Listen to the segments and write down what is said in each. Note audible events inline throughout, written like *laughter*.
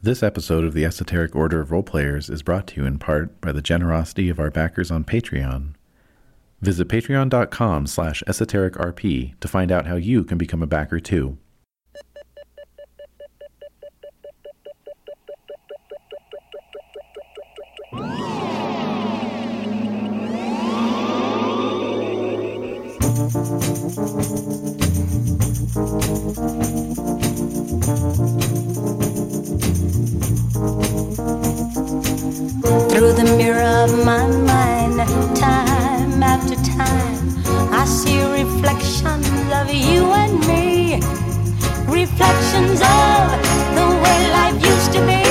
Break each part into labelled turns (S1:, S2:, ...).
S1: This episode of the Esoteric Order of Roleplayers is brought to you in part by the generosity of our backers on Patreon. Visit patreon.com slash esotericrp to find out how you can become a backer too.
S2: Through the mirror of my mind, time after time, I see reflections of you and me. Reflections of the way life used to be.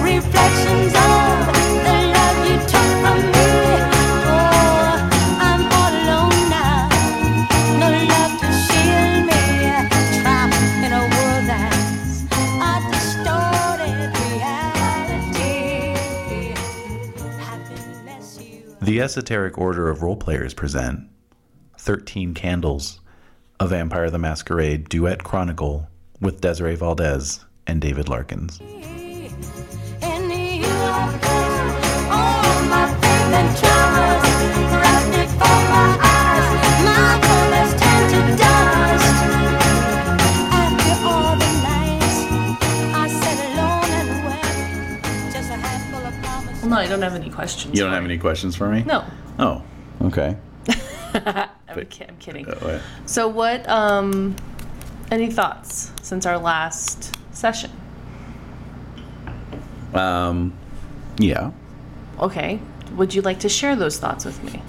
S2: Reflections of the love you took from me. Oh, I'm all alone now. No love to shield me. Trapped in a world that's a distorted reality. Happiness you.
S1: The Esoteric Order of Roleplayers present 13 Candles, a Vampire the Masquerade duet chronicle with Desiree Valdez and David Larkins.
S2: And you are all my faith and trust wrapped before my eyes. My world has turned to dust. After all the nights I sat alone and wept, just a handful of promises.
S3: No, I don't have any questions.
S1: You don't have any questions for me?
S3: No,
S1: Oh, okay.
S3: I'm, ki- I'm kidding.
S1: Uh, wait.
S3: So, what? Um, any thoughts since our last session?
S1: Um, yeah.
S3: Okay. Would you like to share those thoughts with me?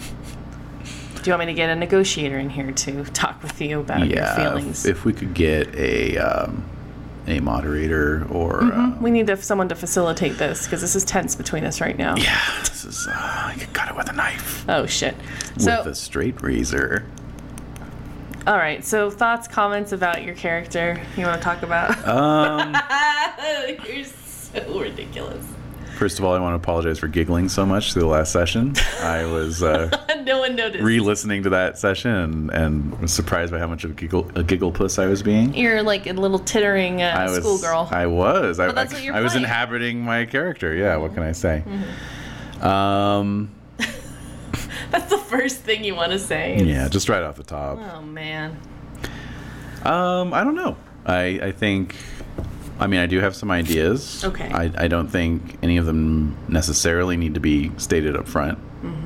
S3: Do you want me to get a negotiator in here to talk with you about
S1: yeah.
S3: your
S1: if-
S3: feelings?
S1: If, we could get a um, a moderator or uh,
S3: we need to, someone to facilitate this because this is tense between us right now.
S1: yeah, this is uh, I could cut it with a knife
S3: Oh shit. So,
S1: with a straight razor.
S3: all right. So, thoughts, comments about your character you want to talk about? *laughs*
S1: Um,
S3: You're so ridiculous. *laughs*
S1: first of all, I want to apologize for giggling so much through the last session. I was.
S3: *laughs*
S1: Uh,
S3: no one noticed.
S1: Re-listening to that session and, and was surprised by how much of a giggle, a giggle puss I was being.
S3: You're like a little tittering
S1: I
S3: uh,
S1: was
S3: schoolgirl.
S1: I was. I,
S3: that's
S1: I-
S3: what you're
S1: I was
S3: playing.
S1: inhabiting my character. Yeah. What can I say?
S3: Mm-hmm.
S1: Um,
S3: *laughs* That's the first thing you want to say. is-
S1: yeah. Just right off the top.
S3: Oh man.
S1: Um, I don't know. I, I think, I mean, I do have some ideas.
S3: Okay.
S1: I, I don't think any of them necessarily need to be stated up front. Mm-hmm.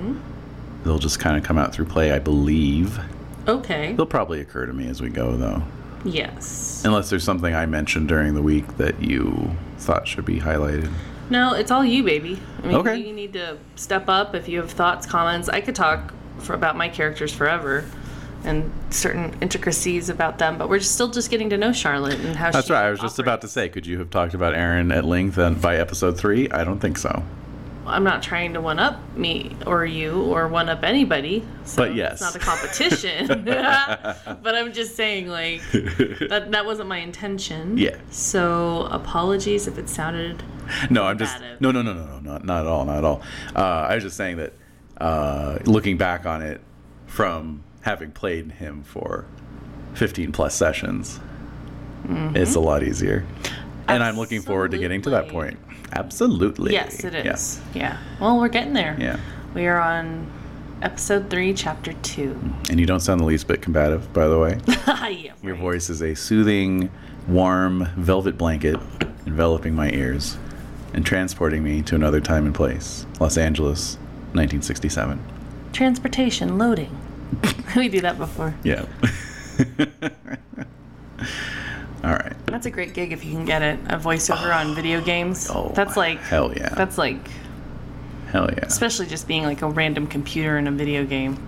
S1: They'll just kind of come out through play, I believe.
S3: Okay.
S1: They'll probably occur to me as we go, though.
S3: Yes.
S1: Unless there's something I mentioned during the week that you thought should be highlighted.
S3: No, it's all you, baby. I mean,
S1: Okay.
S3: You need to step up if you have thoughts, comments. I could talk for about my characters forever, and certain intricacies about them. But we're just still just getting to know Charlotte and how.
S1: That's
S3: she
S1: right. I was just about to say, could you have talked about Aaron at length and by episode three? I don't think so.
S3: I'm not trying to one up me or you or one up anybody. So
S1: But yes.
S3: it's not
S1: *laughs*
S3: a competition. *laughs* but I'm just saying, like that, that wasn't my intention.
S1: Yeah.
S3: So apologies if it sounded.
S1: No, I'm just
S3: it.
S1: no, no, no, no, no, not not at all, not at all. Uh, I was just saying that uh, looking back on it from having played him for 15 plus sessions,
S3: Mm-hmm.
S1: it's a lot easier. And I'm looking forward to getting to that point.
S3: Absolutely.
S1: Absolutely.
S3: Yes, it
S1: Yeah.
S3: is. Yeah. Well, we're getting there.
S1: Yeah.
S3: We are on episode three, chapter two. *laughs*
S1: And you don't sound the least bit combative, by the way.
S3: yeah.
S1: Your voice is a soothing, warm velvet blanket enveloping my ears and transporting me to another time and place. Los Angeles, 1967.
S3: Transportation loading. *laughs* we do that before.
S1: Yeah. *laughs* All right.
S3: That's a great gig if you can get it. A
S1: *sighs*
S3: voiceover on video games.
S1: Oh,
S3: that's like
S1: hell yeah.
S3: That's like
S1: Hell yeah.
S3: especially just being like a random computer in a
S1: *laughs*
S3: video game.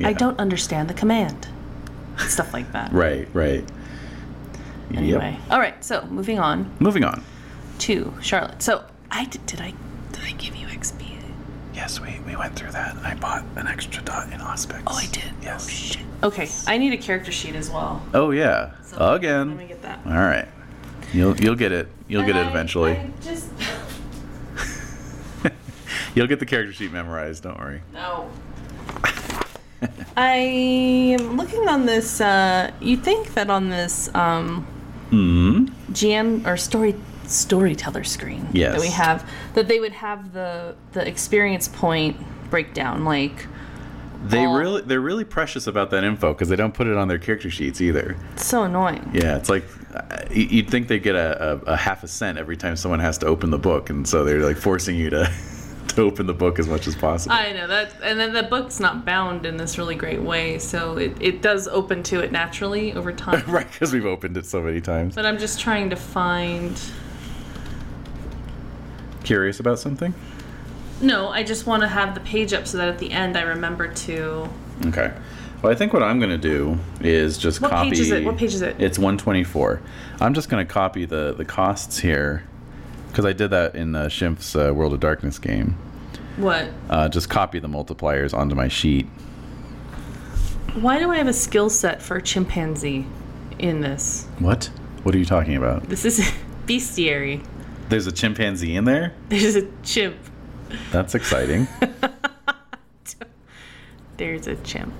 S3: I don't understand the command. Stuff like that.
S1: Right, right. Yep.
S3: Anyway, all right. So moving on
S1: Moving on.
S3: to Charlotte. So I did. Did I? Did I give you XP?
S1: Yes, we, we went through that. I bought an extra dot in Auspex. Oh,
S3: I did?
S1: Yes. Oh, shit.
S3: Okay. I need a character sheet as well.
S1: Oh, yeah.
S3: So, Let me
S1: Again.
S3: get that.
S1: All right. You'll, you'll get it. You'll get it
S3: I-
S1: eventually.
S3: I just
S1: You'll get the character sheet memorized. Don't worry.
S3: *laughs* no. I am looking on this. Uh, you think that on this um, GM or story storyteller screen
S1: Mm-hmm. Yes.
S3: that we have that they would have the the experience point breakdown like
S1: They
S3: All-
S1: really they're really precious about that info because they don't put it on their character sheets either.
S3: it's so annoying.
S1: Yeah, it's like uh, y- you'd think they get a, a, a half a cent every time someone has to open the book, and so they're like forcing you to *laughs* to open the book as much as possible.
S3: I know that, and then the book's not bound in this really great way, so it, it does open to it naturally
S1: *laughs*
S3: over time.
S1: *laughs* right, because we've opened it so many times.
S3: But I'm just trying to find.
S1: Curious about something?
S3: No, I just want to have the page up so that at the end I remember to.
S1: Okay. Well, I think what I'm going to do is just
S3: What
S1: copy.
S3: page is it? What page is it?
S1: It's 124. I'm just going to copy the the costs here because I did that in uh, Schimpf's uh, World of Darkness game.
S3: What?
S1: Uh, just copy the multipliers onto my sheet.
S3: Why do I have a skill set for chimpanzee in this?
S1: What? What are you talking about?
S3: This is *laughs* bestiary.
S1: There's a chimpanzee in there.
S3: There's a chimp.
S1: That's exciting.
S3: There's a chimp.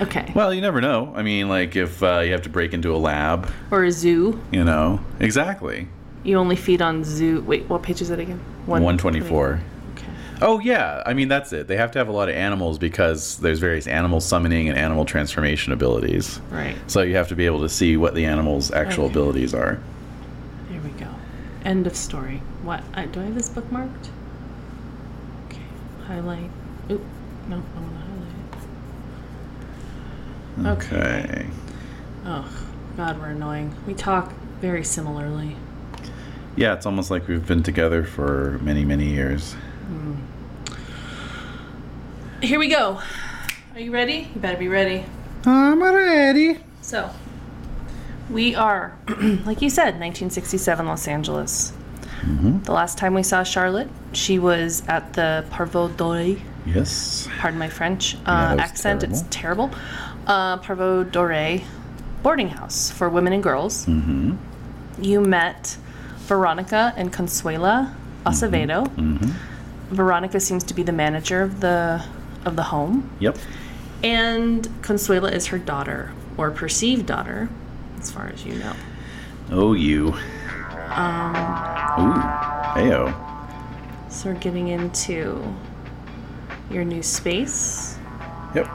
S3: Okay.
S1: well, you never know. I mean, like if uh, you have to break into a lab,
S3: Or a zoo.
S1: you know. Exactly.
S3: You only feed on zoo. Wait, what page is it again? One-
S1: 124.
S3: Okay.
S1: Oh yeah, I mean that's it. They have to have a lot of animals because there's various animal summoning and animal transformation abilities.
S3: Right.
S1: So you have to be able to see what the animal's actual
S3: Okay.
S1: abilities are.
S3: There we go. End of story. What? I, do I have this bookmarked? Okay. Highlight. Oop. No, I want to highlight it.
S1: Okay.
S3: Oh, God, we're annoying. We talk very similarly.
S1: Yeah, it's almost like we've been together for many, many years.
S3: Here we go. Are you ready? You better be ready.
S1: I'm ready.
S3: So, we are, *clears throat* like you said, 1967 Los Angeles.
S1: Mm-hmm.
S3: The last time we saw Charlotte, she was at the Parvodori
S1: Yes.
S3: pardon my French
S1: that
S3: uh,
S1: was
S3: accent, it's terrible. Uh, Parvo Dore boarding house for women and girls. Mm-hmm. You met Veronica and Consuela Acevedo. Veronica seems to be the manager of the of the home,
S1: Yep.
S3: and Consuela is her daughter or perceived daughter, as far as you know.
S1: Oh, you. Um. Ooh. Heyo.
S3: So we're getting into your new space.
S1: Yep.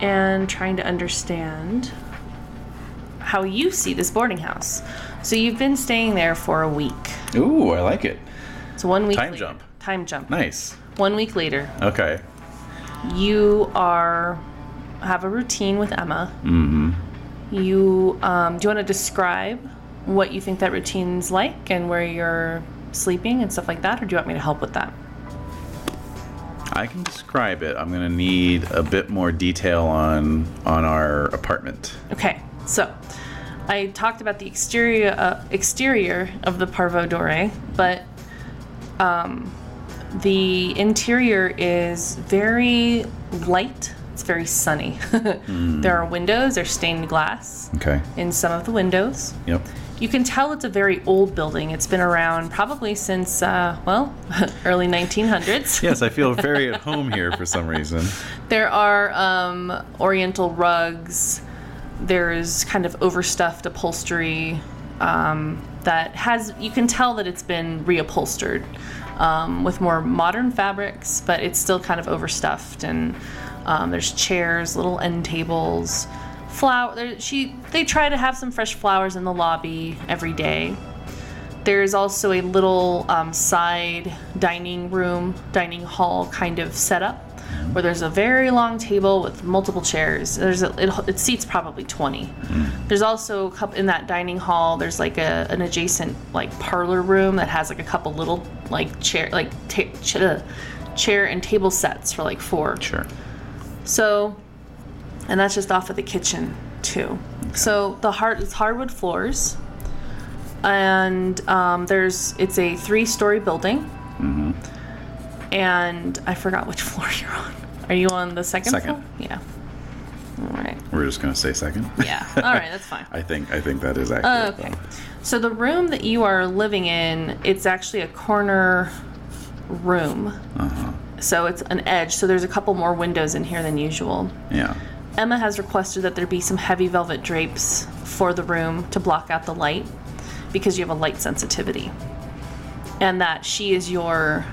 S3: and trying to understand how you see this boarding house. So you've been staying there for a week.
S1: Ooh, I like it.
S3: So one week.
S1: Time
S3: later-
S1: jump.
S3: Time jump.
S1: Nice.
S3: One week later,
S1: Okay.
S3: you are have a routine with Emma. Mm-hmm. You um, do you want to describe what you think that routine's like and where you're sleeping and stuff like that, or do you want me to help with that?
S1: I can describe it. I'm gonna need a bit more detail on on our apartment.
S3: Okay, so I talked about the exterior uh, exterior of the Parvo Dore, but um, the interior is very light. It's very sunny. *laughs* There are windows. There's stained glass
S1: Okay.
S3: in some of the windows.
S1: Yep.
S3: You can tell it's a very old building. It's been around probably since uh, well, *laughs* early 1900s.
S1: Yes, I feel very at home here for some reason.
S3: There are um, oriental rugs. There's kind of overstuffed upholstery um, that has, you can tell that it's been reupholstered um, with more modern fabrics, but it's still kind of overstuffed. And um, there's chairs, little end tables, flower. There, she, they try to have some fresh flowers in the lobby every day. There's also a little um, side dining room, dining hall kind of setup where there's a very long table with multiple chairs. There's a, it, it seats probably 20. There's also a couple in that dining hall. There's like a, an adjacent like parlor room that has like a couple little like chair like ta- ch- uh, chair and table sets for like four.
S1: Sure.
S3: So, and that's just off of the kitchen too. So the hard it's hardwood floors, and um, there's it's a three-story building.
S1: Mm-hmm.
S3: And I forgot which *laughs* floor you're on. Are you on the second,
S1: Second.
S3: floor? Yeah. All right.
S1: We're just gonna say second.
S3: Yeah. *laughs* All right. That's fine.
S1: *laughs* I think I think that is accurate.
S3: Okay.
S1: though.
S3: So the room that you are living in, it's actually a corner room.
S1: Uh-huh.
S3: So it's an edge. So there's a couple more windows in here than usual.
S1: Yeah.
S3: Emma has requested that there be some heavy velvet drapes for the room to block out the light because you have a light sensitivity, and that she is your,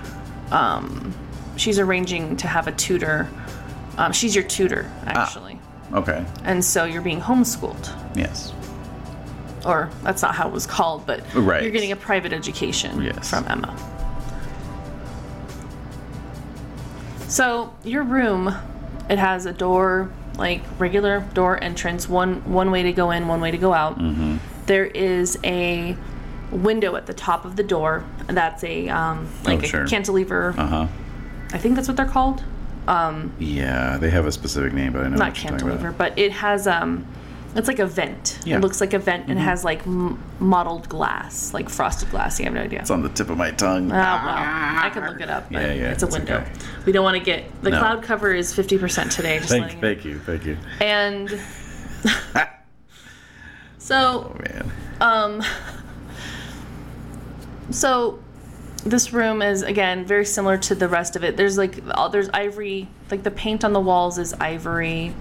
S3: um, she's arranging to have a tutor. Um, she's your tutor actually,
S1: Okay.
S3: and so you're being homeschooled,
S1: Yes.
S3: or that's not how it was called, but
S1: Right.
S3: you're getting a private education
S1: Yes.
S3: from Emma. So your room, it has a door, like regular door entrance, one one way to go in, one way to go out.
S1: Mm-hmm.
S3: There is a window at the top of the door. That's a um, like
S1: Oh,
S3: a
S1: sure.
S3: cantilever.
S1: Uh huh.
S3: I think that's what they're called.
S1: Yeah, they have a specific name, but I know
S3: Not
S1: what you're talking
S3: cantilever,
S1: about.
S3: but it has um, it's like a vent.
S1: Yeah. Mm-hmm.
S3: It looks like a vent and it has like m- mottled glass, like frosted glass. You have no idea.
S1: It's on the tip of my tongue.
S3: Oh, well, I can look it up. But
S1: Yeah, yeah,
S3: it's a
S1: it's
S3: window.
S1: okay.
S3: We don't want to get the
S1: No.
S3: cloud cover is fifty percent today. Just letting
S1: Thank,
S3: you
S1: thank you, thank you,
S3: know. And
S1: *laughs*
S3: *laughs* so,
S1: man.
S3: Um, *laughs* so this room is again very similar to the rest of it. There's like all there's ivory, like the paint on the walls is ivory.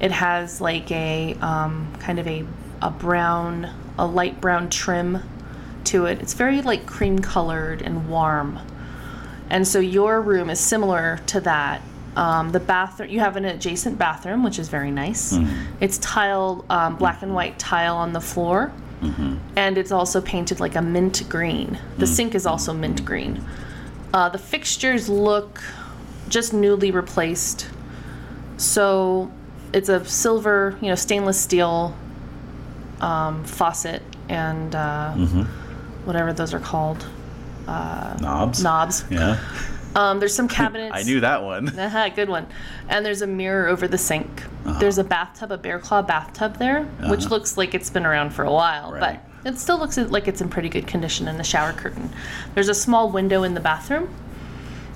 S3: It has like a um, kind of a a brown, a light brown trim to it. It's very like cream colored and warm. And so your room is similar to that. Um, the bathroom, you have an adjacent bathroom, which is very nice. It's tile, um, black and white tile on the floor. And it's also painted like a mint green. The
S1: Hmm.
S3: sink is also mint green. Uh, the fixtures look just newly replaced. So it's a silver, you know, stainless steel um, faucet and uh,
S1: Mm-hmm.
S3: whatever those are called
S1: Knobs.
S3: knobs.
S1: Yeah.
S3: Um, there's some cabinets.
S1: I knew that one.
S3: *laughs* Aha, good one. And there's a mirror over the sink. There's a bathtub, a bear claw bathtub there, which looks like it's been around for a while,
S1: Right.
S3: but it still looks like it's in pretty good condition. And a shower curtain. There's a small window in the bathroom.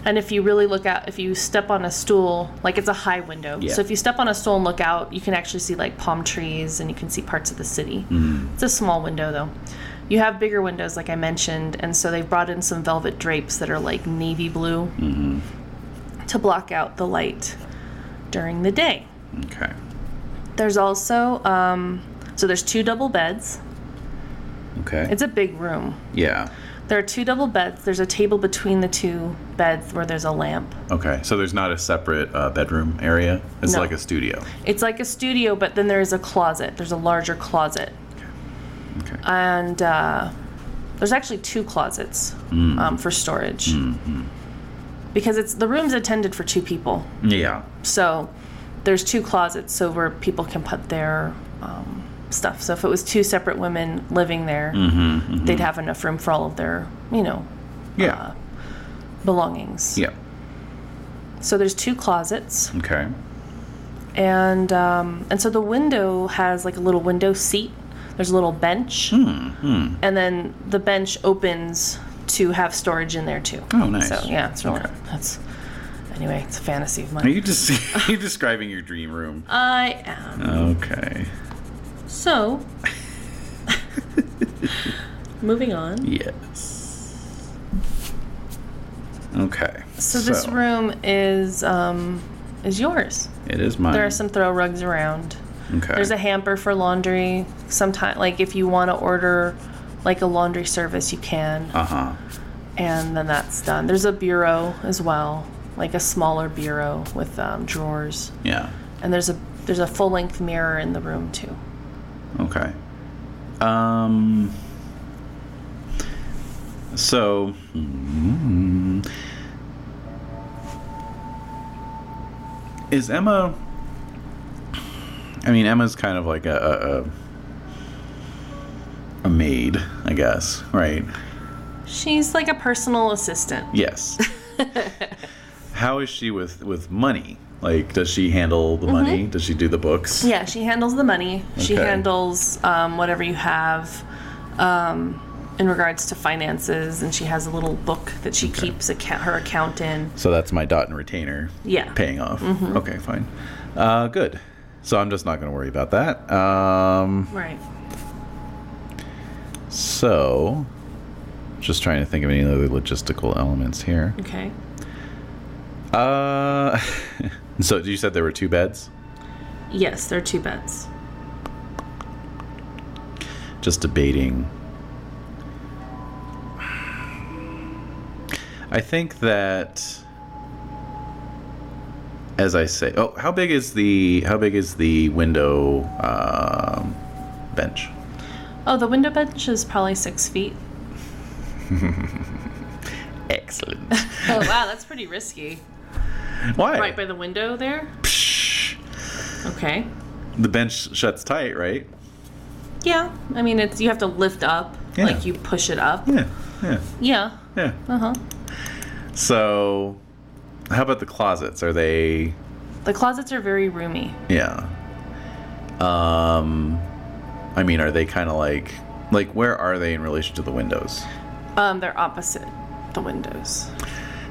S3: And if you really look out, if you step on a stool, like it's a high window.
S1: Yeah.
S3: So if you step on a stool and look out, you can actually see like palm trees and you can see parts of the city. It's a small window though. You have bigger windows, like I mentioned, and so they've brought in some velvet drapes that are like navy blue to block out the light during the day.
S1: Okay.
S3: There's also, um, so there's two double beds.
S1: Okay.
S3: It's a big room.
S1: yeah.
S3: There are two double beds. There's a table between the two beds where there's a lamp.
S1: Okay. So there's not a separate uh, bedroom area. It's
S3: No.
S1: like a studio.
S3: It's like a studio, but then there is a closet. There's a larger closet.
S1: Okay.
S3: And uh, there's actually two closets um, for storage. Because it's the room's attended for two people.
S1: yeah.
S3: So there's two closets, so where people can put their um, stuff. So if it was two separate women living there, they'd have enough room for all of their, you know,
S1: Yeah.
S3: uh, belongings.
S1: yeah.
S3: So there's two closets,
S1: Okay.
S3: and um, and so the window has like a little window seat. There's a little bench,
S1: Hmm,
S3: and then the bench opens to have storage in there too.
S1: Oh, nice.
S3: So yeah, it's really
S1: Okay.
S3: that's anyway, it's a fantasy of
S1: Are
S3: mine.
S1: you just *laughs* are you describing your dream room?
S3: I am.
S1: Okay.
S3: So, *laughs* moving on.
S1: Yes. Okay.
S3: So this room is um, is yours.
S1: It is mine.
S3: There are some throw rugs around.
S1: Okay.
S3: There's a hamper for laundry. Sometimes, like if you want to order like a laundry service, you can,
S1: Uh huh.
S3: and then that's done. There's a bureau as well, like a smaller bureau with um, drawers,
S1: Yeah.
S3: and there's a there's a full length mirror in the room too.
S1: Okay. Um. So. mm, Is Emma? I mean, Emma's kind of like a a, a a maid, I guess, right?
S3: She's like a personal assistant.
S1: Yes. How is she with with money? Like, does she handle the money? Does she do the books?
S3: Yeah, she handles the money. She
S1: Okay.
S3: handles um, whatever you have um, in regards to finances, and she has a little book that she keeps account- her account in.
S1: So that's my dot and retainer.
S3: Yeah.
S1: Paying off. Okay, fine. Uh, good. So I'm just not going to worry about that. Um,
S3: Right.
S1: so, just trying to think of any other logistical elements here.
S3: Okay.
S1: Uh, *laughs* so you said there were two beds,
S3: Yes, there are two beds.
S1: just debating I think that as I say, oh, how big is the how big is the window um, bench?
S3: Oh, the window bench is probably six feet.
S1: Excellent.
S3: Oh wow, that's pretty risky.
S1: *laughs* Why?
S3: *laughs* Right by the window there.
S1: Psh.
S3: Okay.
S1: the bench shuts tight, right?
S3: Yeah, I mean it's you have to lift up,
S1: Yeah.
S3: like you push it up.
S1: Yeah, yeah,
S3: Yeah.
S1: yeah.
S3: Uh huh.
S1: So, how about the closets? Are they?
S3: The closets are very roomy.
S1: Yeah. Um, I mean, are they kind of like like where are they in relation to the windows?
S3: Um, they're opposite the windows.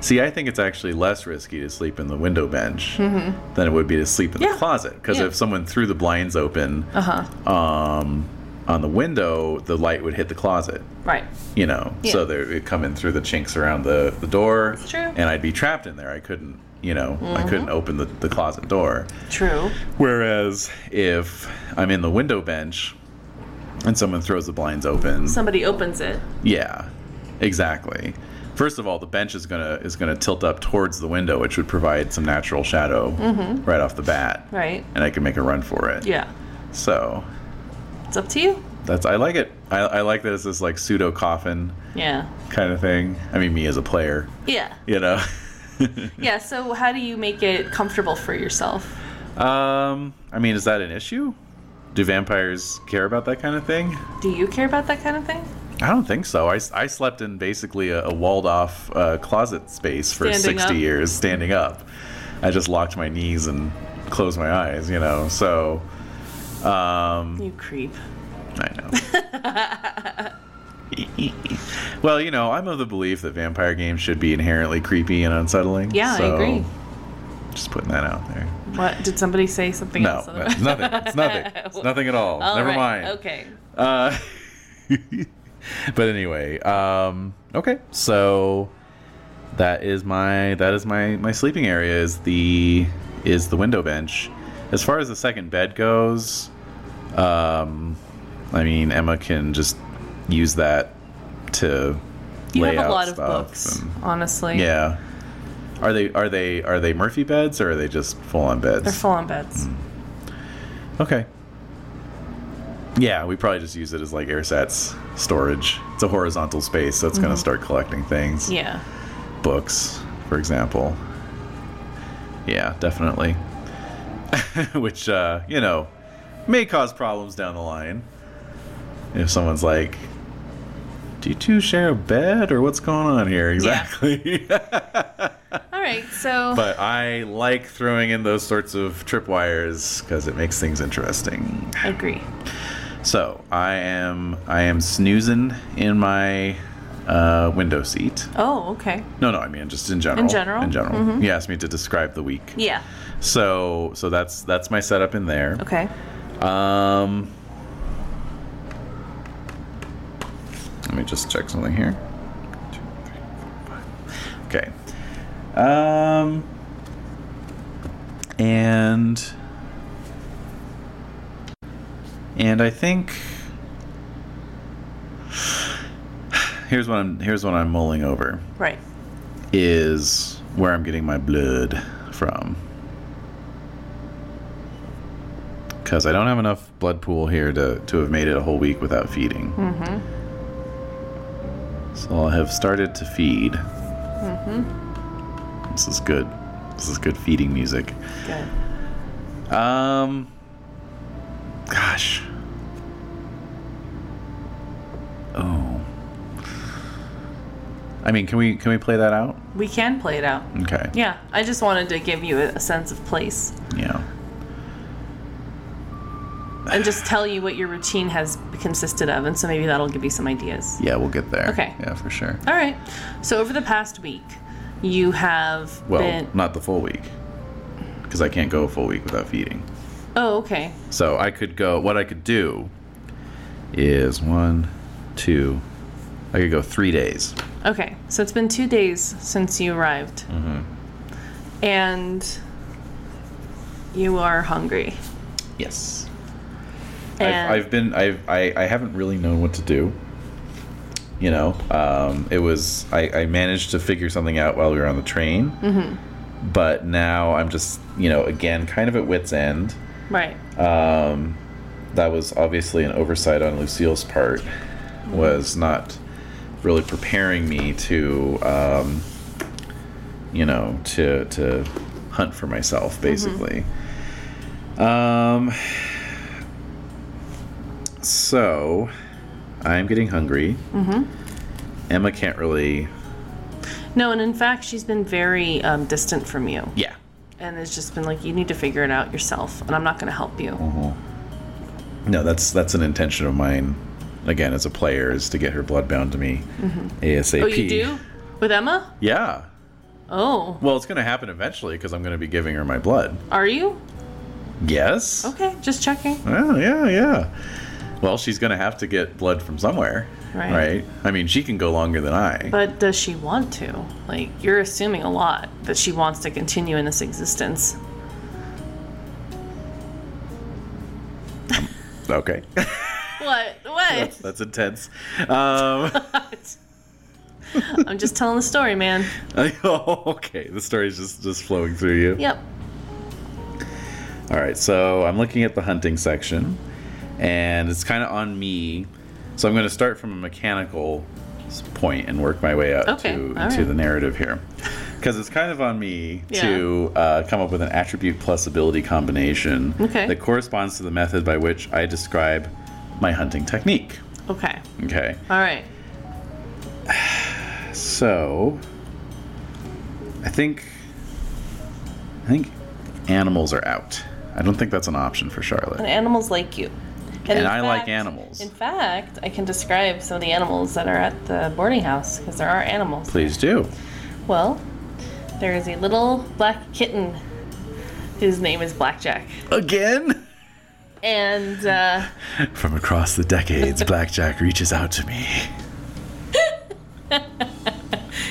S1: See, I think it's actually less risky to sleep in the window bench than it would be to sleep in
S3: Mm-hmm. Yeah.
S1: the closet. Because
S3: Yeah.
S1: if someone threw the blinds open
S3: Uh huh.
S1: um, on the window, the light would hit the closet.
S3: Right.
S1: You know,
S3: Yeah.
S1: so they would come in through the chinks around the, the door,
S3: true. Mm-hmm.
S1: and I'd be trapped in there. I couldn't, you know, I couldn't open the, the closet door.
S3: True.
S1: Whereas if I'm in the window bench and someone throws the blinds open,
S3: Somebody opens it.
S1: yeah, exactly. First of all, the bench is gonna is gonna tilt up towards the window, which would provide some natural shadow right off the bat,
S3: Mm-hmm. Right.
S1: and I can make a run for it.
S3: Yeah.
S1: So
S3: It's up to you.
S1: that's I like it. I, I like that it's this like pseudo coffin
S3: Yeah.
S1: kind of thing. I mean, me as a player,
S3: Yeah.
S1: you know. *laughs*
S3: Yeah. So how do you make it comfortable for yourself?
S1: um, I mean, is that an issue? Do vampires care about that kind of thing?
S3: Do you care about that kind of thing?
S1: I don't think so. I, s- I slept in basically a, a walled off uh, closet space for
S3: Standing
S1: 60
S3: up.
S1: years, standing up. I just locked my knees and closed my eyes, you know. So, um,
S3: You creep.
S1: I know.
S3: *laughs*
S1: *laughs* well, you know, I'm of the belief that vampire games should be inherently creepy and unsettling.
S3: Yeah, I
S1: so
S3: agree.
S1: Just putting that out there.
S3: What did somebody say something
S1: No,
S3: else?
S1: it's nothing. It's
S3: *laughs*
S1: nothing. It's nothing at all.
S3: All
S1: Never
S3: right,
S1: mind.
S3: Okay.
S1: Uh, *laughs* but anyway, um, okay. So that is my that is my my sleeping area is the is the window bench. As far as the second bed goes, um, I mean Emma can just use that to
S3: You
S1: lay
S3: have a
S1: out
S3: lot of
S1: stuff
S3: books,
S1: and-
S3: honestly.
S1: yeah. Are they are they are they Murphy beds or are they just full on beds?
S3: They're full on beds.
S1: Mm. Okay. Yeah, we probably just use it as like airsats storage. It's a horizontal space, so it's going to start collecting things.
S3: Yeah.
S1: Books, for example. Yeah, definitely. *laughs* Which, uh, you know, may cause problems down the line. If someone's like, do you two share a bed or what's going on here exactly? *laughs*
S3: All right. So
S1: but I like throwing in those sorts of tripwires because it makes things interesting.
S3: agree.
S1: So I am I am snoozing in my uh, window seat.
S3: Oh, okay.
S1: No, no, I mean just in general.
S3: In general? Mm-hmm.
S1: In general. You asked me to describe the week.
S3: Yeah.
S1: So so that's that's my setup in there.
S3: Okay.
S1: Um, let me just check something here. Two, three, four, five. Okay. Um, and and I think *sighs* here's what I'm here's what I'm mulling over
S3: Right.
S1: is where I'm getting my blood from. Because I don't have enough blood pool here to, to have made it a whole week without feeding. Mm-hmm. So I have started to feed. Mm-hmm. This is good. This is good feeding music.
S3: Good.
S1: Um, gosh. Oh. I mean, can we can we play that out?
S3: We can play it out.
S1: Okay.
S3: Yeah. I just wanted to give you a sense of place
S1: Yeah.
S3: and just tell you what your routine has consisted of, and so maybe that'll give you some ideas.
S1: Yeah, we'll get there.
S3: Okay.
S1: Yeah, for sure.
S3: All right. So over the past week, you have
S1: Well,
S3: been.
S1: not the full week. Because I can't go a full week without feeding.
S3: Oh, okay.
S1: So I could go, what I could do is one, two, I could go three days.
S3: Okay, so it's been two days since you arrived. And you are hungry.
S1: Yes.
S3: And
S1: I've, I've been, I've, I, I haven't really known what to do. You know, um, it was I, I managed to figure something out while we were on the train, but now I'm just you know again kind of at wits end.
S3: Right.
S1: That was obviously an oversight on Lucille's part, was not really preparing me to um, you know to to hunt for myself basically. Um, so I'm getting hungry. Emma can't really.
S3: No, and in fact, she's been very um, distant from you,
S1: Yeah.
S3: and it's just been like, you need to figure it out yourself, and I'm not going to help you.
S1: No, that's that's an intention of mine. Again, as a player, is to get her blood bound to me ASAP.
S3: Oh, you do with Emma?
S1: Yeah.
S3: Oh,
S1: Well, it's going to happen eventually because I'm going to be giving her my blood.
S3: are you?
S1: Yes.
S3: Okay, just checking.
S1: Oh, yeah, yeah. Well, she's going to have to get blood from somewhere.
S3: Right.
S1: I mean, she can go longer than I.
S3: But does she want to? Like, you're assuming a lot that she wants to continue in this existence.
S1: okay.
S3: What? What?
S1: *laughs* that's intense. Um, *laughs*
S3: *laughs* I'm just telling the story, man.
S1: okay. The story's just, just flowing through you.
S3: Yep.
S1: All right, so I'm looking at the hunting section, and it's kind of on me. So I'm going to start from a mechanical s- point and work my way up
S3: Okay,
S1: to,
S3: all
S1: to
S3: right.
S1: the narrative here. Because it's kind of on me
S3: Yeah.
S1: to uh, come up with an attribute plus ability combination
S3: Okay.
S1: that corresponds to the method by which I describe my hunting technique.
S3: Okay.
S1: Okay,
S3: All right.
S1: so I think I think animals are out. I don't think that's an option for Charlotte.
S3: And animals like you.
S1: And
S3: in
S1: I like animals.
S3: In fact, I can describe some of the animals that are at the boarding house because there are animals.
S1: Please do.
S3: Well, there is a little black kitten whose name is Blackjack.
S1: Again?
S3: And uh, *laughs*
S1: From across the decades, Blackjack reaches out to me.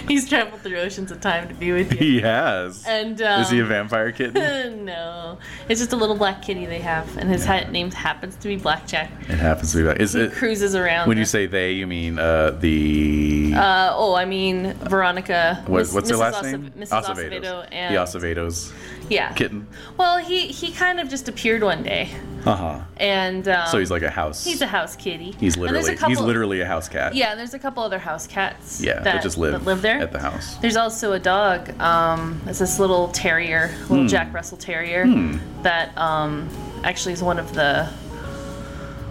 S3: he's traveled through oceans of time to be with you.
S1: He has.
S3: And
S1: *laughs*
S3: um,
S1: Is he a vampire
S3: *laughs*
S1: kitten?
S3: no, it's just a little black kitty they have, and his hat name happens to be Blackjack.
S1: it happens to be that. Is
S3: He
S1: it
S3: cruises around.
S1: when you say they, you mean uh, the
S3: Uh, oh, I mean Veronica.
S1: what,
S3: Miss-
S1: what's their
S3: Mrs.
S1: last
S3: Acev-
S1: name?
S3: Mrs. Acevedo and
S1: the Acevedos
S3: yeah,
S1: kitten.
S3: Well, he he kind of just appeared one day,
S1: Uh huh.
S3: and um,
S1: So he's like a house.
S3: he's a house kitty.
S1: he's
S3: And there's
S1: literally
S3: a couple,
S1: he's literally a house cat.
S3: yeah. And there's a couple other house cats.
S1: Yeah,
S3: that,
S1: that just live,
S3: that live there
S1: at the house.
S3: There's also a dog. Um, it's this little terrier, little
S1: Hmm.
S3: Jack Russell Terrier, that um, actually is one of the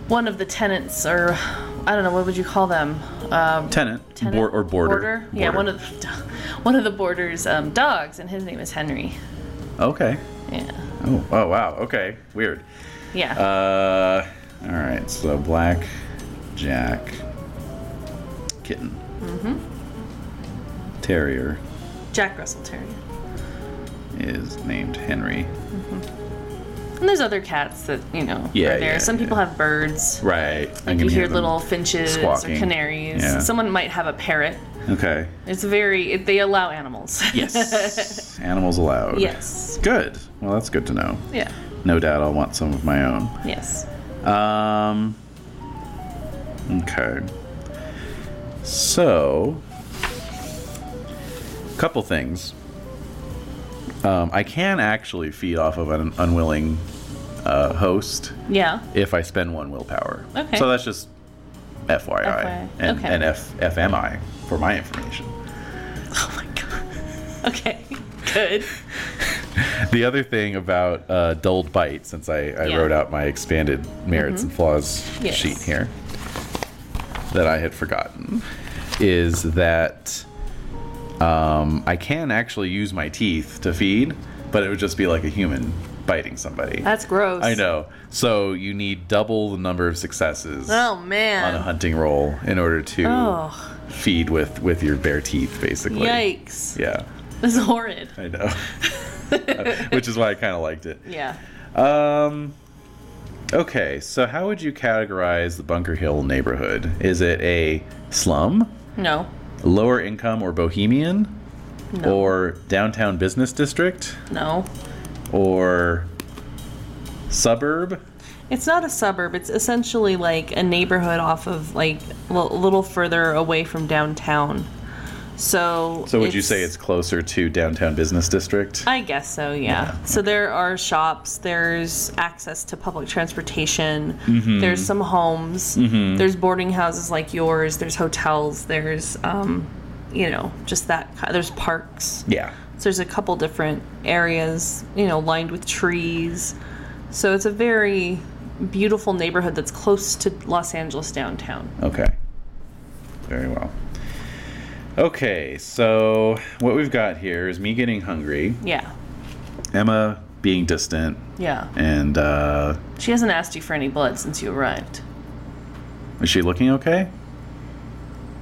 S3: one of the tenants, or I don't know what would you call them, uh,
S1: Tenant,
S3: tenant
S1: Bor- or border.
S3: Yeah, one of the, one of the boarders' um, dogs, and his name is Henry.
S1: Okay.
S3: Yeah,
S1: Oh, oh wow. Okay. Weird.
S3: yeah.
S1: Uh, all right. So black jack kitten.
S3: Mm-hmm.
S1: Terrier
S3: Jack Russell Terrier.
S1: is named Henry.
S3: And there's other cats that you know
S1: Yeah,
S3: are there.
S1: yeah,
S3: Some people
S1: yeah.
S3: have birds.
S1: Right.
S3: Like you hear little finches
S1: squawking.
S3: or canaries.
S1: Yeah.
S3: Someone might have a parrot.
S1: Okay.
S3: It's very. It, they allow animals. *laughs*
S1: Yes. Animals allowed.
S3: yes.
S1: Good. Well, that's good to know.
S3: Yeah.
S1: No doubt I'll want some of my own.
S3: Yes.
S1: Um. Okay. So, couple things. Um, I can actually feed off of an unwilling uh, host
S3: Yeah.
S1: if I spend one willpower.
S3: Okay.
S1: So that's just FYI
S3: FYI.
S1: and,
S3: Okay.
S1: and F- FMI for my information.
S3: Oh my god. *laughs* Okay. Good.
S1: The other thing about uh, dulled bite, since I, I
S3: Yeah. Mm-hmm.
S1: wrote out my expanded merits and flaws
S3: Yes.
S1: sheet here, that I had forgotten, is that um, I can actually use my teeth to feed, but it would just be like a human biting somebody.
S3: That's gross.
S1: I know. So you need double the number of successes
S3: Oh
S1: on a
S3: man.
S1: hunting roll in order to
S3: Oh.
S1: feed with with your bare teeth, basically.
S3: Yikes.
S1: Yeah,
S3: This is horrid.
S1: I
S3: *laughs*
S1: know. *laughs* Which is why I kind of liked it.
S3: Yeah.
S1: Um. Okay, so how would you categorize the Bunker Hill neighborhood? Is it a slum,
S3: No.
S1: lower income or bohemian, or downtown business district,
S3: No.
S1: or suburb?
S3: It's not a suburb. It's essentially like a neighborhood off of like a li- little further away from downtown. So.
S1: So would you say it's closer to downtown business district?
S3: I guess so, yeah. So there are shops, there's access to public transportation,
S1: Mm-hmm.
S3: there's some homes, there's boarding houses like yours, there's hotels, there's, um, you know, just that. ki- There's parks.
S1: yeah.
S3: So there's a couple different areas, you know, lined with trees. So it's a very beautiful neighborhood that's close to Los Angeles downtown.
S1: Okay. Very well. Okay, so what we've got here is me getting hungry,
S3: Yeah.
S1: Emma being distant,
S3: Yeah.
S1: and uh,
S3: She hasn't asked you for any blood since you arrived.
S1: is she looking okay?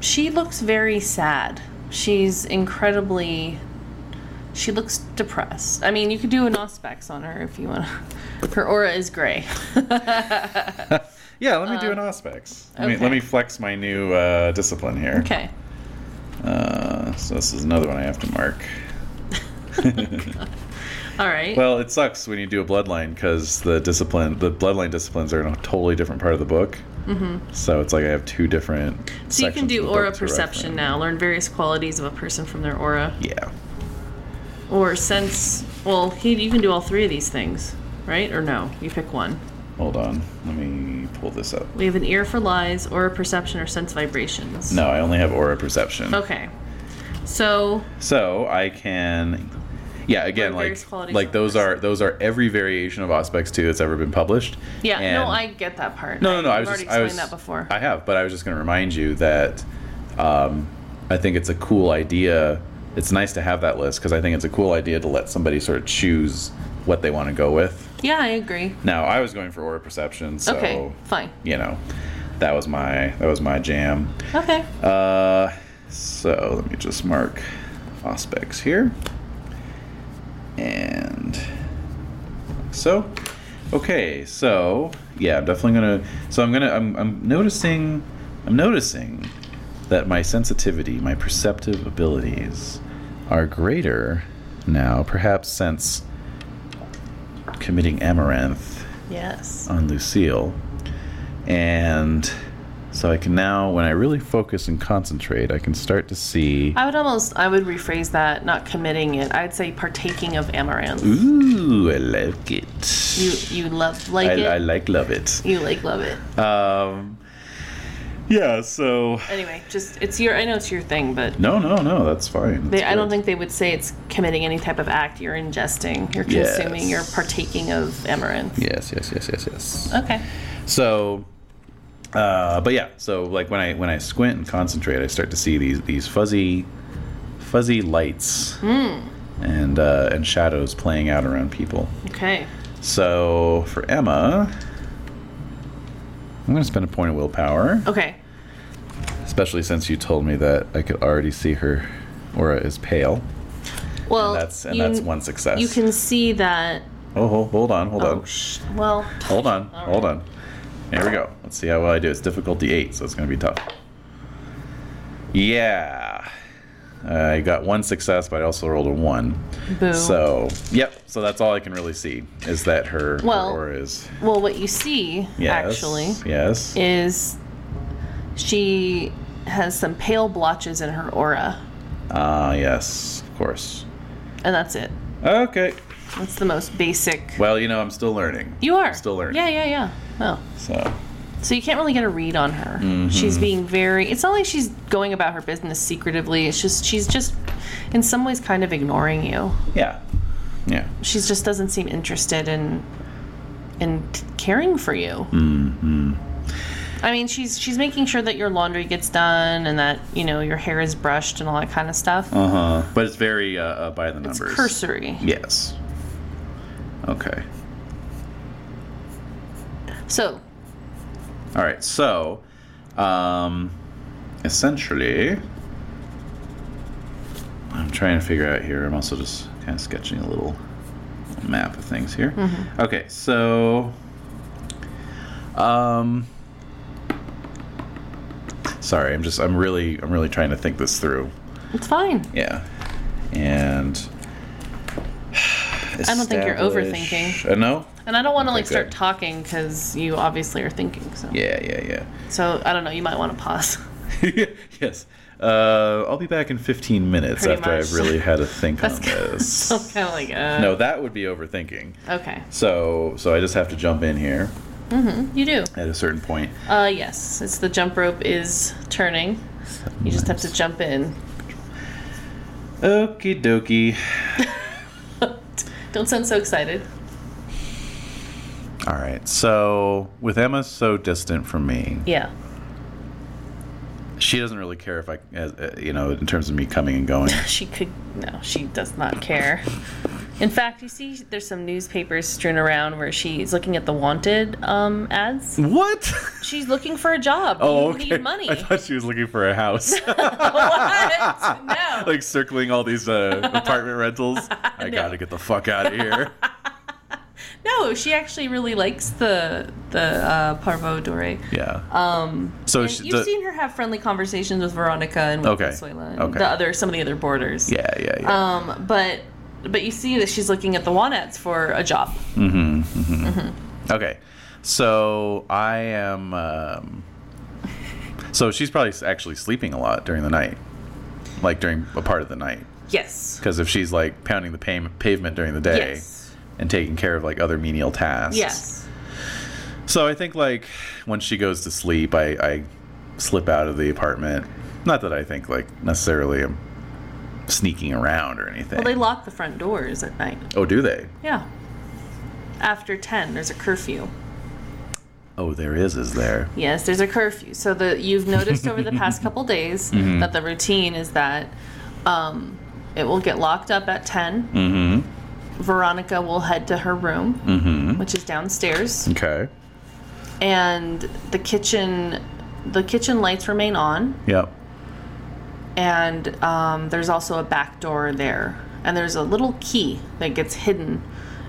S3: She looks very sad. She's incredibly. She looks depressed. I mean, you could do an Auspex on her if you want. *laughs* Her aura is gray. *laughs*
S1: Yeah, let me do an Auspex. Let, me,
S3: Uh, okay.
S1: let me flex my new uh, discipline here.
S3: okay.
S1: Uh, so this is another one I have to mark.
S3: All right.
S1: Well, it sucks when you do a bloodline because the discipline, the bloodline disciplines are in a totally different part of the book. Mm-hmm. So it's like I have two different.
S3: so you can
S1: sections of
S3: do
S1: the
S3: aura
S1: book to
S3: perception
S1: reference.
S3: now. Learn various qualities of a person from their aura.
S1: Yeah.
S3: Or sense. Well, he, you can do all three of these things, right? Or no? You pick one.
S1: Hold on. Let me pull this up.
S3: We have an ear for lies, aura perception, or sense vibrations.
S1: No, I only have aura perception.
S3: Okay. So
S1: So I can. Yeah, again,
S3: Learn
S1: like
S3: various qualities
S1: like
S3: of
S1: those
S3: person.
S1: are those are every variation of Auspex two that's ever been published.
S3: yeah,
S1: And-
S3: no, I get that part.
S1: No, no, no. I was
S3: You've already
S1: just, I was,
S3: explained that before.
S1: I have, but I was just going to remind you that um, I think it's a cool idea. It's nice to have that list because I think it's a cool idea to let somebody sort of choose what they want to go with.
S3: yeah, I agree.
S1: Now, I was going for aura perception, so
S3: okay, fine.
S1: you know, that was my that was my jam.
S3: Okay.
S1: Uh, so let me just mark aspects here. And like so, okay, so yeah, I'm definitely gonna. So I'm gonna. I'm, I'm noticing. I'm noticing that my sensitivity, my perceptive abilities, are greater now. Perhaps since committing amaranth
S3: yes.
S1: on Lucille. And so I can now, when I really focus and concentrate, I can start to see.
S3: I would almost I would rephrase that, not committing it. I'd say partaking of amaranth.
S1: Ooh, I like it.
S3: You you love like
S1: I,
S3: it.
S1: I like love it.
S3: you like love it.
S1: Um, yeah. So
S3: Anyway, just it's your I know it's your thing, but
S1: no, no, no. That's fine.
S3: they,
S1: That's
S3: I don't
S1: good.
S3: think they would say it's committing any type of act. You're ingesting, you're consuming,
S1: Yes.
S3: you're partaking of amaranth.
S1: Yes, yes, yes, yes, yes.
S3: Okay.
S1: So, uh, but yeah. So like when I when I squint and concentrate, I start to see these these fuzzy, fuzzy lights
S3: Hmm.
S1: and uh, and shadows playing out around people.
S3: Okay.
S1: So for Emma, I'm going to spend a point of willpower,
S3: Okay.
S1: especially since you told me that I could already see her aura is pale.
S3: Well,
S1: that's and
S3: you-
S1: that's one success.
S3: You can see that.
S1: Oh, ho- hold on, hold
S3: Oh,
S1: on,
S3: sh- well,
S1: hold on,
S3: All
S1: hold
S3: right.
S1: on. Here we go. Let's see how well I do. It's difficulty eight, so it's going to be tough. Yeah, I got one success, but I also rolled a one.
S3: boo.
S1: So, yep. So that's all I can really see is that her, her
S3: Well,
S1: aura is
S3: well, what you see
S1: yes,
S3: actually
S1: yes.
S3: is she has some pale blotches in her aura,
S1: Ah, yes, of course.
S3: and that's it.
S1: Okay.
S3: That's the most basic.
S1: Well, you know, I'm still learning.
S3: you are
S1: still learning.
S3: Yeah, yeah, yeah. Oh,
S1: So,
S3: so you can't really get a read on her.
S1: Mm-hmm.
S3: She's being very. It's not like she's going about her business secretively. It's just she's just, in some ways, kind of ignoring you.
S1: yeah. Yeah.
S3: She just doesn't seem interested in, in t- caring for you.
S1: Mm-hmm.
S3: I mean, she's she's making sure that your laundry gets done and that you know your hair is brushed and all that kind of stuff.
S1: Uh huh. But it's very uh, uh, by the numbers.
S3: It's cursory.
S1: Yes. Okay.
S3: So,
S1: All right. So, um, essentially, I'm trying to figure out here. I'm also just kind of sketching a little map of things here. Okay. So, um, sorry. I'm just. I'm really. I'm really trying to think this through.
S3: it's fine.
S1: Yeah. And.
S3: I don't think you're
S1: establish-
S3: overthinking.
S1: *sighs* Uh, no.
S3: And I don't want to like
S1: good.
S3: start talking because you obviously are thinking. So,
S1: Yeah, yeah,
S3: so I don't know. You might want to pause. *laughs*
S1: yeah. *laughs* yes. Uh, I'll be back in 15 minutes
S3: Pretty
S1: after I've
S3: much.
S1: really had to think on
S3: That's kind *laughs* of,
S1: this.
S3: kind of like uh,
S1: No, that would be overthinking.
S3: Okay,
S1: So, so I just have to jump in here
S3: you do.
S1: at a certain point.
S3: Uh, yes, it's the jump rope is turning. You just have to jump in. *laughs*
S1: Okie dokie.
S3: Don't sound so excited.
S1: All right. So, with Emma so distant from me,
S3: Yeah.
S1: she doesn't really care if I, as- uh, you know, in terms of me coming and
S3: *laughs*
S1: going.
S3: She could. No, she does not care. In fact, you see, there's some newspapers strewn around where she's looking at the wanted um,
S1: *laughs*
S3: ads.
S1: what?
S3: She's looking for a job.
S1: Oh,
S3: you
S1: okay.
S3: need
S1: *laughs*
S3: money.
S1: I
S3: *laughs*
S1: thought she was looking for a house, *laughs*
S3: what? No.
S1: like circling all these uh, apartment
S3: *laughs*
S1: rentals. I gotta get the fuck out of here.
S3: no, she actually really likes the the uh, Parvo Dore.
S1: Yeah. Um. So
S3: And
S1: she,
S3: you've
S1: the,
S3: seen her have friendly conversations with Veronica and with
S1: Okay.
S3: Consuela and
S1: Okay.
S3: the other some of the other boarders.
S1: Yeah, yeah, yeah.
S3: Um, but but you see that she's looking at the want ads for a job.
S1: okay. So I am. Um, so she's probably s- actually sleeping a lot during the night, like during a part of the night.
S3: Yes.
S1: Because if she's like pounding the pa- pavement during the day
S3: Yes.
S1: and taking care of like other menial tasks.
S3: Yes.
S1: So I think like once she goes to sleep, I, I slip out of the apartment. Not that I think like necessarily I'm sneaking around or anything.
S3: Well, they lock the front doors at night.
S1: oh, do they?
S3: Yeah. After ten, there's a curfew.
S1: Oh, there is, is there?
S3: Yes, there's a curfew. So the you've noticed over the *laughs* past couple days that the routine is that um, it will get locked up at 10
S1: Mm.
S3: Mm-hmm. Veronica will head to her room, which is downstairs,
S1: Okay.
S3: and the kitchen. The kitchen lights remain on,
S1: Yep.
S3: and um, there's also a back door there, and there's a little key that gets hidden.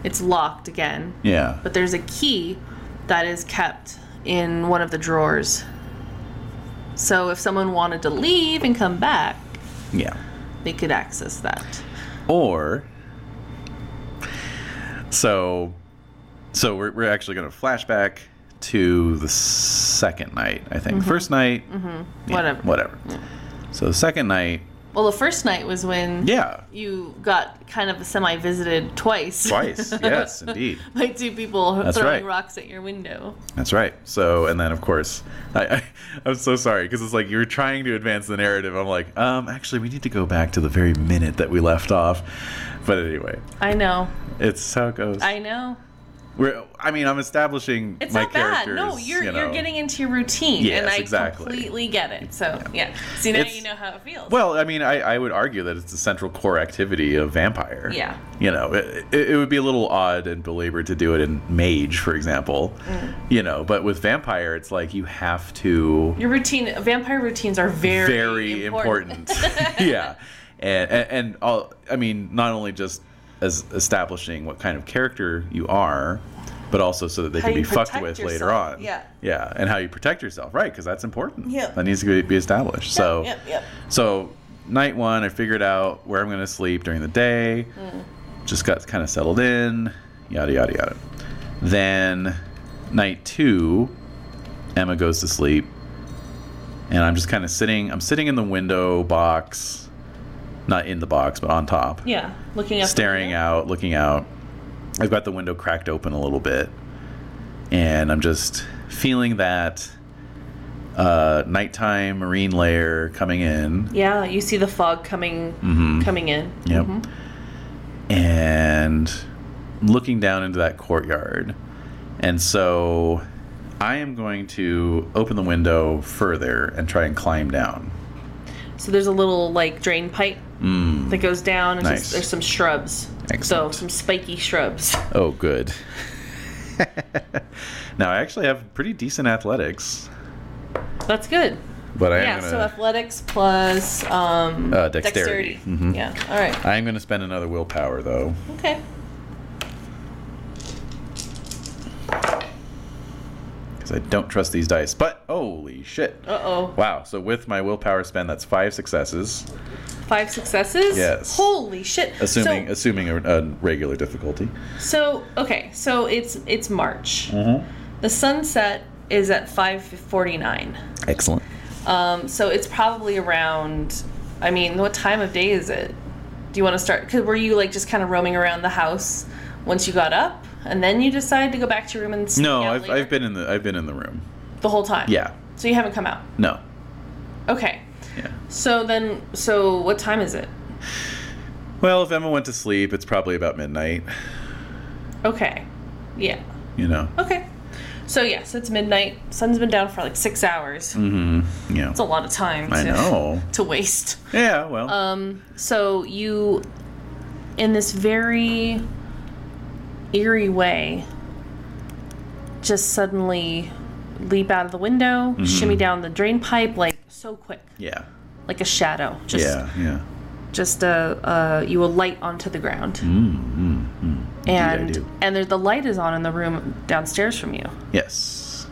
S3: It's locked again,
S1: Yeah.
S3: but there's a key that is kept in one of the drawers. So if someone wanted to leave and come back,
S1: yeah.
S3: they could access that.
S1: Or so so we're we're actually going to flashback to the second night, I think. First night, yeah,
S3: Mm-hmm. Whatever.
S1: Whatever. So the second night,
S3: Well, the first night was when
S1: yeah.
S3: you got kind of semi visited twice. *laughs*
S1: Twice. yes, indeed.
S3: By two people
S1: That's
S3: throwing
S1: right.
S3: rocks at your window.
S1: That's right. So, and then of course, I, I I'm so sorry because it's like you're trying to advance the narrative. I'm like, um, actually, we need to go back to the very minute that we left off. But anyway,
S3: I know.
S1: it's how it goes.
S3: I know.
S1: We're, I mean, I'm establishing
S3: It's
S1: my
S3: not bad. No,
S1: characters,
S3: you're
S1: you
S3: you
S1: know.
S3: are getting into your routine,
S1: Yes,
S3: and I
S1: exactly.
S3: completely get it. So yeah. See now
S1: It's-
S3: you know how it feels.
S1: Well, I mean, I, I would argue that it's the central core activity of vampire.
S3: Yeah.
S1: You know, it, it, it would be a little odd and belabored to do it in mage, for example.
S3: Mm.
S1: You know, but with vampire, it's like you have to.
S3: your routine, vampire routines are very
S1: very
S3: *laughs*
S1: important. *laughs* yeah, and and, and all, I mean, not only just as establishing what kind of character you are, but also so that they
S3: How
S1: can be
S3: you
S1: fucked
S3: protect
S1: with later
S3: yourself.
S1: on.
S3: Yeah.
S1: yeah, and how you protect yourself, right? Because that's important.
S3: Yeah.
S1: that needs to be- be established. so,
S3: yep, yep.
S1: so night one, I figured out where I'm going to sleep during the day.
S3: Mm.
S1: Just got kind of settled in. Yada yada yada. Then night two, Emma goes to sleep and I'm just kind of sitting. I'm sitting in the window box, not in the box, but on top,
S3: Yeah, looking up.
S1: staring out, looking out. I've got the window cracked open a little bit, and I'm just feeling that uh, nighttime marine layer coming in.
S3: Yeah, you see the fog coming
S1: Mm-hmm.
S3: coming in.
S1: Yep,
S3: Mm-hmm.
S1: and looking down into that courtyard, and so. I am going to open the window further and try and climb down.
S3: So there's a little like drain pipe that goes down, and
S1: Mm. Nice.
S3: just, there's some shrubs.
S1: Excellent.
S3: So some spiky shrubs. *laughs*
S1: Oh, good. *laughs* now I actually have pretty decent athletics,
S3: That's good.
S1: but I
S3: yeah.
S1: am
S3: So
S1: gonna
S3: athletics plus um,
S1: uh,
S3: dexterity.
S1: dexterity. Mhm.
S3: Yeah. All right.
S1: I am gonna spend another willpower though.
S3: Okay.
S1: because I don't trust these dice. But holy shit!
S3: Uh oh.
S1: Wow. So with my willpower spend, that's five successes,
S3: Five successes?
S1: Yes.
S3: Holy shit.
S1: assuming
S3: So,
S1: assuming a, a regular difficulty.
S3: so okay, so it's it's March.
S1: Mm-hmm.
S3: The sunset is at 5:49.
S1: Excellent.
S3: Um, so it's probably around. I mean, what time of day is it? Do you want to start? Cause were you like just kind of roaming around the house once you got up, and then you decided to go back to your room and sneak
S1: No,
S3: out
S1: I've,
S3: later?
S1: I've been in the I've been in the room.
S3: the whole time.
S1: Yeah.
S3: So you haven't come out.
S1: No.
S3: Okay.
S1: Yeah.
S3: So then, so what time is it?
S1: Well, if Emma went to sleep, it's probably about midnight.
S3: Okay. Yeah.
S1: You know.
S3: Okay. So yes, it's midnight. Sun's been down for like six hours.
S1: Mm-hmm. Yeah.
S3: It's a lot of time. To,
S1: I know.
S3: *laughs* To waste.
S1: Yeah. Well.
S3: Um, so you, in this very eerie way, just suddenly leap out of the window,
S1: Mm-hmm.
S3: shimmy down the drain pipe like so quick,
S1: yeah.
S3: like a shadow. Just,
S1: Yeah. Yeah.
S3: just uh, uh, you alight onto the ground,
S1: Mm-hmm.
S3: and
S1: do.
S3: and there, the light is on in the room downstairs from you.
S1: Yes.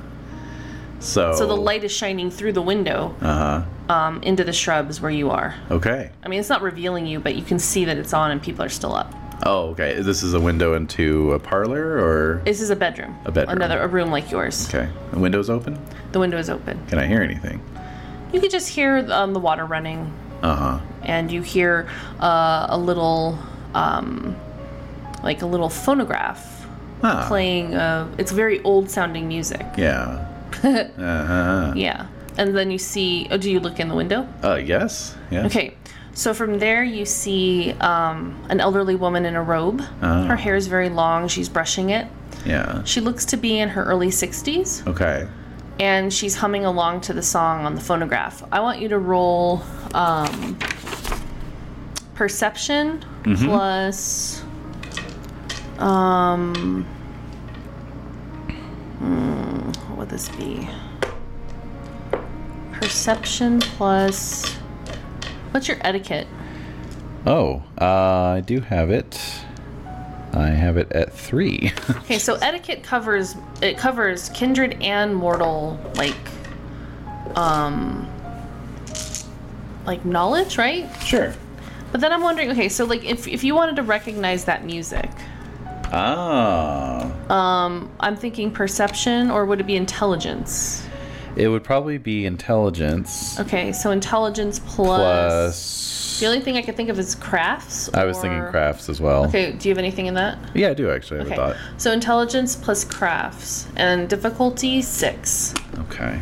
S1: So.
S3: So the light is shining through the window
S1: Uh
S3: um, into the shrubs where you are.
S1: huh. Okay.
S3: I mean, it's not revealing you, but you can see that it's on and people are still up.
S1: Oh, okay. This is a window into a parlor, or
S3: This is a bedroom.
S1: A bedroom.
S3: Another a room like yours.
S1: okay. The window's open.
S3: The window is open.
S1: Can I hear anything?
S3: You can just hear um, the water running,
S1: Uh huh.
S3: and you hear uh, a little, um, like a little phonograph
S1: Ah.
S3: playing. Uh, it's very old sounding music. *laughs*
S1: Yeah. uh huh.
S3: Yeah. And then you see. Oh, do you look in the window?
S1: Uh yes. Yeah.
S3: Okay. So from there, you see um, an elderly woman in a robe.
S1: Ah.
S3: Her hair is very long. She's brushing it.
S1: Yeah.
S3: She looks to be in her early 60s,
S1: Okay.
S3: and she's humming along to the song on the phonograph. I want you to roll um, perception plus. Um, hmm, what would this be? Perception plus. What's your etiquette?
S1: Oh, uh, I do have it. I have it at three. *laughs*
S3: Okay, so etiquette covers it covers kindred and mortal like um like knowledge, right?
S1: sure.
S3: But then I'm wondering, okay, so like if if you wanted to recognize that music,
S1: Ah.
S3: um I'm thinking perception or would it be intelligence?
S1: It would probably be intelligence
S3: Okay, so intelligence plus,
S1: plus.
S3: The only thing I could think of is crafts.
S1: I was thinking
S3: or-
S1: crafts as well.
S3: Okay, do you have anything in that?
S1: Yeah, I do actually. I have
S3: Okay.
S1: a thought.
S3: So intelligence plus crafts and difficulty 6.
S1: Okay.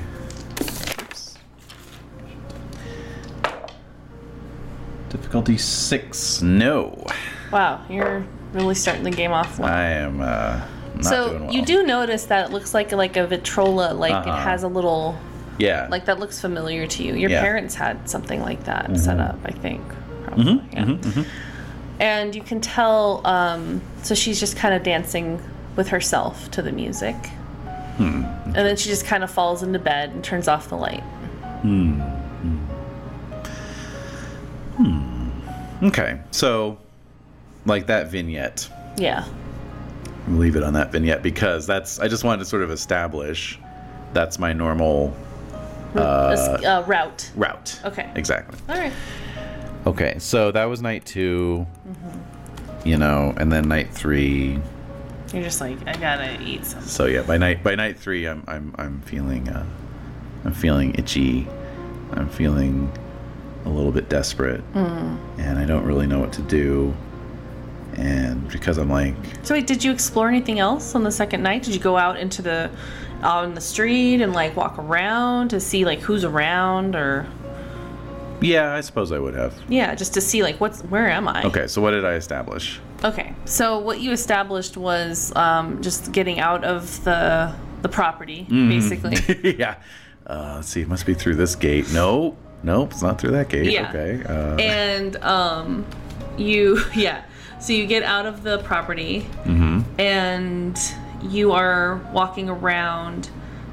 S1: Difficulty six. No,
S3: Wow, you're really starting the game off well.
S1: I am uh, not
S3: so
S1: doing well.
S3: you do notice that it looks like like a vitrola, like
S1: Uh-huh.
S3: it has a little
S1: Yeah.
S3: like that looks familiar to you. Your
S1: Yeah. Mm-hmm.
S3: parents had something like that set up, I think. Probably.
S1: Hmm?
S3: yeah. And you can tell. Um, so she's just kind of dancing with herself to the music,
S1: Hmm.
S3: and then she just kind of falls into bed and turns off the light.
S1: Okay. So, like that vignette.
S3: Yeah.
S1: We'll leave it on that vignette because that's. I just wanted to sort of establish that's my normal
S3: A s- uh, route.
S1: route.
S3: Okay.
S1: Exactly.
S3: All right.
S1: Okay, so that was night 2
S3: Mm-hmm.
S1: you know, and then night three.
S3: You're just like I gotta eat something.
S1: So yeah, by night by night three, I'm I'm I'm feeling uh, I'm feeling itchy. I'm feeling a little bit desperate,
S3: Mm.
S1: and I don't really know what to do. And because I'm like,
S3: So wait, did you explore anything else on the second night? Did you go out into the out in the street and like walk around to see like who's around or
S1: yeah, I suppose I would have.
S3: yeah, just to see like what's where am I?
S1: Okay, so what did I establish?
S3: Okay. So what you established was um, just getting out of the the property basically.
S1: *laughs* yeah, uh, let's see, it must be through this gate. No, nope, it's not through that gate.
S3: Yeah.
S1: Okay. Uh,
S3: and um you *laughs* yeah. So you get out of the property and you are walking around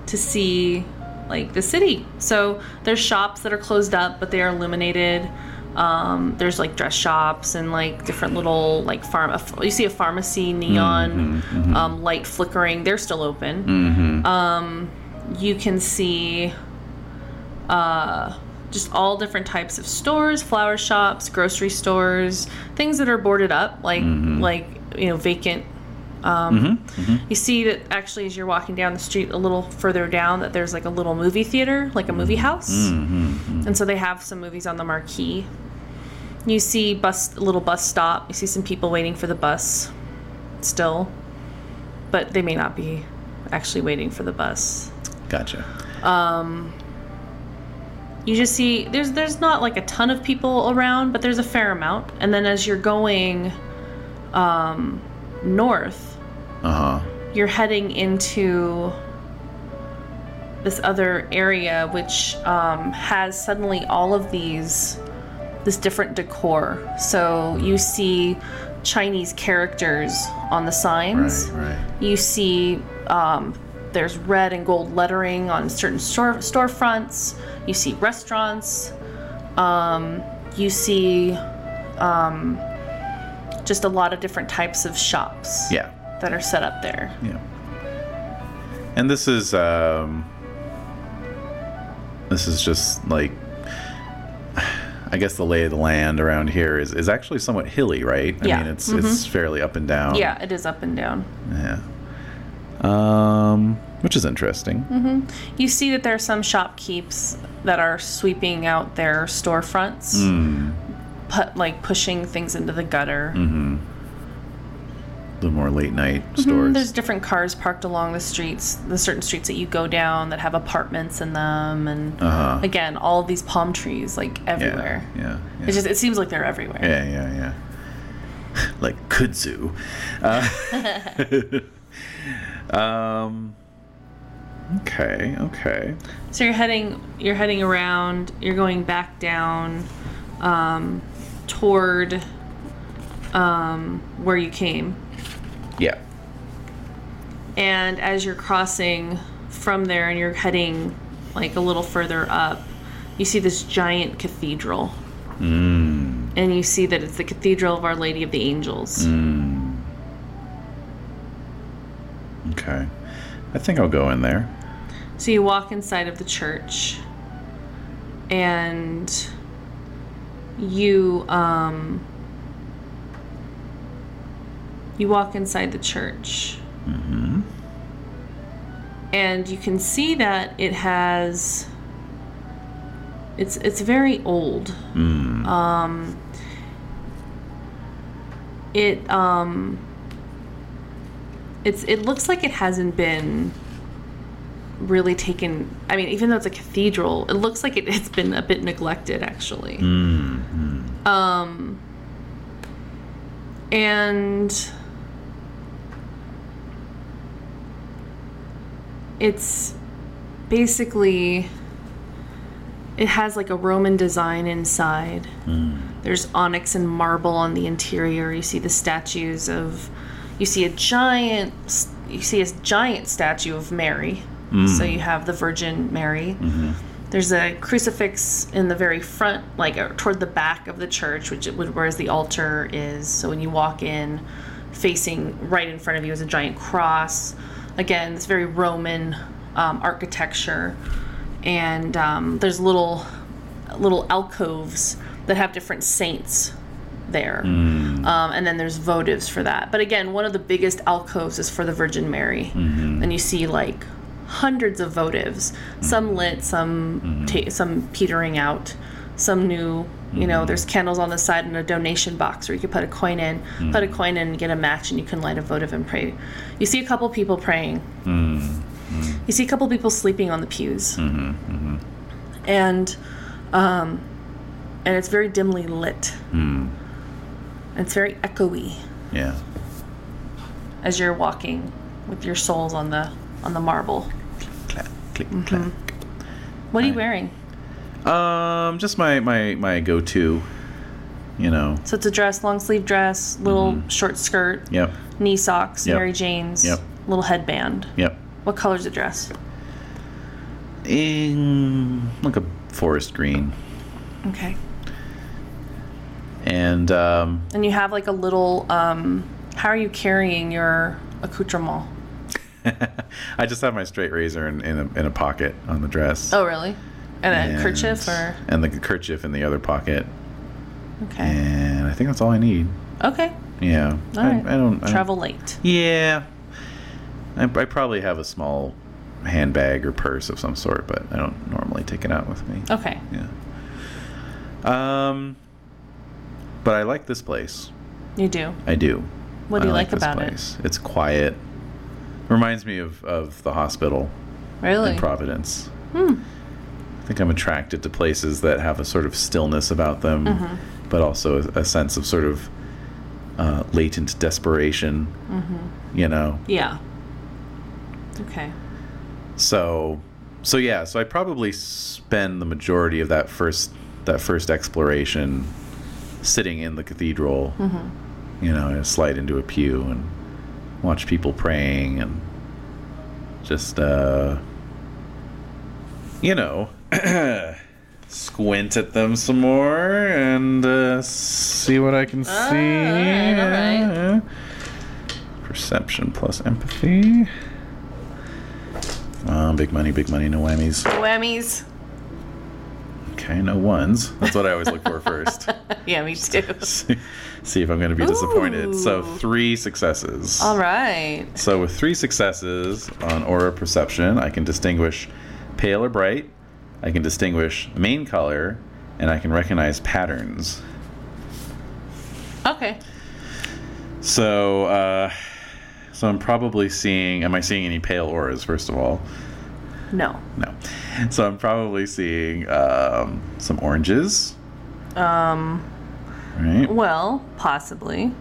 S3: to see like the city. So there's shops that are closed up, but they are illuminated. Um, there's like dress shops and like different little like farm. a ph- You see a pharmacy neon um, light flickering. They're still open. Um, you can see uh, just all different types of stores, flower shops, grocery stores, things that are boarded up, like like you know vacant. Um, You see that actually, as you're walking down the street a little further down, that there's like a little movie theater, like a movie house, and so they have some movies on the marquee. You see bus little bus stop. You see some people waiting for the bus, still, but they may not be actually waiting for the bus.
S1: Gotcha.
S3: you just see there's there's not like a ton of people around but there's a fair amount and then as you're going um north
S1: Uh huh.
S3: you're heading into this other area which um, has suddenly all of these this different decor so you see chinese characters on the signs
S1: Right, right.
S3: you see um, there's red and gold lettering on certain store storefronts. You see restaurants. Um, you see um, just a lot of different types of shops
S1: Yeah.
S3: that are set up there.
S1: Yeah. And this is um this is just like *sighs* I guess the lay of the land around here is, is actually somewhat hilly, right? I
S3: Yeah. Mm-hmm.
S1: mean it's it's fairly up and down.
S3: Yeah, it is up and down.
S1: Yeah. Um which is interesting.
S3: Mm-hmm. You see that there are some shopkeeps that are sweeping out their storefronts, pu- like pushing things into the gutter.
S1: The more late night
S3: Mm,
S1: stores.
S3: There's different cars parked along the streets, the certain streets that you go down that have apartments in them, and
S1: Uh-huh.
S3: again, all of these palm trees like
S1: yeah,
S3: everywhere.
S1: yeah. Yeah.
S3: It just it seems like they're everywhere.
S1: yeah, yeah, yeah. *laughs* like kudzu. Uh, *laughs* um Okay, okay.
S3: So you're heading you're heading around. You're going back down um, toward um, where you came,
S1: Yeah.
S3: and as you're crossing from there, and you're heading like a little further up, you see this giant cathedral. And you see that it's the Cathedral of Our Lady of the Angels.
S1: Okay. I think I'll go in there.
S3: So you walk inside of the church and you um you walk inside the church. And you can see that it has it's it's very old. Um
S1: Hmm,
S3: it um it's it looks like it hasn't been really taken i mean even though it's a cathedral it looks like it, it's been a bit neglected actually um
S1: hmm.
S3: and it's basically it has like a roman design inside there's onyx and marble on the interior. You see the statues of, you see a giant, you see a giant statue of Mary. So you have the Virgin Mary. There's a crucifix in the very front, like uh, toward the back of the church, which it would, whereas the altar is. So when you walk in, facing right in front of you is a giant cross. Again, this very Roman um, architecture, and um, there's little little alcoves that have different saints there. Um, and then there's votives for that. But again, one of the biggest alcoves is for the Virgin Mary. And you see like hundreds of votives, some lit, some ta- some petering out, some new. You know, there's candles on the side and a donation box where you can put a coin in, put a coin in, and get a match, and you can light a votive and pray. You see a couple people praying. You see a couple people sleeping on the pews. And um, and it's very dimly lit. And it's very echoey
S1: Yeah.
S3: as you're walking with your soles on the on the marble.
S1: Clap, click,
S3: What are you wearing?
S1: clap. Um, just my my my go-to, you know.
S3: So it's a dress, long sleeve dress, little short skirt,
S1: Yep.
S3: knee socks,
S1: Mm-hmm. Yep.
S3: Mary Jane's,
S1: Yep.
S3: little headband.
S1: Yep.
S3: What color's the dress?
S1: In, like a forest green.
S3: Okay.
S1: And um *laughs*
S3: And you have like a little um how are you carrying your accoutrement?
S1: I just have my straight razor in, in, a, in a pocket on the dress.
S3: Oh, really? And a kerchief or
S1: And the kerchief in the other pocket.
S3: okay,
S1: And I think that's all I need.
S3: okay,
S1: Yeah.
S3: all
S1: I,
S3: right.
S1: I don't I don't-
S3: travel late.
S1: yeah. I, I probably have a small handbag or purse of some sort, but I don't normally take it out with me.
S3: Okay,
S1: Yeah. Um, but I like this place.
S3: you do.
S1: I do.
S3: What do
S1: I
S3: you like about it?
S1: it? It's quiet. Reminds me of, of the hospital
S3: Really?
S1: in Providence. I think I'm attracted to places that have a sort of stillness about them,
S3: Uh-huh. Mm-hmm.
S1: but also a, a sense of sort of uh, latent desperation. You know,
S3: Yeah. Okay.
S1: so so yeah so i probably spend the majority of that first that first exploration sitting in the cathedral you know i slide into a pew and watch people praying and just uh you know *clears throat* squint at them some more and uh, see what i can see
S3: alright, Ah, alright.
S1: perception plus empathy uh, big money, big money, no whammies.
S3: Whammies.
S1: Okay, no ones. That's what I always look
S3: *laughs*
S1: for first.
S3: yeah, me too.
S1: *laughs* see, see if I'm going to be disappointed. So,
S3: Ooh.
S1: three successes.
S3: All right.
S1: So, with three successes on aura perception, I can distinguish pale or bright, I can distinguish main color, and I can recognize patterns.
S3: Okay.
S1: So, uh, so I'm probably seeing. Am I seeing any pale auras, first of all?
S3: No.
S1: No. So I'm probably seeing um, some oranges. Um. Right.
S3: Well, possibly.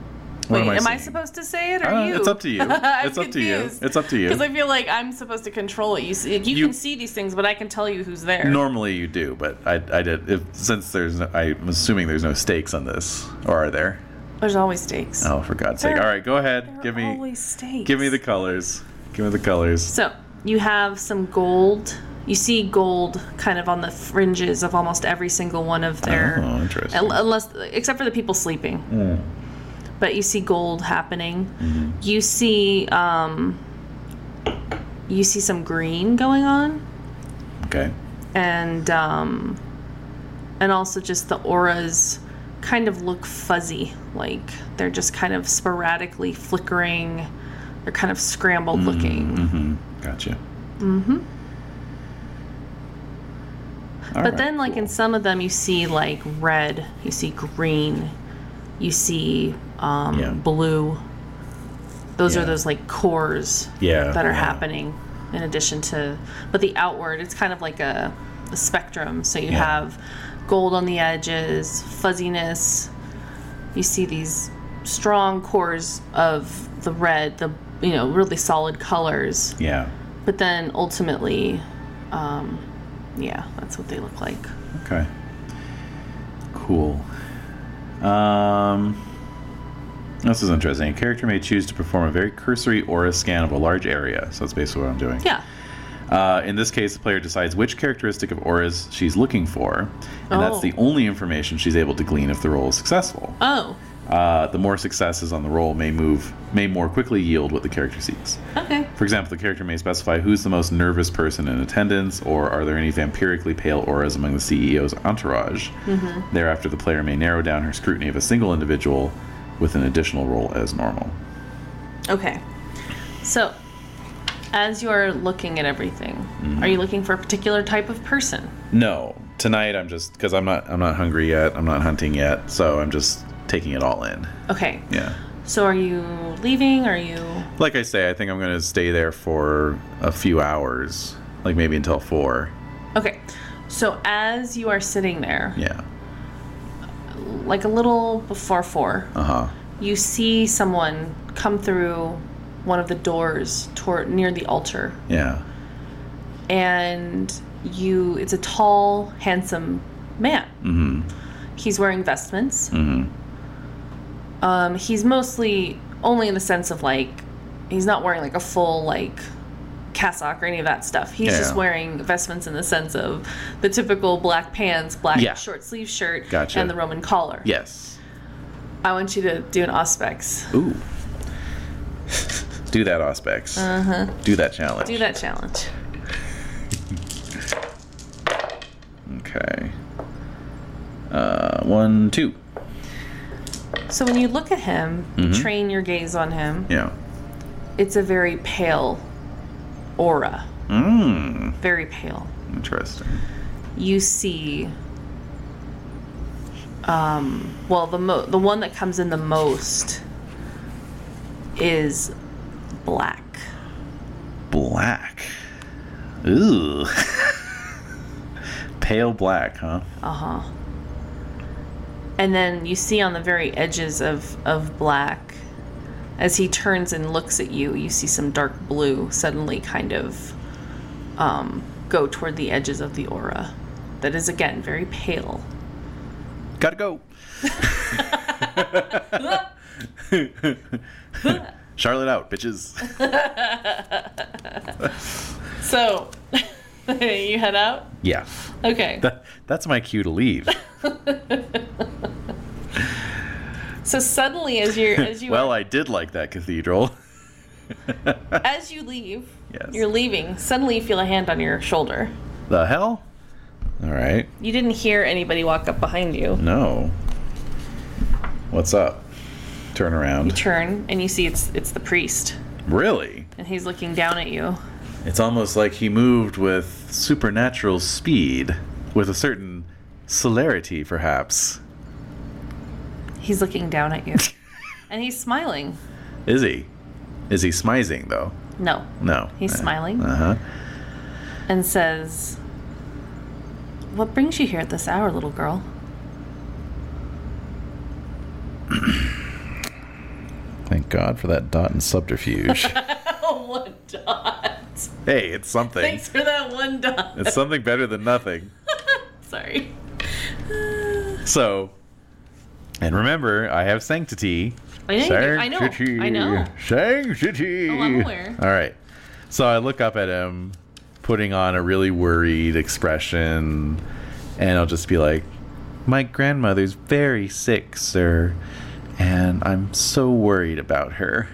S1: What
S3: Wait, am, I
S1: seeing?
S3: supposed to say it or
S1: Uh,
S3: you?
S1: It's up
S3: *laughs*
S1: to you.
S3: I'm
S1: it's up to you. It's up to
S3: Because
S1: you.
S3: I feel like I'm supposed to control it. You see, you,
S1: You-
S3: can see these things, but I can tell you who's there.
S1: Normally you do, but I, I did. If, since there's, no, I'm assuming there's no stakes on this, or are there?
S3: There's always stakes.
S1: Oh, for God's sake!
S3: There-
S1: All right, go ahead.
S3: There
S1: Give
S3: are
S1: me,
S3: always stakes.
S1: give me the colors. Give me the colors.
S3: So you have some gold. You see gold kind of on the fringes of almost every single one of their.
S1: Oh, interesting.
S3: Un- unless except for the people sleeping but you see gold happening you see um you see some green going on
S1: Okay.
S3: and um and also just the auras kind of look fuzzy like they're just kind of sporadically flickering they're kind of scrambled looking
S1: Mm-hmm. Gotcha. Mm-hmm.
S3: but then like in some of them you see like red you see green you see um
S1: Yeah.
S3: blue those
S1: Yeah.
S3: are those like cores
S1: yeah,
S3: that are
S1: yeah.
S3: happening in addition to but the outward it's kind of like a, a spectrum so you
S1: Yeah.
S3: have gold on the edges fuzziness you see these strong cores of the red the you know really solid colors
S1: Yeah.
S3: but then ultimately um, yeah that's what they look like
S1: Okay. Cool. Um, this is interesting. A character may choose to perform a very cursory aura scan of a large area. So that's basically what I'm doing.
S3: yeah
S1: Uh, in this case, the player decides which characteristic of auras she's looking for, and that's
S3: Oh.
S1: the only information she's able to glean if the roll is successful.
S3: oh
S1: Uh, the more successes on the roll may move may more quickly yield what the character seeks.
S3: okay
S1: For example, the character may specify who's the most nervous person in attendance, or are there any vampirically pale auras among the CEO's entourage. Thereafter, the player may narrow down her scrutiny of a single individual with an additional roll as normal.
S3: okay so as you're looking at everything are you looking for a particular type of person
S1: No, tonight I'm just because I'm not I'm not hungry yet. I'm not hunting yet, so I'm just taking it all in.
S3: okay
S1: Yeah.
S3: So are you leaving? Are you
S1: Like I say, I think I'm gonna stay there for a few hours, like maybe until four.
S3: okay? So as you are sitting there,
S1: Yeah.
S3: like a little before four,
S1: Uh huh.
S3: you see someone come through one of the doors toward near the altar,
S1: Yeah.
S3: and you—it's a tall, handsome man.
S1: Mm hmm.
S3: He's wearing vestments.
S1: Mm
S3: Um, he's mostly only in the sense of like he's not wearing like a full like cassock or any of that stuff. He's
S1: Yeah.
S3: just wearing vestments in the sense of the typical black pants, black
S1: Yeah.
S3: short sleeve shirt,
S1: Gotcha.
S3: and the Roman collar.
S1: Yes.
S3: I want you to do an auspex.
S1: Ooh. Do that, Auspex. Uh-huh. Do that challenge.
S3: Do that challenge.
S1: Okay. Uh, one, two.
S3: So when you look at him, train your gaze on him.
S1: Mm-hmm. Yeah.
S3: It's a very pale aura.
S1: Mmm.
S3: Very pale.
S1: Interesting.
S3: You see. Um, well, the mo- the one that comes in the most is black.
S1: Black. Ooh. *laughs* Pale black, huh?
S3: Uh huh. And then you see on the very edges of, of black, as he turns and looks at you, you see some dark blue suddenly kind of um, go toward the edges of the aura. That is again very pale.
S1: Gotta
S3: *laughs*
S1: go. Charlotte out, bitches.
S3: So *laughs* you head out?
S1: Yeah.
S3: Okay.
S1: That, that's my cue to
S3: *laughs*
S1: leave.
S3: So suddenly as
S1: *laughs*
S3: you're as you
S1: well, I did like that cathedral. *laughs*
S3: as you leave,
S1: Yes.
S3: you're leaving, suddenly you feel a hand on your shoulder.
S1: the hell? All right.
S3: You didn't hear anybody walk up behind you.
S1: No. What's up? Turn around.
S3: Turn and you see it's it's the priest.
S1: Really?
S3: And he's looking down at you.
S1: It's almost like he moved with supernatural speed, with a certain celerity, perhaps.
S3: He's looking down
S1: *laughs*
S3: at you. and he's smiling.
S1: Is he? Is he smizing, though?
S3: No.
S1: No.
S3: He's smiling.
S1: Uh huh.
S3: And says, What brings you here at this hour, little girl?
S1: Thank God for that dot and
S3: *laughs*
S1: subterfuge.
S3: Oh, *laughs* one dot.
S1: hey, it's something.
S3: Thanks for that one dot.
S1: It's something better than nothing.
S3: *laughs* Sorry.
S1: So, and remember, I have sanctity.
S3: I know you do. I know.
S1: Sanctity.
S3: I know.
S1: Sanctity.
S3: Oh, I'm aware.
S1: All right. So I look up at him, putting on a really worried expression, and I'll just be like, "My grandmother's very sick, sir, and I'm so worried about her."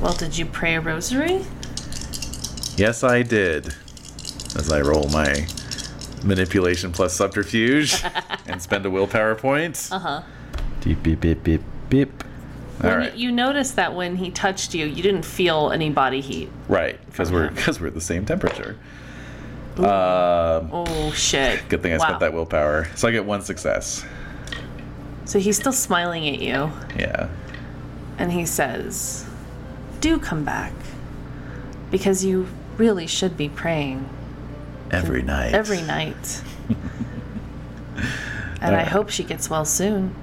S3: Well, did you pray a rosary?
S1: Yes, I did. As I roll my manipulation plus
S3: *laughs*
S1: subterfuge and spend a willpower point.
S3: Uh huh.
S1: Beep beep beep beep beep. All
S3: When
S1: right,
S3: You noticed that when he touched you, you didn't feel any body heat.
S1: right, because we're because we're at the same temperature. Um,
S3: Oh, shit.
S1: good thing I
S3: Wow.
S1: spent that willpower, so I get one success.
S3: So he's still smiling at you,
S1: Yeah.
S3: and he says, Do come back. Because you really should be praying
S1: Every night. *laughs*
S3: every night. and I
S1: Alright.
S3: hope she gets well soon.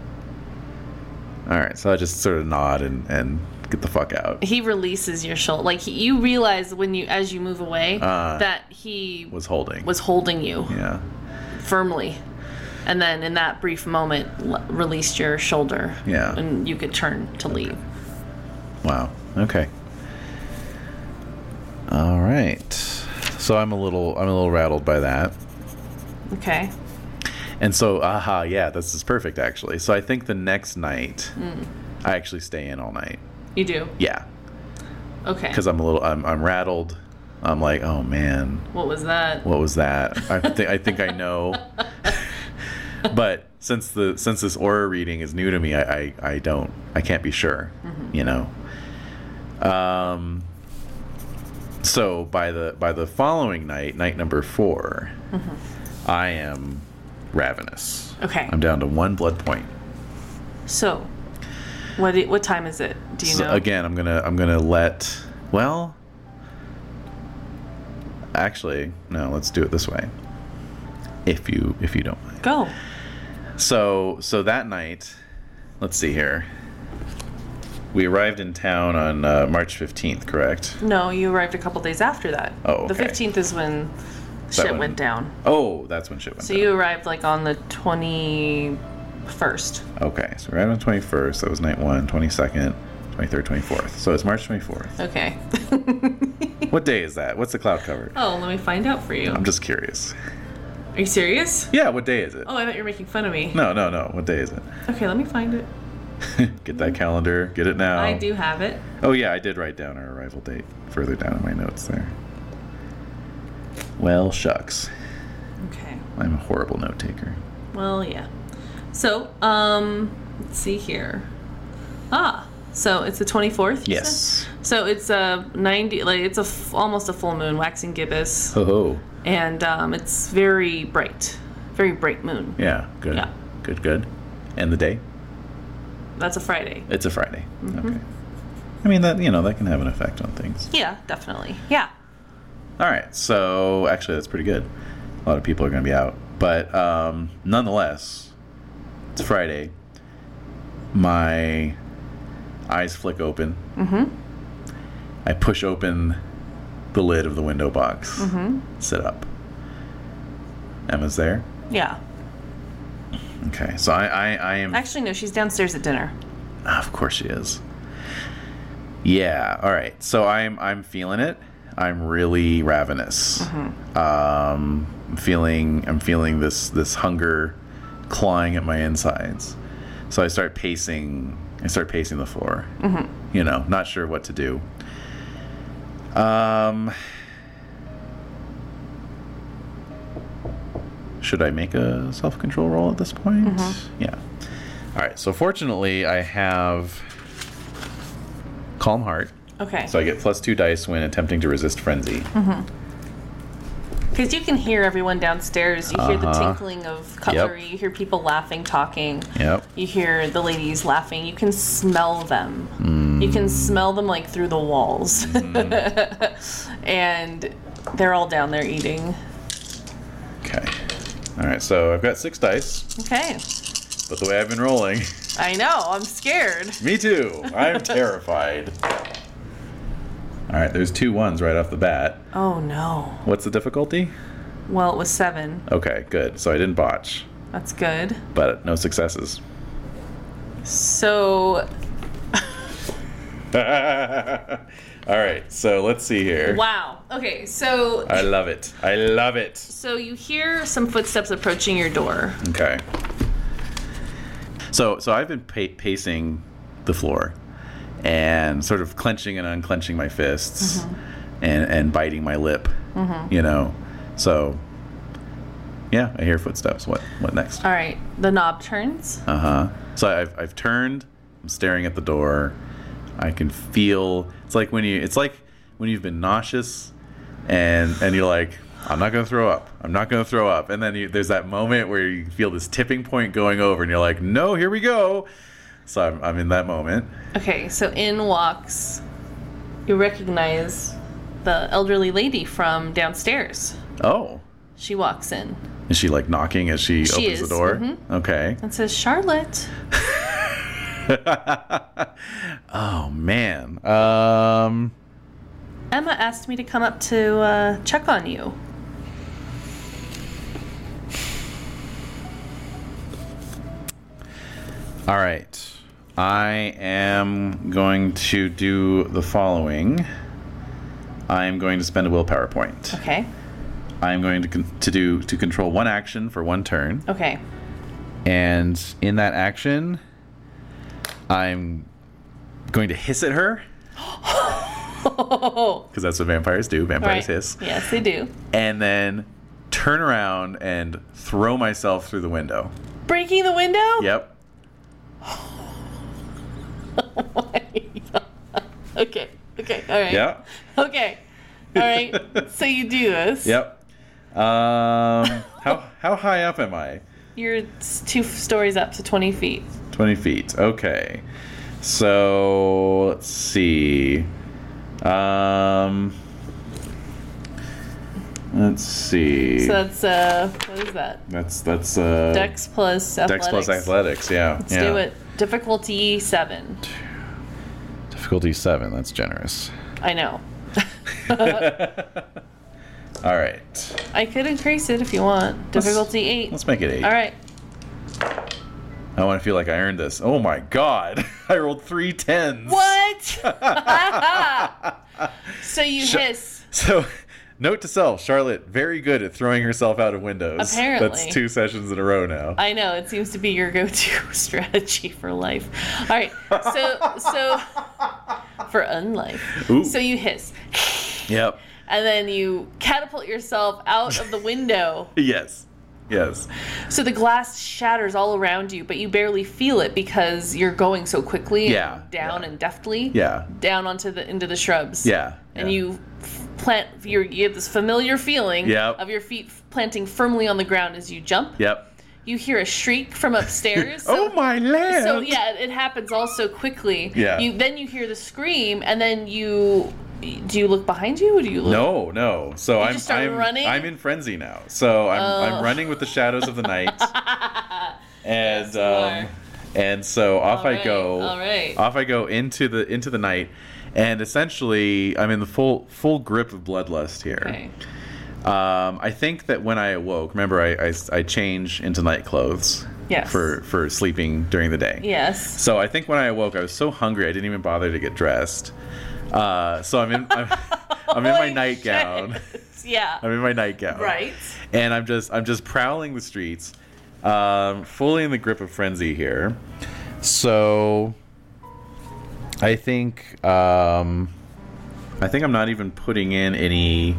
S1: All right, so I just sort of nod and and get the fuck
S3: *laughs*
S1: out.
S3: He releases your shoulder. Like, he, you realize when you, as you move away,
S1: Ah.
S3: that he
S1: Was holding.
S3: was holding you
S1: yeah.
S3: firmly. And then in that brief moment, l- released your shoulder.
S1: Yeah.
S3: And you could turn to leave.
S1: Wow. Okay. All right. So I'm a little I'm a little rattled by that.
S3: Okay.
S1: And so, aha, yeah, this is perfect actually. So I think the next night,
S3: Hmm.
S1: I actually stay in all night.
S3: You do.
S1: Yeah,
S3: Okay.
S1: because I'm a little, I'm, I'm rattled. I'm like, oh man,
S3: What was that?
S1: what was that? I think I think I
S3: *laughs*
S1: know. but since the since this aura reading is new to me, I I, I don't I can't be sure.
S3: Mm-hmm.
S1: You know. Um. So by the by the following night, night number 4 I am ravenous.
S3: Mm-hmm. Okay.
S1: I'm down to one blood point.
S3: So, what i- what time is it? Do you
S1: So
S3: know?
S1: again, I'm gonna I'm gonna let well. Actually, no. Let's do it this way. If you if you don't mind.
S3: Go.
S1: So so that night, let's see here. We arrived in town on uh, March 15th, correct?
S3: No, you arrived a couple days after that.
S1: Oh,
S3: The
S1: okay.
S3: fifteenth is when shit
S1: when-
S3: went down.
S1: Oh, that's when shit went
S3: So
S1: down.
S3: you arrived like on the twenty first.
S1: okay, so we arrived on the 21st. That was night one, 22nd, 23rd, 24th. So it's March 24th.
S3: Okay. *laughs*
S1: what day is that? What's the cloud cover?
S3: oh, let me find out for you.
S1: I'm just curious.
S3: Are you serious?
S1: Yeah, what day is it?
S3: Oh, I thought you were making fun of me.
S1: No, no, no. What day is it? *laughs*
S3: Okay, let me find it.
S1: get that calendar. Get it now.
S3: I do have it.
S1: Oh yeah, I did write down our arrival date further down in my notes there. Well, shucks.
S3: Okay.
S1: I'm a horrible note taker.
S3: Well, yeah. So, um, let's see here. Ah, so it's the 24th. you
S1: Yes.
S3: said? So it's a 90, like it's a f- almost a full moon, waxing gibbous,
S1: Ho ho.
S3: and um, it's very bright, very bright moon.
S1: Yeah. Good.
S3: Yeah.
S1: Good. Good. And the day?
S3: That's a Friday.
S1: It's a Friday. Okay. I mean that you know that can have an effect on things.
S3: Yeah, definitely. Yeah.
S1: All right. So actually, that's pretty good. A lot of people are going to be out, but um, nonetheless, it's Friday. My eyes flick open. Mm-hmm. I push open the lid of the window box. Mm-hmm. Sit up. Emma's there.
S3: Yeah.
S1: Okay. So I, I, I am.
S3: Actually, no, she's downstairs at dinner.
S1: Ah, Of course she is. Yeah. All right. So I'm I'm feeling it. I'm really ravenous. Um, I'm feeling I'm feeling this this hunger clawing at my insides. So I start pacing. I start pacing the floor. You know, not sure what to do. Um, should I make a self control roll at this point? Yeah. All right. So fortunately, I have calm heart,
S3: Okay.
S1: so I get plus two dice when attempting to resist frenzy.
S3: Because you can hear everyone downstairs. You hear the
S1: Uh-huh.
S3: tinkling of cutlery. You hear people laughing, talking.
S1: Yep.
S3: You hear the ladies laughing. You can smell them. You can smell them like through the walls. *laughs* and they're all down there eating.
S1: Okay. All right. So I've got six dice,
S3: Okay.
S1: but the way I've been rolling, *laughs*
S3: I know. I'm scared.
S1: me too. I'm terrified. All right. There's two ones right off the bat.
S3: Oh, no.
S1: What's the difficulty?
S3: Well, it was seven.
S1: Okay. Good. So I didn't botch,
S3: That's good.
S1: but no successes. *laughs*
S3: So,
S1: All right. So let's see here.
S3: wow. Okay. So,
S1: I love it. I love it.
S3: so you hear some footsteps approaching your door.
S1: Okay. So so I've been pa- pacing the floor and sort of clenching and unclenching my fists and and biting my lip. You know. So yeah, I hear footsteps. What what next?
S3: All right. The knob turns.
S1: Uh huh. So I've I've turned. I'm staring at the door. I can feel. It's like when you. It's like when you've been nauseous, and and you're like, I'm not gonna throw up. I'm not gonna throw up. And then you, there's that moment where you feel this tipping point going over, and you're like, No, here we go. So I'm I'm in that moment.
S3: Okay, so in walks. You recognize the elderly lady from downstairs.
S1: Oh,
S3: She walks in
S1: is she like knocking as she,
S3: She
S1: opens
S3: is,
S1: the door?
S3: mhm.
S1: Okay. *laughs*
S3: and says, "Charlotte."
S1: oh man. Um.
S3: Emma asked me to come up to uh, check on you.
S1: All right. I am going to do the following. I am going to spend a willpower point.
S3: Okay.
S1: I am going to con- to do to control one action for one turn,
S3: Okay. *laughs*
S1: and in that action, I'm going to hiss at her
S3: All
S1: because that's what vampires do. Vampires
S3: right.
S1: hiss,
S3: Yes, they do.
S1: and then turn around and throw myself through the window.
S3: Breaking the window. *laughs*
S1: Yep.
S3: Oh Okay. Okay. All right.
S1: Yep.
S3: *laughs* Okay.
S1: *laughs*
S3: All right. so you do this.
S1: Yep. Um, how how high up am I?
S3: You're s- two f- stories up, to twenty feet.
S1: 20 feet. Okay. So, let's see. Um, let's see.
S3: So that's uh, what is that?
S1: that's that's uh,
S3: Dex plus athletics.
S1: Dex plus athletics. Yeah.
S3: Let's do it. Difficulty seven.
S1: Difficulty seven. That's *laughs* generous.
S3: I know.
S1: All right.
S3: I could increase it if you want. Difficulty eight.
S1: Let's make it eight.
S3: All right.
S1: I want to feel like I earned this. Oh my god! *laughs* I rolled three tens.
S3: What? so you hiss.
S1: *laughs* So, Note to self, Charlotte, very good at throwing herself out of windows.
S3: Apparently.
S1: That's two sessions in a row now.
S3: I know it seems to be your go-to *laughs* strategy for life. All right, so so for unlife,
S1: Ooh.
S3: so you hiss,
S1: Yep.
S3: and then you catapult yourself out of the window.
S1: Yes. Yes.
S3: So the glass shatters all around you, but you barely feel it because you're going so quickly, and
S1: Yeah,
S3: down
S1: yeah.
S3: and deftly,
S1: Yeah.
S3: down onto the into the shrubs,
S1: Yeah.
S3: and
S1: yeah.
S3: you f- plant. You're, you have this familiar feeling
S1: Yep.
S3: of your feet f- planting firmly on the ground as you jump.
S1: Yep.
S3: You hear a shriek from upstairs. so-
S1: *laughs* oh my land.
S3: So yeah, it- it happens all so quickly.
S1: Yeah.
S3: You then you hear the scream, and then you do you look behind you? Or do you look?
S1: No, no. So I'm
S3: just start
S1: I'm
S3: running?
S1: I'm in frenzy now. So I'm I'm
S3: Oh.
S1: running with the shadows of the
S3: *laughs*
S1: night. and
S3: Yes, you are.
S1: um and so off
S3: All
S1: I
S3: right,
S1: go.
S3: all right.
S1: Off I go into the into the night and essentially I'm in the full full grip of bloodlust here.
S3: Okay.
S1: Um, I think that when I awoke, remember I, I, I change into night clothes
S3: Yes.
S1: for, for sleeping during the day.
S3: Yes.
S1: So I think when I awoke, I was so hungry I didn't even bother to get dressed. Uh, so I'm in
S3: *laughs*
S1: I'm, I'm in my
S3: Holy
S1: nightgown.
S3: shit.
S1: *laughs*
S3: Yeah.
S1: I'm in my nightgown.
S3: Right.
S1: And I'm just I'm just prowling the streets, um, fully in the grip of frenzy here. So I think um, I think I'm not even putting in any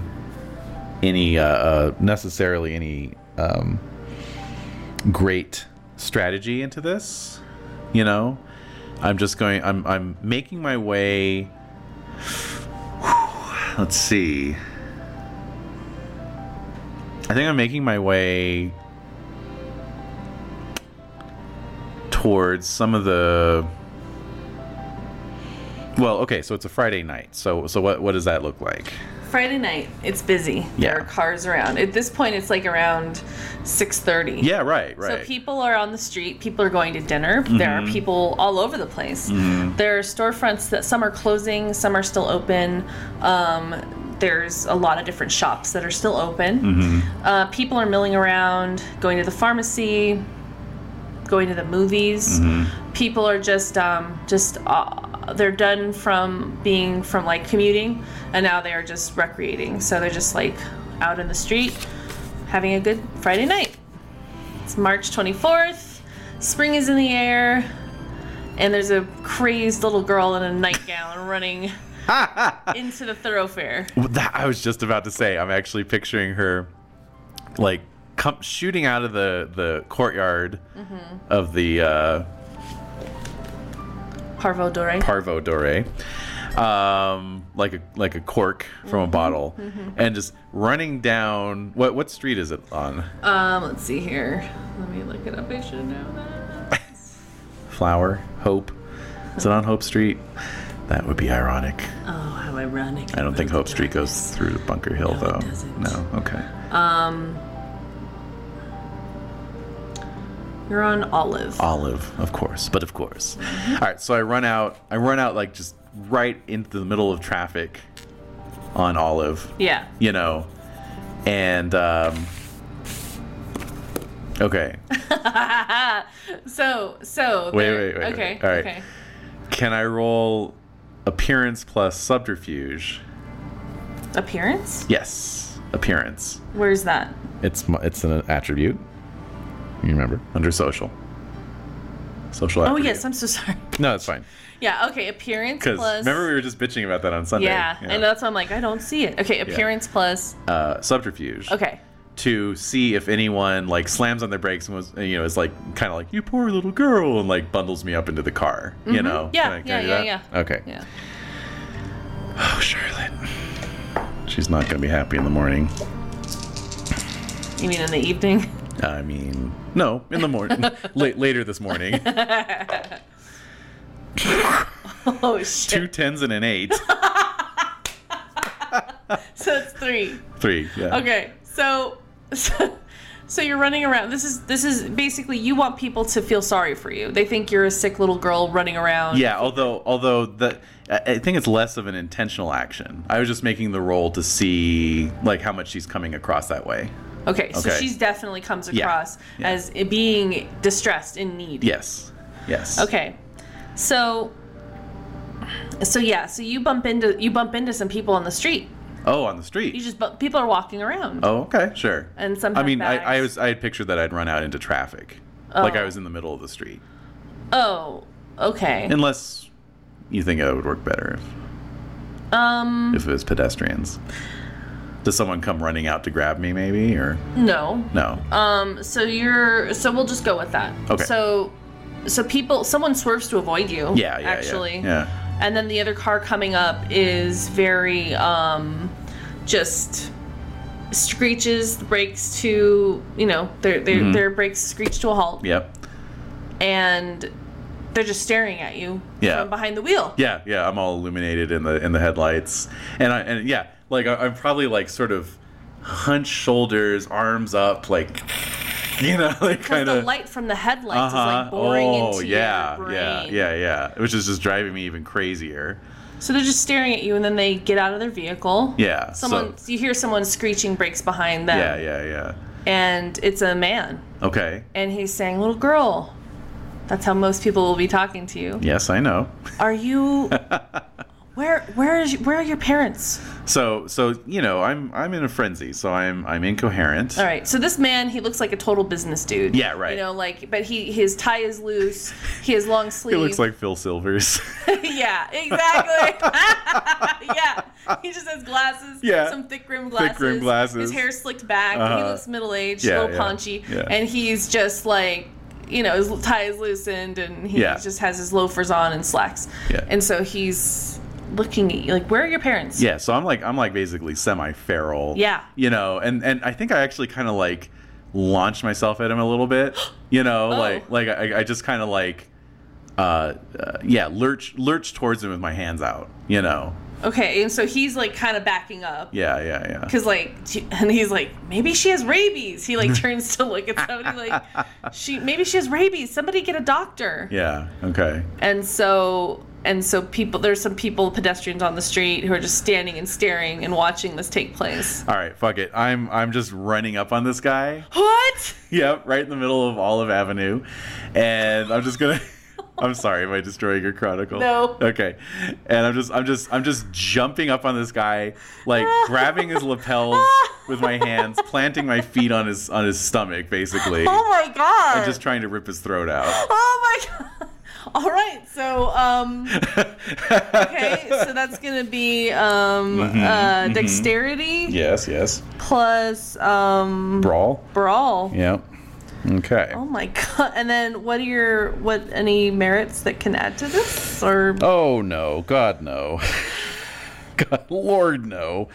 S1: any uh, uh, necessarily any um, great strategy into this. You know, I'm just going. I'm I'm making my way. *sighs* Let's see. I think I'm making my way towards some of the. Well, okay, so it's a Friday night. So, so what what does that look like?
S3: Friday night. It's busy.
S1: Yeah.
S3: There are cars around. At this point, it's like around six thirty.
S1: Yeah, right, right. Mm-hmm.
S3: So people are on the street. People are going to dinner. There are people all over the place. There are storefronts that some are closing, some are still open. Um, there's a lot of different shops that are still open.
S1: Mm-hmm.
S3: Uh, people are milling around, going to the pharmacy, going to the movies.
S1: Mm-hmm.
S3: People are just um, just uh, they're done from being from like commuting, and now they are just recreating. So they're just like out in the street, having a good Friday night. It's March 24th. Spring is in the air. And there's a crazed little girl in a
S1: *laughs*
S3: nightgown running into the thoroughfare.
S1: Well, that I was just about to say. I'm actually picturing her, like, come shooting out of the the courtyard
S3: Mm-hmm.
S1: of the uh,
S3: Parvo Dore.
S1: Parvo Dore, um, like a like a cork from
S3: Mm-hmm.
S1: a bottle, and just running down. What what street is it on?
S3: um, let's see here. Let me look it up. I should know that.
S1: Flower Hope. Is it on Hope Street? That would be ironic.
S3: Oh, how ironic.
S1: I don't think Hope Street goes through Bunker Hill,
S3: No,
S1: though.
S3: it doesn't.
S1: No. Okay.
S3: Um, You're on Olive.
S1: Olive, of course, but of course.
S3: Mm-hmm.
S1: All right, so I run out. I run out like just right into the middle of traffic on Olive,
S3: Yeah.
S1: you know, and um, okay.
S3: So, so.
S1: Wait,
S3: there-
S1: wait, wait, wait.
S3: Okay.
S1: All right.
S3: Okay.
S1: Can I roll appearance plus subterfuge?
S3: Appearance?
S1: Yes, appearance.
S3: Where's that?
S1: It's mu- it's an attribute. You remember under social. Social.
S3: Oh,
S1: attribute.
S3: yes. I'm so *laughs* sorry.
S1: No, it's fine.
S3: Yeah. Okay. Appearance
S1: Because
S3: plus.
S1: remember we were just bitching about that on Sunday.
S3: yeah, and that's why I'm like, I don't see it. Okay, appearance plus.
S1: Uh, subterfuge.
S3: Okay,
S1: to see if anyone like slams on their brakes and was you know is like kind of like you poor little girl and like bundles me up into the car you know
S3: Mm-hmm. Yeah,
S1: Can I- can I
S3: yeah,
S1: do
S3: yeah,
S1: that?
S3: yeah.
S1: okay
S3: yeah.
S1: oh charlotte she's not gonna be happy in the morning
S3: You mean in the evening? *laughs*
S1: i mean no in the *laughs* morning late later this
S3: *laughs*
S1: morning
S3: Oh shit!
S1: two tens and an eight
S3: So it's three.
S1: three yeah
S3: Okay, so, *laughs* so so you're running around. This is this is basically you want people to feel sorry for you. They think you're a sick little girl running around.
S1: yeah although although the I I think it's less of an intentional action. I was just making the roll to see like how much she's coming across that way.
S3: Okay, so
S1: Okay.
S3: she's definitely comes
S1: Yeah,
S3: across
S1: yeah.
S3: as being distressed in need.
S1: Yes. Yes.
S3: Okay. So so yeah, so you bump into you bump into some people on the street
S1: Oh, on the street.
S3: You just but people are walking around.
S1: oh, okay, sure.
S3: And some
S1: I
S3: have
S1: mean, I, I
S3: bags.
S1: was I had pictured that I'd run out into traffic, like
S3: Oh.
S1: I was in the middle of the street.
S3: Oh, okay.
S1: Unless you think it would work better
S3: Um,
S1: if, if it was pedestrians. Does someone come running out to grab me, maybe, or
S3: no.
S1: no?
S3: Um, so you're so we'll just go with that.
S1: Okay.
S3: So so people someone swerves to avoid you.
S1: yeah, yeah, yeah,
S3: actually.
S1: yeah.
S3: And then the other car coming up is very um just screeches the brakes to you know their their,
S1: Mm-hmm.
S3: their brakes screech to a halt
S1: Yep.
S3: and they're just staring at you
S1: Yeah.
S3: from behind the wheel.
S1: Yeah, yeah, I'm all illuminated in the in the headlights, and I and yeah, like I, I'm probably like sort of hunched shoulders, arms up, like *laughs* you know, like
S3: Because
S1: kind
S3: the
S1: of
S3: light from the headlights is
S1: uh-huh.
S3: like boring
S1: oh
S3: into
S1: yeah,
S3: your brain.
S1: yeah, yeah, yeah, which is just driving me even crazier.
S3: So they're just staring at you, and then they get out of their vehicle.
S1: Yeah, so-
S3: Someone, you hear someone screeching brakes behind them.
S1: Yeah, yeah, yeah.
S3: And it's a man,
S1: Okay.
S3: and he's saying, "Little girl." That's how most people will be talking to you.
S1: Yes, I know. *laughs*
S3: Are you? where where is where are your parents?
S1: So so you know, I'm I'm in a frenzy, so I'm I'm incoherent.
S3: All right. So this man, he looks like a total business dude.
S1: Yeah, right.
S3: You know, like, but he his tie is loose. He
S1: *laughs*
S3: has long
S1: It
S3: sleeves.
S1: looks like Phil Silvers. *laughs*
S3: yeah, exactly. *laughs* yeah, he just has glasses.
S1: Yeah.
S3: some thick rim glasses.
S1: Thick rim glasses.
S3: His hair slicked back. He
S1: Uh-huh.
S3: looks middle aged,
S1: Yeah,
S3: a little
S1: yeah,
S3: paunchy,
S1: yeah.
S3: and he's just like, you know, his tie is loosened, and he
S1: Yeah.
S3: just has his loafers on and slacks.
S1: Yeah.
S3: and so he's looking at you like, "Where are your parents?"
S1: Yeah, so I'm like I'm like basically semi-feral.
S3: Yeah.
S1: You know, and and I think I actually kind of like launched myself at him a little
S3: *gasps*
S1: bit. You know,
S3: Oh.
S1: like like I, I just kind of like uh, uh yeah, lurch lurch towards him with my hands out, you know.
S3: Okay, and so he's like kind of backing up.
S1: Yeah, yeah, yeah.
S3: Cause like, she- and he's like, maybe she has
S1: *laughs*
S3: rabies. He like turns to look at somebody like, she maybe she has rabies. Somebody get a doctor.
S1: Yeah, okay.
S3: and so and so people there's some people pedestrians on the street who are just standing and staring and watching this take place
S1: All right, fuck it. I'm I'm just running up on this guy.
S3: what
S1: Yep, right in the middle of Olive Avenue. And I'm just gonna *laughs* I'm sorry, am I destroying your chronicle?
S3: No.
S1: Okay. And I'm just I'm just I'm just jumping up on this guy, like grabbing his lapels with my hands, planting my feet on his on his stomach, basically.
S3: oh my god
S1: And just trying to rip his throat out.
S3: oh my *laughs* god all right so um okay so that's gonna be um uh dexterity
S1: Yes, yes.
S3: plus um
S1: Brawl.
S3: brawl
S1: Yep. Okay.
S3: Oh my *laughs* god! And then, what are your what any merits that can add to this? Or
S1: Oh no, God no. *laughs* God Lord no.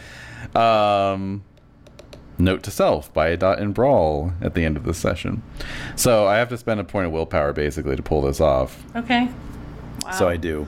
S1: Um Note to self, buy a dot in brawl at the end of this session. So I have to spend a point of willpower basically to pull this off.
S3: okay,
S1: So I do.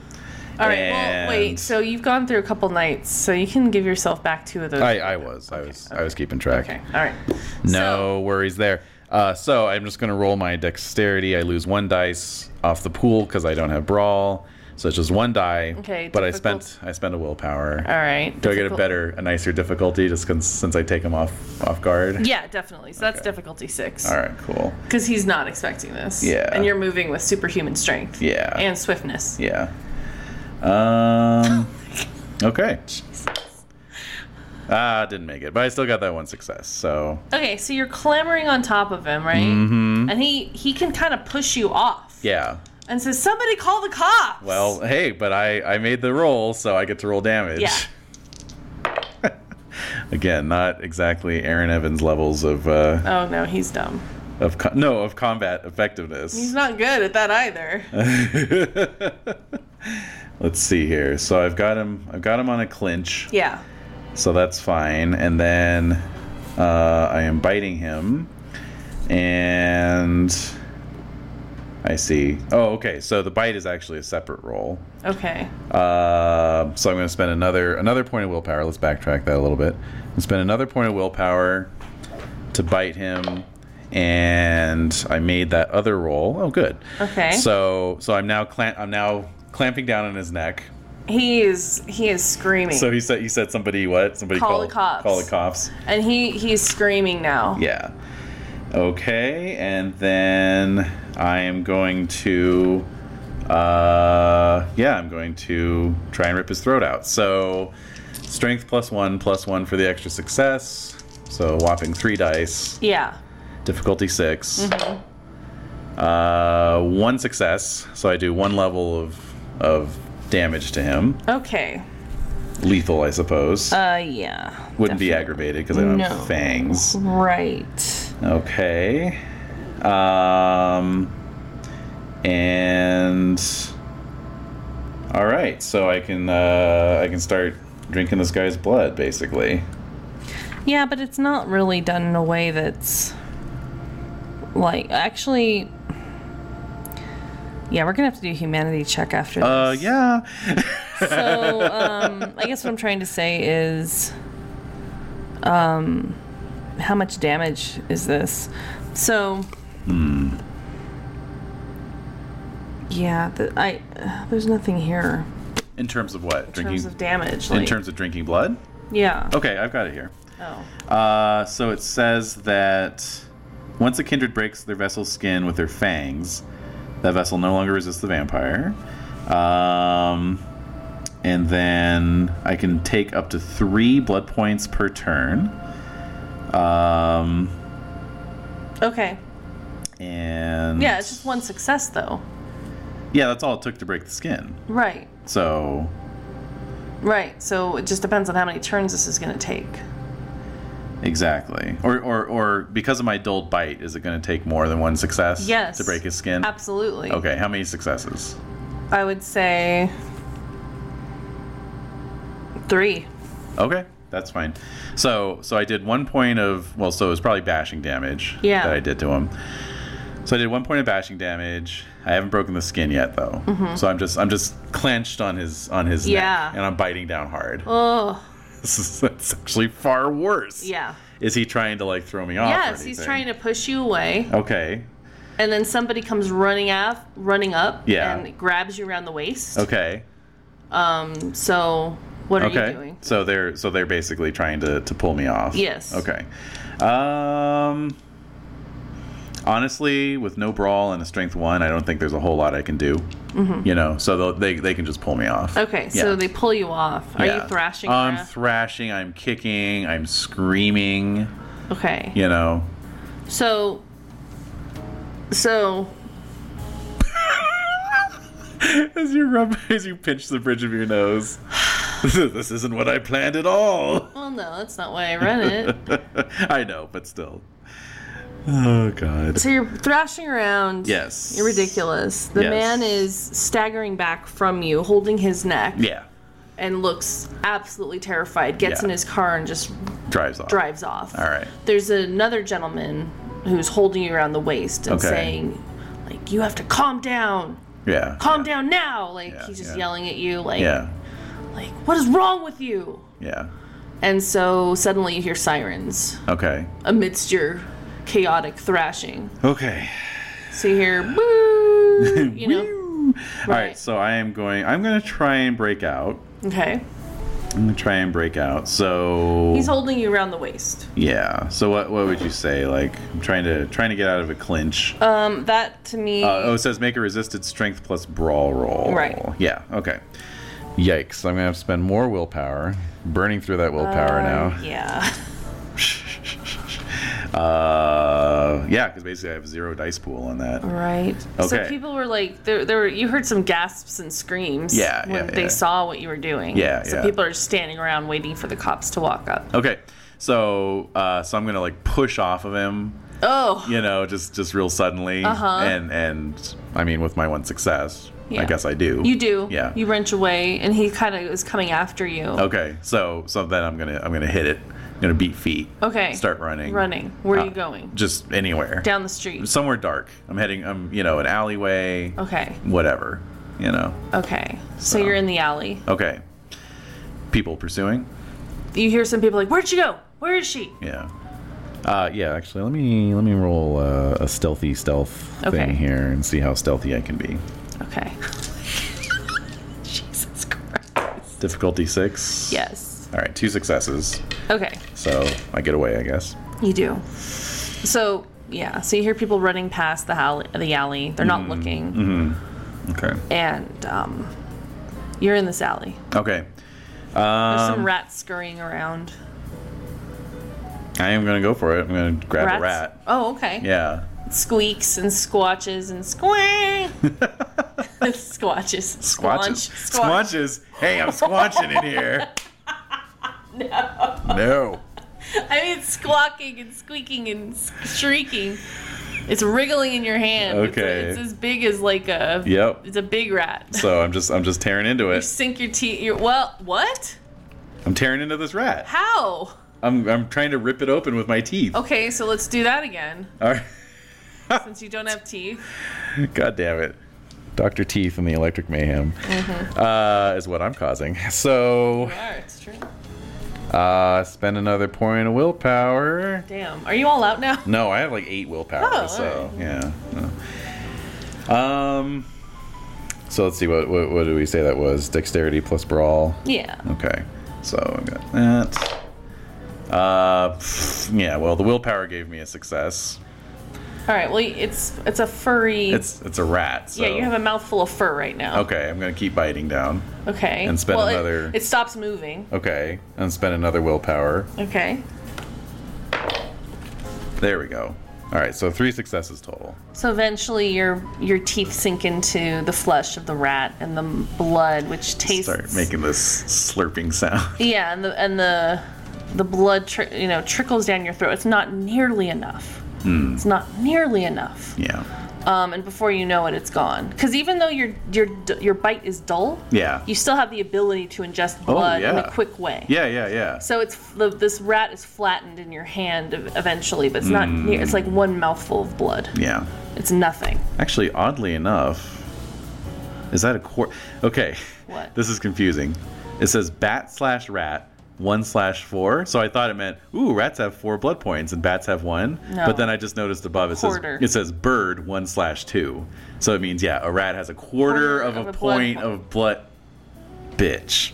S3: all right. Well, wait.
S1: And-
S3: So you've gone through a couple nights, so you can give yourself back two of those.
S1: I, I was. I was I was keeping track.
S3: Okay. All right.
S1: No worries there. Uh, so I'm just gonna roll my dexterity. I lose one dice off the pool because I don't have brawl. So it's just one die.
S3: Okay,
S1: But
S3: difficult-
S1: I spent I spent a willpower.
S3: So, all right.
S1: Do I get a better, a nicer difficulty just cons- since I take him off off guard?
S3: Yeah, definitely. So that's difficulty six.
S1: All right, cool.
S3: Because he's not expecting this.
S1: Yeah.
S3: And you're moving with superhuman strength.
S1: Yeah.
S3: And swiftness.
S1: Yeah. Um. okay. Ah, didn't make it, but I still got that one success. So
S3: Okay, so you're clambering on top of him, right? Mm-hmm. And he he can kind of push you off.
S1: yeah.
S3: And says, "Somebody call the cops."
S1: Well, hey, but I I made the roll, so I get to roll damage.
S3: Yeah.
S1: *laughs* Again, not exactly Aaron Evans levels of uh,
S3: Oh no, he's dumb.
S1: of co- no of combat effectiveness.
S3: He's not good at that
S1: *laughs*
S3: either.
S1: Let's see here. So I've got him. I've got him on a clinch.
S3: yeah.
S1: So that's fine. And then uh, I am biting him. And I see. Oh, okay. So the bite is actually a separate roll.
S3: Okay.
S1: Uh, so I'm going to spend another another point of willpower. Let's backtrack that a little bit. And spend another point of willpower to bite him. And I made that other roll. Oh, good.
S3: Okay.
S1: So so I'm now clamp I'm now clamping down on his neck.
S3: He is he is screaming.
S1: So he said he said somebody what? Somebody
S3: Call
S1: called-
S3: the cops.
S1: Call the cops.
S3: and he he's screaming now.
S1: Yeah. Okay, and then I am going to, uh, yeah, I'm going to try and rip his throat out. So Strength plus one, plus one for the extra success. So a whopping three dice.
S3: Yeah.
S1: Difficulty 6 Uh, one success. So I do one level of of damage to him.
S3: Okay.
S1: Lethal, I suppose.
S3: Uh, yeah.
S1: Wouldn't be aggravated because I don't
S3: No.
S1: have fangs.
S3: Right.
S1: Okay. Um, and all right, so I can uh, I can start drinking this guy's blood, basically.
S3: Yeah, but it's not really done in a way that's like actually. Yeah, we're gonna have to do a humanity check after this.
S1: Uh, yeah.
S3: So um, I guess what I'm trying to say is, um, how much damage is this? So.
S1: Hmm.
S3: Yeah, the, I uh, there's nothing here
S1: In terms of what?
S3: in
S1: drinking.
S3: terms of damage.
S1: in
S3: like-
S1: terms of drinking blood.
S3: yeah.
S1: Okay, I've got it here.
S3: Oh.
S1: Uh, so it says that once a kindred breaks their vessel's skin with their fangs, that vessel no longer resists the vampire. Um, and then I can take up to three blood points per turn. Um,
S3: Okay.
S1: and
S3: Yeah, it's just one success though.
S1: yeah, that's all it took to break the skin.
S3: Right.
S1: So
S3: Right. So it just depends on how many turns this is going to take.
S1: exactly, or or or because of my dulled bite, is it going to take more than one success?
S3: Yes.
S1: to break his skin.
S3: Absolutely.
S1: Okay, how many successes?
S3: I would say three.
S1: Okay, that's fine. So so I did one point of well, so it was probably bashing damage
S3: Yeah.
S1: that I did to him. So I did one point of bashing damage. I haven't broken the skin yet though, so I'm just I'm just clenched on his on his
S3: Mm-hmm. Yeah.
S1: neck, and I'm biting down hard.
S3: Oh,
S1: *laughs* This is that's actually far worse.
S3: yeah.
S1: Is he trying to like throw me off?
S3: Yes, he's trying to push you away,
S1: Oh. Okay.
S3: and then somebody comes running af- running up,
S1: Yeah.
S3: and grabs you around the waist.
S1: Okay.
S3: Um. So, what are
S1: okay.
S3: you doing?
S1: So they're so they're basically trying to to pull me off.
S3: Yes.
S1: Okay. Um. Honestly, with no brawl and a strength one, I don't think there's a whole lot I can do. You know, so they'll- they they can just pull me off.
S3: Mm-hmm. Okay.
S1: Yeah.
S3: So they pull you off. Are
S1: Yeah. Um,
S3: you thrashing?
S1: I'm
S3: around?
S1: thrashing. I'm kicking. I'm screaming.
S3: okay.
S1: You know. *laughs*
S3: So. So.
S1: As you rub, as you pinch the bridge of your nose, *laughs* this isn't what I planned at all. *laughs*
S3: Well, no, that's not why I run it.
S1: I know, but still. Oh God.
S3: So you're thrashing around.
S1: Yes.
S3: You're ridiculous. The
S1: Yes.
S3: man is staggering back from you, holding his neck,
S1: Yeah.
S3: and looks absolutely terrified. Gets
S1: Yeah.
S3: in his car and just
S1: Drives off.
S3: drives off.
S1: All right.
S3: There's another gentleman who's holding you around the waist and
S1: Okay.
S3: saying, like, you have to calm down.
S1: Yeah.
S3: Calm down now. Like
S1: Yeah,
S3: he's just
S1: yeah.
S3: yelling at you, like,
S1: Yeah.
S3: like what is wrong with you?
S1: Yeah.
S3: And so suddenly you hear sirens
S1: Okay.
S3: amidst your chaotic thrashing.
S1: Okay.
S3: So you *laughs* hear boo, you know.
S1: Woo! All right.
S3: Right.
S1: So I am going. I'm going to try and break out.
S3: Okay.
S1: I'm going to try and break out. So
S3: He's holding you around the waist.
S1: yeah. So what? What would you say? Like I'm trying to trying to get out of a clinch. Uh,
S3: Um, that to me.
S1: oh, it says make a resisted strength plus brawl roll.
S3: Right.
S1: Yeah. Okay. Yikes! I'm gonna have to spend more willpower. Burning through that willpower now.
S3: yeah.
S1: *laughs* Uh, yeah, because basically I have zero dice pool on that.
S3: *laughs* Right. So
S1: Okay.
S3: people were like, there, there were, you heard some gasps and screams
S1: Yeah,
S3: when
S1: yeah,
S3: they
S1: yeah.
S3: saw what you were doing.
S1: Yeah,
S3: So
S1: yeah.
S3: people are standing around waiting for the cops to walk up.
S1: Okay. So uh, so I'm gonna like push off of him.
S3: Oh,
S1: you know, just just real suddenly.
S3: Uh-huh.
S1: And and I mean, with my one success,
S3: Yeah.
S1: I guess I do.
S3: you do.
S1: Yeah.
S3: You wrench away, and he kind of is coming after you.
S1: Okay, so so then I'm gonna I'm gonna hit it. I'm gonna beat feet.
S3: Okay.
S1: Start running.
S3: Running. Where are you
S1: Uh,
S3: going?
S1: Just anywhere.
S3: Down the street.
S1: Somewhere dark. I'm heading. I'm you know an alleyway.
S3: Okay.
S1: Whatever. You know.
S3: Okay. So,
S1: So-
S3: you're in the alley.
S1: Okay. People pursuing.
S3: You hear some people like, "Where'd she go? Where is she?"
S1: Yeah. Uh, yeah, actually, let me let me roll uh, a stealthy stealth
S3: Okay.
S1: thing here and see how stealthy I can be.
S3: Okay. *laughs* Jesus Christ.
S1: Difficulty six.
S3: Yes.
S1: All right, two successes.
S3: Okay.
S1: So I get away, I guess.
S3: You do. So yeah, so you hear people running past the alley. The alley. They're not
S1: Mm-hmm.
S3: looking,
S1: Okay.
S3: and um, you're in this alley.
S1: Okay.
S3: There's
S1: Um,
S3: some rats scurrying around.
S1: I am gonna go for it. I'm gonna grab a rat.
S3: Oh, okay.
S1: Yeah.
S3: Squeaks and squatches and
S1: *laughs*
S3: squee. *laughs* squatches.
S1: Squatches.
S3: Squanch. Squatch.
S1: Squatches. Hey, I'm squatching in
S3: *laughs*
S1: here. No. No.
S3: I mean, it's squawking and squeaking and s- shrieking. It's wriggling in your hand. It's-
S1: Okay.
S3: It's, as big as like a.
S1: Yep.
S3: It's a big rat. *laughs*
S1: So I'm just I'm just tearing into it.
S3: Sink your teeth. Your, well, what?
S1: I'm tearing into this rat.
S3: How?
S1: I'm I'm trying to rip it open with my teeth.
S3: Okay, so let's do
S1: *laughs*
S3: that again.
S1: All right.
S3: Since you don't
S1: *laughs*
S3: have teeth.
S1: God damn it. Dr. Teeth and the Electric Mayhem
S3: Mm-hmm.
S1: uh, is what I'm causing. *laughs* So
S3: All right, it's true.
S1: uh, spend another point of willpower.
S3: Damn. Are you all
S1: *laughs*
S3: out now?
S1: No, I have like eight willpower,
S3: Oh,
S1: so yeah. no. Um. So let's see what, what what did we say that was dexterity plus brawl.
S3: Yeah.
S1: Okay, so I got that. Uh, pff, yeah. Well, the willpower gave me a success.
S3: All right. Well, it's it's a furry.
S1: It's it's a rat. So.
S3: yeah. You have a mouthful of fur right now.
S1: Okay, I'm gonna keep biting down.
S3: Okay.
S1: And spend
S3: well, it-
S1: another-
S3: It, stops moving.
S1: Okay, and spend another willpower.
S3: Okay.
S1: There we go. All right, so three successes total.
S3: So eventually, your your teeth sink into the flesh of the rat and the blood, which tastes.
S1: Start making this slurping sound. *laughs*
S3: Yeah, and the and the the blood tri- you know trickles down your throat. It's not nearly enough.
S1: Hmm.
S3: It's not nearly enough.
S1: Yeah.
S3: Um, and before you know it, it's gone. Because even though your your d- your bite is dull,
S1: Yeah. Oh,
S3: you still have the ability to ingest blood in
S1: yeah.
S3: a quick way.
S1: Yeah, yeah, yeah.
S3: So it's the, this rat is flattened in your hand ev- eventually, but it's not near. It's like one mouthful of blood.
S1: Hmm. Yeah.
S3: It's nothing.
S1: Actually, oddly enough, is that a quar? Okay.
S3: What?
S1: This is confusing. It says bat slash rat one slash four, so I thought it meant ooh rats have four blood points and bats have one.
S3: No.
S1: But then I just noticed above it
S3: Quarter.
S1: says it says bird one slash two, so it means yeah a rat has a quarter, of, a,
S3: blood
S1: point
S3: point.
S1: of blood. Bitch.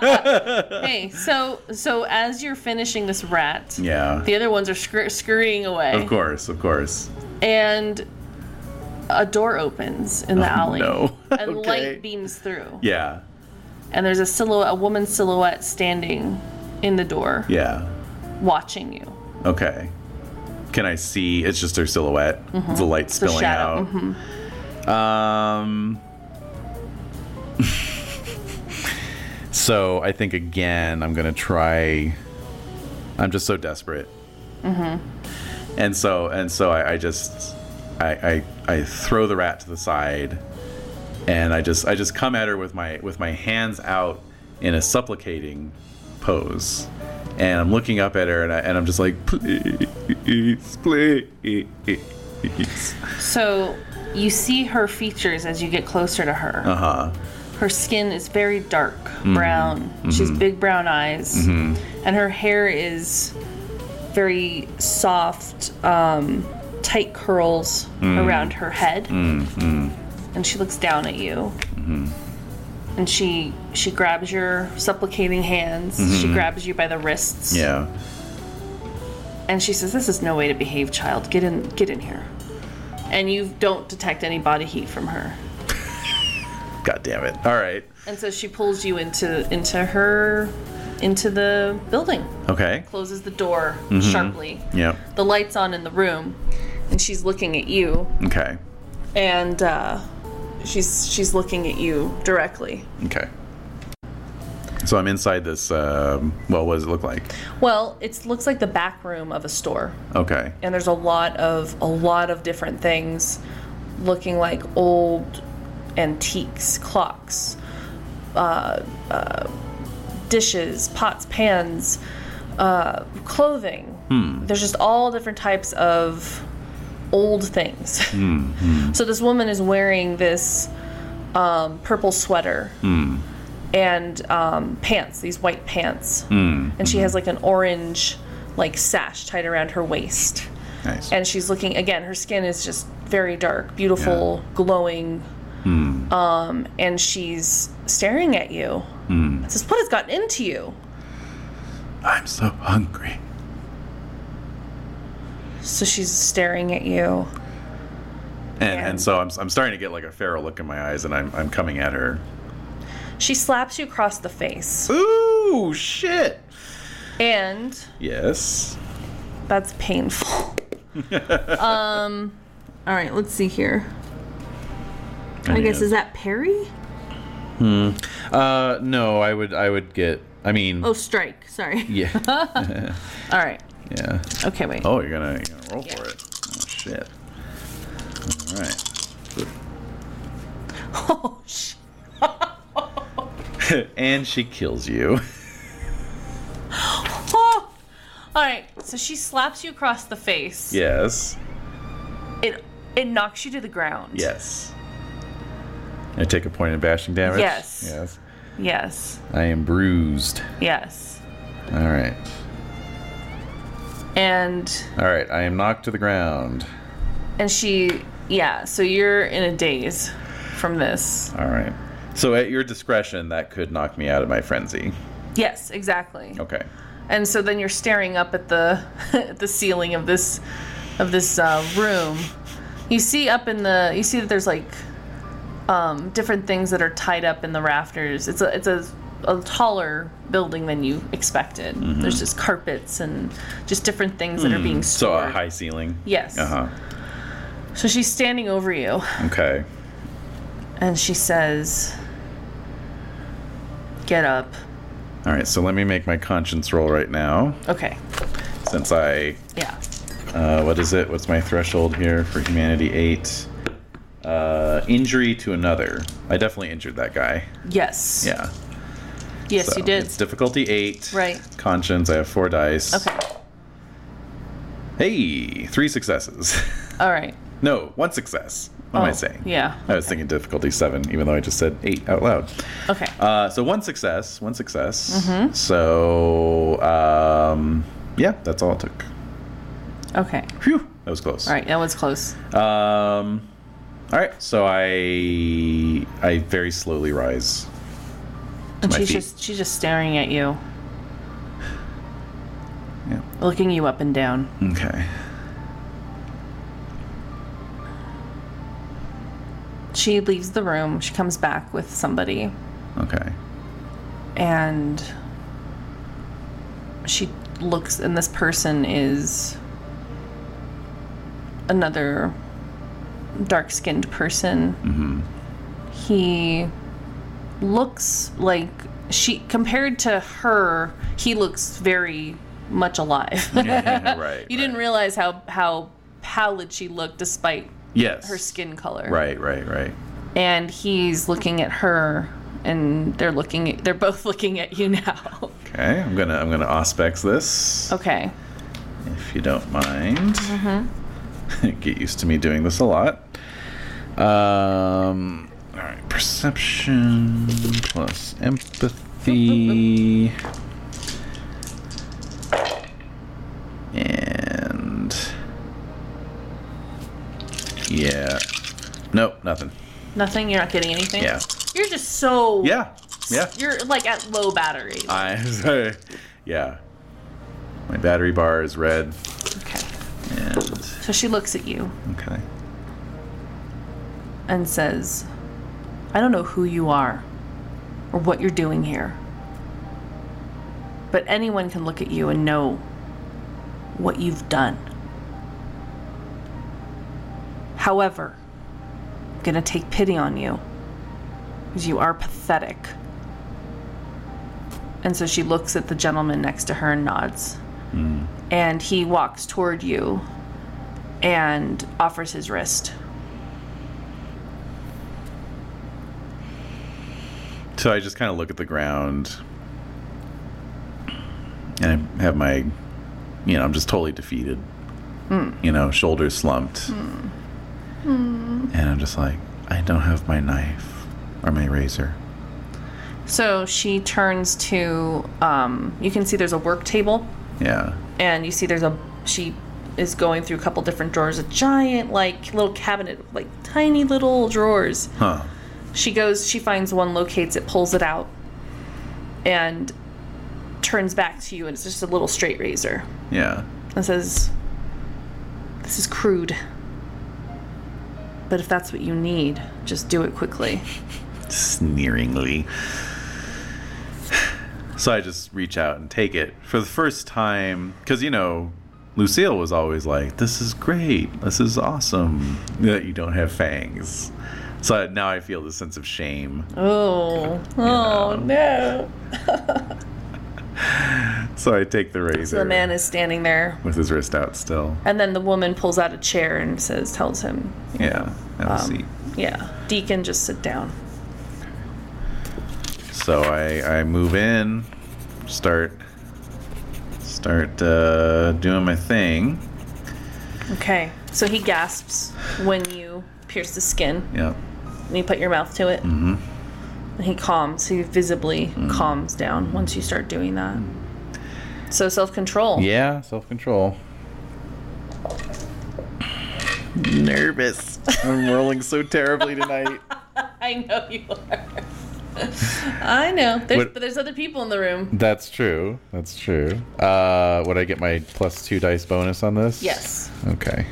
S3: Hey, so so as you're finishing this rat,
S1: Yeah.
S3: the other ones are scur- scurrying away,
S1: Of course, of course.
S3: and a door opens in the alley,
S1: Oh, no.
S3: and
S1: *laughs* Okay.
S3: light beams through,
S1: Yeah,
S3: and there's a silhouette, a woman's silhouette standing in the door,
S1: yeah.
S3: watching you.
S1: Okay. Can I see? It's just her silhouette. The light
S3: Mm-hmm. The
S1: spilling
S3: shadow.
S1: out.
S3: mhm.
S1: Um. *laughs* so I think again, I'm gonna try. I'm just so desperate. Mm-hmm. And so and so I, I just I, I I throw the rat to the side, and I just I just come at her with my with my hands out in a supplicating pose. And I'm looking up at her, and, I, and I'm just like, please, please.
S3: So you see her features as you get closer to her.
S1: Uh huh.
S3: Her skin is very dark brown. She has big brown eyes, and her hair is very soft, um, tight curls around her head. And she looks down at you, and she she grabs your supplicating hands. She grabs you by the wrists,
S1: Yeah.
S3: and she says, "This is no way to behave, child. Get in, get in here." And you don't detect any body heat from her.
S1: God damn it. All right.
S3: And so she pulls you into into her into the building,
S1: Okay.
S3: closes the door sharply.
S1: Yep.
S3: The lights on in the room, and she's looking at you,
S1: Okay.
S3: and uh, she's she's looking at you directly.
S1: Okay. So I'm inside this. Um, well, what does it look like?
S3: Well, it looks like the back room of a store,
S1: Okay.
S3: and there's a lot of a lot of different things, looking like old antiques, clocks, uh, dishes, pots, pans, uh, clothing. There's just all different types of old things. *laughs* So this woman is wearing this um, purple sweater and um, pants, these white pants, and she has like an orange like sash tied around her waist.
S1: Nice.
S3: And she's looking again. Her skin is just very dark, beautiful, glowing.
S1: Hmm.
S3: Um, and she's staring at you.
S1: Hmm.
S3: It says, "What has gotten into you?"
S1: I'm so hungry.
S3: So she's staring at you.
S1: And and so I'm I'm starting to get like a feral look in my eyes, and I'm I'm coming at her.
S3: She slaps you across the face.
S1: Ooh, shit.
S3: And
S1: Yes.
S3: that's painful.
S1: *laughs*
S3: um, all right, let's see here. I guess, is that Perry?
S1: Uh, no, I would, I would get. I mean,
S3: Oh, strike. Sorry. *laughs*
S1: yeah,
S3: All right.
S1: yeah.
S3: Okay, wait.
S1: Oh, you're gonna, you're gonna roll for it. Oh shit. All right.
S3: *laughs* Oh, sh-
S1: *laughs* and she kills you. *laughs*
S3: oh. All right. So she slaps you across the face.
S1: Yes.
S3: It it knocks you to the ground.
S1: Yes. I take a point in bashing damage.
S3: Yes.
S1: Yes.
S3: Yes.
S1: I am bruised.
S3: Yes.
S1: All right.
S3: And
S1: All right. I am knocked to the ground.
S3: and she yeah. So you're in a daze from this.
S1: All right. So at your discretion, that could knock me out of my frenzy.
S3: Yes, exactly.
S1: Okay.
S3: And so then you're staring up at the *laughs* at the ceiling of this of this uh, room. You see up in the you see that there's like um, different things that are tied up in the rafters. It's a it's a, a taller building than you expected.
S1: Mm-hmm.
S3: There's just carpets and just different things that are being
S1: Hmm. So
S3: stored.
S1: a high ceiling.
S3: Yes.
S1: Uh
S3: So she's standing over you
S1: huh. Okay.
S3: and she says, "Get up."
S1: All right. So let me make my conscience roll right now,
S3: Okay.
S1: since I
S3: Yeah.
S1: Uh, what is it? What's my threshold here for humanity? Eight. Uh, injury to another. I definitely injured that guy.
S3: Yes.
S1: Yeah.
S3: Yes,
S1: So
S3: you did.
S1: It's difficulty eight.
S3: Right.
S1: Conscience. I have four dice.
S3: Okay.
S1: Hey, three successes. *laughs*
S3: All right.
S1: no, one success. What am I
S3: Oh,
S1: saying?
S3: yeah.
S1: I was thinking difficulty seven, even though I just said eight out loud.
S3: Okay.
S1: Uh, so one success. One success.
S3: Mm-hmm.
S1: So um, yeah, that's all it took.
S3: okay.
S1: Phew, that was close.
S3: All right, that was close.
S1: Um, all right, so I I very slowly rise.
S3: And
S1: my
S3: she's
S1: feet.
S3: just she's just staring at you,
S1: Yeah.
S3: looking you up and down.
S1: Okay.
S3: She leaves the room. She comes back with somebody,
S1: Okay.
S3: and she looks, and this person is another dark-skinned person.
S1: Mm-hmm.
S3: He looks like she compared to her. He looks very much alive. *laughs*
S1: right.
S3: You didn't
S1: right.
S3: realize how how pallid she looked despite
S1: Yes.
S3: her skin color.
S1: Right. Right. Right.
S3: And he's looking at her and they're looking at, they're both *laughs* looking at you now.
S1: Okay. I'm gonna I'm gonna auspex this
S3: okay.
S1: if you don't mind. *laughs* Get used to me doing this a lot. Um. All right. Perception plus empathy. And yeah, nope, nothing.
S3: Nothing, you're not getting anything.
S1: Yeah,
S3: You're just so
S1: yeah, yeah.
S3: You're like at low battery.
S1: I *laughs* sorry. Yeah, my battery bar is red,
S3: okay.
S1: and
S3: So she looks at you
S1: okay.
S3: and says, "I don't know who you are or what you're doing here. But anyone can look at you and know what you've done. However, I'm going to take pity on you because you are pathetic. And so she looks at the gentleman next to her and nods. And he walks toward you and offers his wrist.
S1: So I just kind of look at the ground, and I have my, you know, I'm just totally defeated. You know, shoulders slumped, and I'm just like, I don't have my knife or my razor.
S3: So she turns to, um, you can see there's a work table,
S1: Yeah,
S3: and you see there's a, she is going through a couple different drawers, a giant, like, little cabinet of, like, tiny little drawers.
S1: huh?
S3: She goes, she finds one, locates it, pulls it out, and turns back to you, and it's just a little straight razor
S1: Yeah,
S3: and says, This is crude. But if that's what you need, just do it quickly.
S1: sneeringly. So I just reach out and take it for the first time because you know Lucille was always like, "This is great. This is awesome that you don't have fangs." So now I feel the sense of shame.
S3: Oh, oh no!
S1: So I take the razor.
S3: So the man is standing there,
S1: with his wrist out still.
S3: and then the woman pulls out a chair and says, tells him,
S1: Yeah, have a seat.
S3: "Yeah, Deacon, just sit down."
S1: So I I move in, start start uh, doing my thing.
S3: Okay. So he gasps when you pierce the skin
S1: Yeah,
S3: and you put your mouth to it. Mm-hmm. And he calms. He visibly
S1: Mm.
S3: calms down once you start doing that. So self control.
S1: yeah, self control. Nervous. I'm rolling so terribly tonight.
S3: I know you are. I know. There's,
S1: What-
S3: but there's other people in the room.
S1: *laughs* That's true. That's true. Uh, would I get my plus two dice bonus on this?
S3: Yes. *laughs*
S1: Okay.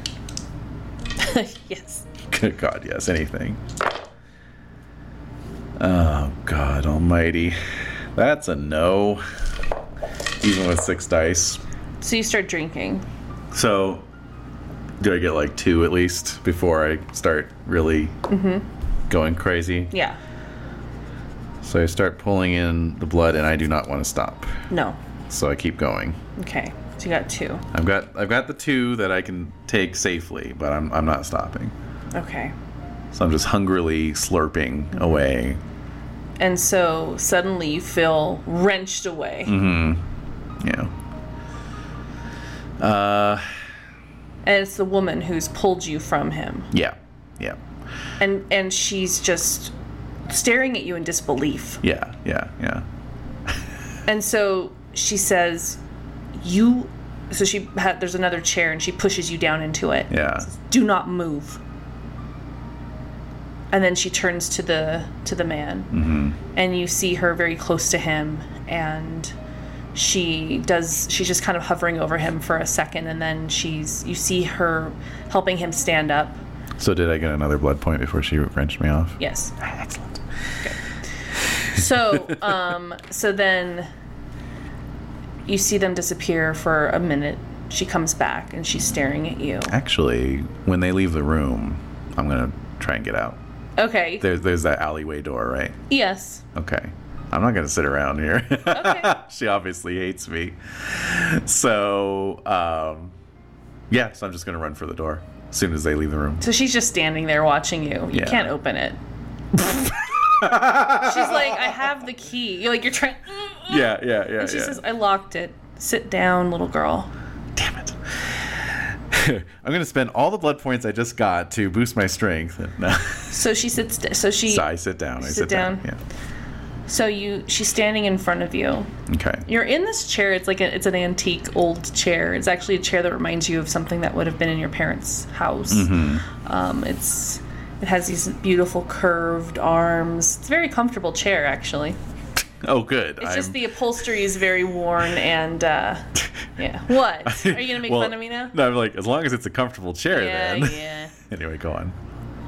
S3: yes.
S1: Good God, yes, anything. Oh, God almighty. That's a no. Even with six dice.
S3: So you start drinking.
S1: So, do I get like two at least before I start really going crazy?
S3: Yeah.
S1: So, I start pulling in the blood and I do not want to stop.
S3: No.
S1: So, I keep going.
S3: Okay. So you got two.
S1: I've got I've got the two that I can take safely, but I'm I'm not stopping.
S3: Okay.
S1: So I'm just hungrily slurping away.
S3: And so suddenly you feel wrenched away.
S1: Yeah. Uh,
S3: And it's the woman who's pulled you from him.
S1: Yeah. Yeah.
S3: and and she's just staring at you in disbelief
S1: Yeah. Yeah. Yeah.
S3: and so she says you so she ha- there's another chair and she pushes you down into it
S1: Yeah.
S3: do not move and then she turns to the to the man and you see her very close to him and she does she's just kind of hovering over him for a second and then she's you see her helping him stand up
S1: So did I get another blood point before she wrenched me off?
S3: yes
S1: Excellent.
S3: So, um, so then you see them disappear for a minute. She comes back and she's staring at you.
S1: Actually, when they leave the room, I'm gonna try and get out.
S3: Okay.
S1: There's there's that alleyway door, right?
S3: Yes.
S1: Okay. I'm not gonna sit around here.
S3: Okay.
S1: *laughs* she obviously hates me. So um, yeah, so I'm just gonna run for the door as soon as they leave the
S3: *gasps*
S1: room.
S3: So she's just standing there watching you. You
S1: Yeah.
S3: can't
S1: *laughs*
S3: open it. she's like, I have the key. You're like, you're trying. *laughs*
S1: Yeah, yeah, yeah.
S3: She
S1: yeah.
S3: says, I locked it. Sit down, little girl.
S1: Damn it. *laughs* I'm gonna spend all the blood points I just got to boost my strength. *laughs* No.
S3: So she sits. So she.
S1: so I sit down. I
S3: Sit
S1: sit, down.
S3: down. So you. She's standing in front of you.
S1: Yeah. Okay.
S3: You're in this chair. It's like a, it's an antique old chair. It's actually a chair that reminds you of something that would have been in your parents' house.
S1: Mm-hmm.
S3: Um, it's it has these beautiful curved arms. It's a very comfortable chair, actually.
S1: Oh, good.
S3: It's just
S1: I'm-
S3: the upholstery is very worn and
S1: *laughs*
S3: uh, yeah. What are you gonna make
S1: Well,
S3: fun of me now?
S1: No, I'm like as long as it's a comfortable chair.
S3: Yeah,
S1: then.
S3: yeah.
S1: *laughs* anyway, go on.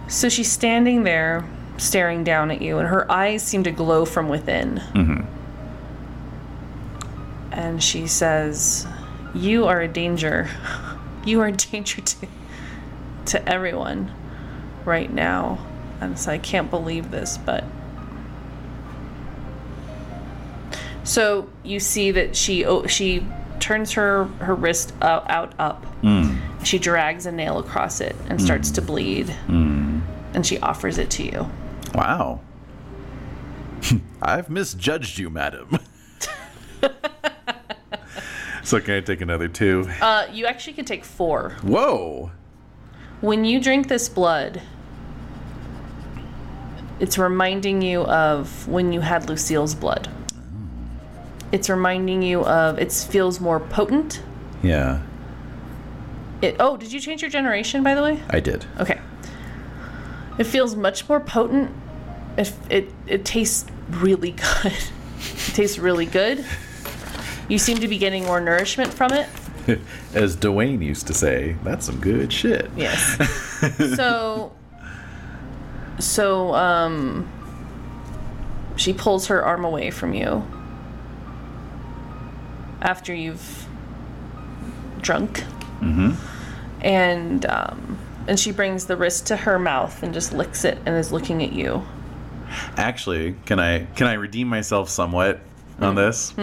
S3: So she's standing there, staring down at you, and her eyes seem to glow from within.
S1: Mm-hmm.
S3: And she says, You are a danger. You are a danger to, to everyone right now. And so I can't believe this, but. So you see that she oh, she turns her, her wrist out, out up. She drags a nail across it and starts to bleed and she offers it to you.
S1: Wow. *laughs* I've misjudged you, madam. *laughs* so can I take another two?
S3: Uh, you actually could take four.
S1: Whoa.
S3: When you drink this blood, it's reminding you of when you had Lucille's blood. It's reminding you of it feels more potent.
S1: Yeah,
S3: It, oh, did you change your generation by the way?
S1: I did.
S3: Okay. It feels much more potent. It it, it tastes really *laughs* good. it tastes really good. You seem to be getting more nourishment from it.
S1: As Dwayne used to say, that's some good shit. *laughs*
S3: Yes. so so um She pulls her arm away from you. After you've drunk.
S1: Mm-hmm.
S3: And um, and she brings the wrist to her mouth and just licks it and is looking at you.
S1: Actually, can I can I redeem myself somewhat on this?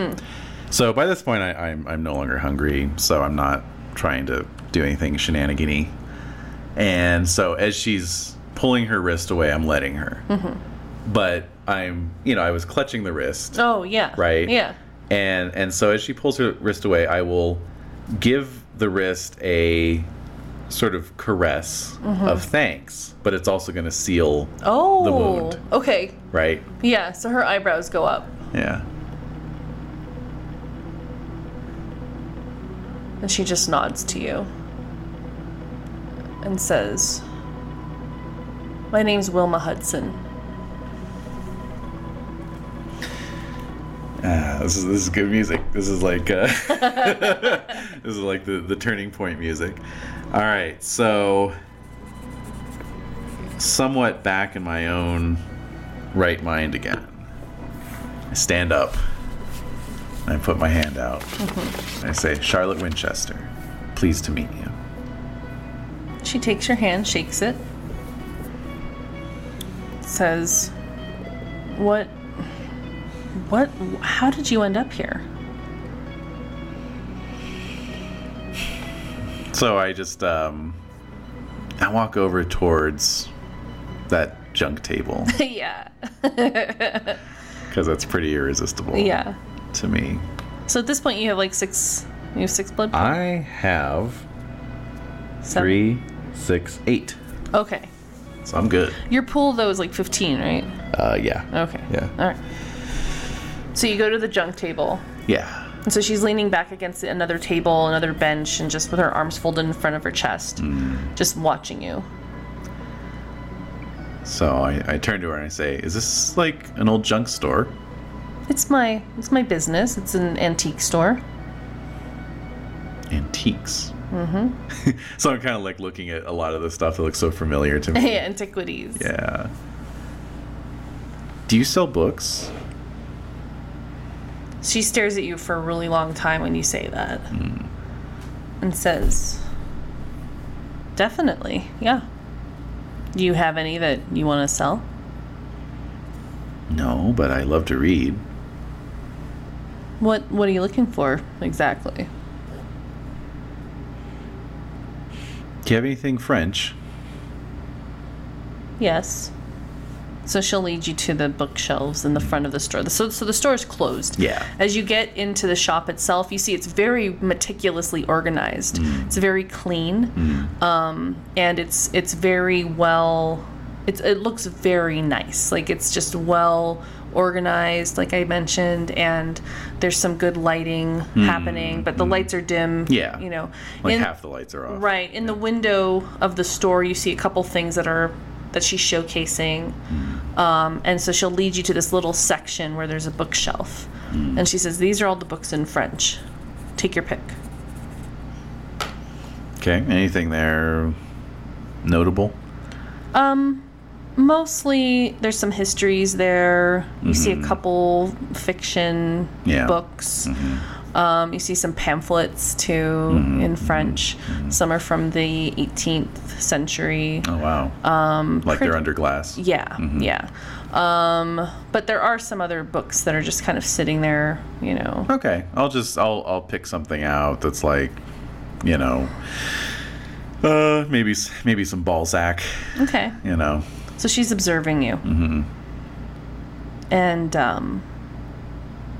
S1: So by this point, I, I'm I'm no longer hungry, so I'm not trying to do anything shenanigany. And so as she's pulling her wrist away, I'm letting her. But I'm you know I was clutching the wrist,
S3: Oh yeah.
S1: right?
S3: Yeah.
S1: And and so as she pulls her wrist away, I will give the wrist a sort of caress of thanks, but it's also going to seal
S3: Oh.
S1: wound.
S3: Okay.
S1: right.
S3: Yeah. So her eyebrows go up,
S1: Yeah.
S3: and she just nods to you and says, "My name's Wilma Hudson."
S1: Ah, this is this is good music. This is like uh, *laughs* this is like the the turning point music. All right, so somewhat back in my own right mind again. I stand up. And I put my hand out. And I say, Charlotte Winchester, pleased to meet you.
S3: She takes your hand, shakes it, says, "What? What? How did you end up here?" *laughs*
S1: So I just um, I walk over towards that junk table
S3: yeah. *laughs*
S1: because that's pretty irresistible.
S3: Yeah.
S1: To me,
S3: So at this point, you have like six. You have six blood.
S1: I have
S3: Seven.
S1: Uh, three, six, eight.
S3: Okay.
S1: So I'm good.
S3: Your pool though is like fifteen, right?
S1: Uh, yeah.
S3: Okay.
S1: Yeah.
S3: All right. So you go to the junk table.
S1: Yeah.
S3: And so she's leaning back against another table, another bench, and just with her arms folded in front of her chest,
S1: Hmm.
S3: just watching you.
S1: So I, I turn to her and I say, "Is this like an old junk store?"
S3: It's my it's my business. It's an antique store. *laughs*
S1: Antiques. Mm-hmm. *laughs* so I'm kind of like looking at a lot of the stuff that looks so familiar
S3: *laughs*
S1: to me.
S3: yeah, antiquities.
S1: yeah. Do you sell books?
S3: She stares at you for a really long time when you say that.
S1: Hmm.
S3: And says, "Definitely. Yeah. Do you have any that you want to sell?"
S1: No, but I love to read.
S3: What What are you looking for exactly?
S1: Do you have anything French?
S3: Yes. So she'll lead you to the bookshelves in the front of the store. So, so the store is closed.
S1: Yeah.
S3: As you get into the shop itself, you see it's very meticulously organized.
S1: Mm.
S3: It's very clean, um, and it's it's very well. It's, it looks very nice. Like it's just well organized, like I mentioned, and there's some good lighting happening, but the lights are dim.
S1: Mm. Yeah.
S3: You know,
S1: Like
S3: In-
S1: half the lights are off.
S3: Right. In the window of the store, you see a couple things that are that she's showcasing. Um, and so she'll lead you to this little section where there's a bookshelf. And she says, These are all the books in French. Take your pick.
S1: Okay. Anything there notable?
S3: Mostly there's some histories there. You see a couple fiction
S1: Yeah.
S3: books. Um, you see some pamphlets too in French. Some are from the 18th century.
S1: Oh wow. Um, like they're under glass.
S3: Yeah, yeah. Um, but there are some other books that are just kind of sitting there, you know.
S1: Okay, I'll just I'll I'll pick something out that's like, you know, uh, maybe s- maybe some Balzac,
S3: Okay.
S1: you know.
S3: So she's observing you. Mm-hmm. And um,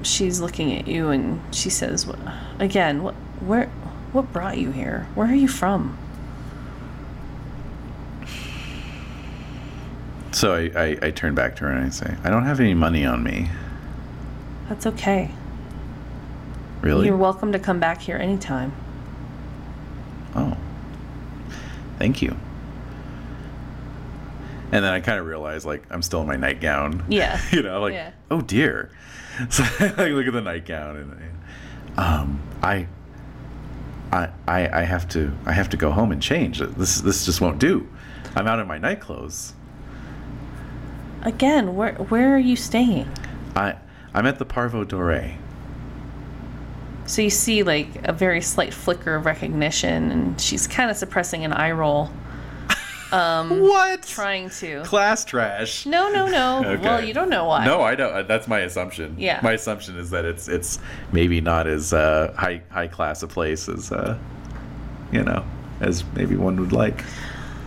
S3: she's looking at you and she says, "Wh- again, what, where, what brought you here? Where are you from?
S1: So I, I I turn back to her and I say, I don't have any money on me,
S3: That's okay.
S1: really.
S3: You're welcome to come back here anytime.
S1: oh, thank you. And then I kind of realize like I'm still in my nightgown. *laughs*
S3: Yeah.
S1: you know, like
S3: Yeah.
S1: oh dear. *laughs* So I like, look at the nightgown and um, I, I, I, I have to, I have to go home and change. This, this just won't do. I'm out in my night clothes.
S3: Again, where, where are you staying?
S1: I I'm at the Parvo Doré.
S3: So you see like a very slight flicker of recognition, and she's kind of suppressing an
S1: *laughs*
S3: eye roll, Um,
S1: What?
S3: Hmm. trying to.
S1: Class trash.
S3: No, no, no.
S1: Okay.
S3: Well, you don't know why.
S1: No, I don't. Uh, That's my assumption.
S3: Yeah.
S1: My assumption is that it's it's maybe not as uh, high high class a place as uh, you know as maybe one would like.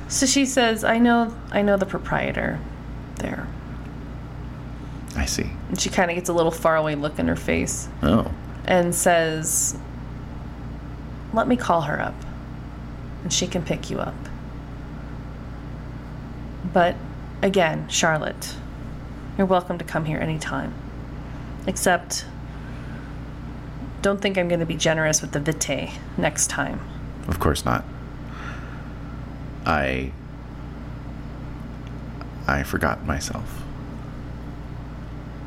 S3: So she says, "I know, I know the proprietor, there."
S1: I see.
S3: And she kind of gets a little faraway look in her face
S1: Oh.
S3: and says, "Let me call her up, and she can pick you up." But again, Charlotte, you're welcome to come here anytime. Except, don't think I'm going to be generous with the vitae next time.
S1: Of course not. I I forgot myself.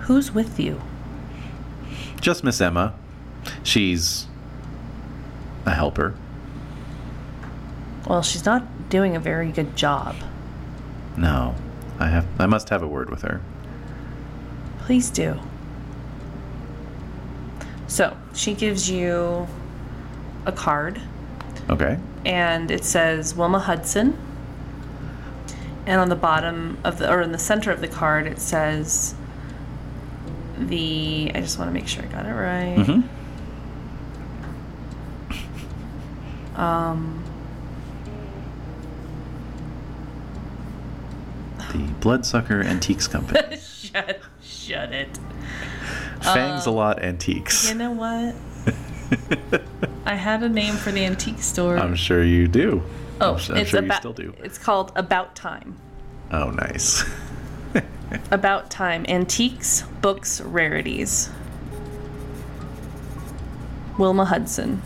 S3: Who's with you?
S1: Just Miss Emma. She's a helper.
S3: Well, she's not doing a very good job.
S1: No. I have I must have a word with her.
S3: Please do. So she gives you a card,
S1: Okay.
S3: and it says Wilma Hudson. And on the bottom of the, or in the center of the card, it says the. I just want to make sure I got it right.
S1: Mhm.
S3: Um,
S1: The Bloodsucker Antiques
S3: *laughs*
S1: Company.
S3: *laughs* Shut, shut it.
S1: Fangs a lot antiques.
S3: You know what? I had a name for the antique
S1: *laughs*
S3: store.
S1: I'm sure you do.
S3: oh,
S1: I'm, s- I'm
S3: it's
S1: sure
S3: about,
S1: you still do.
S3: It's called About Time.
S1: Oh, nice. *laughs*
S3: About Time Antiques, Books, Rarities. Wilma Hudson.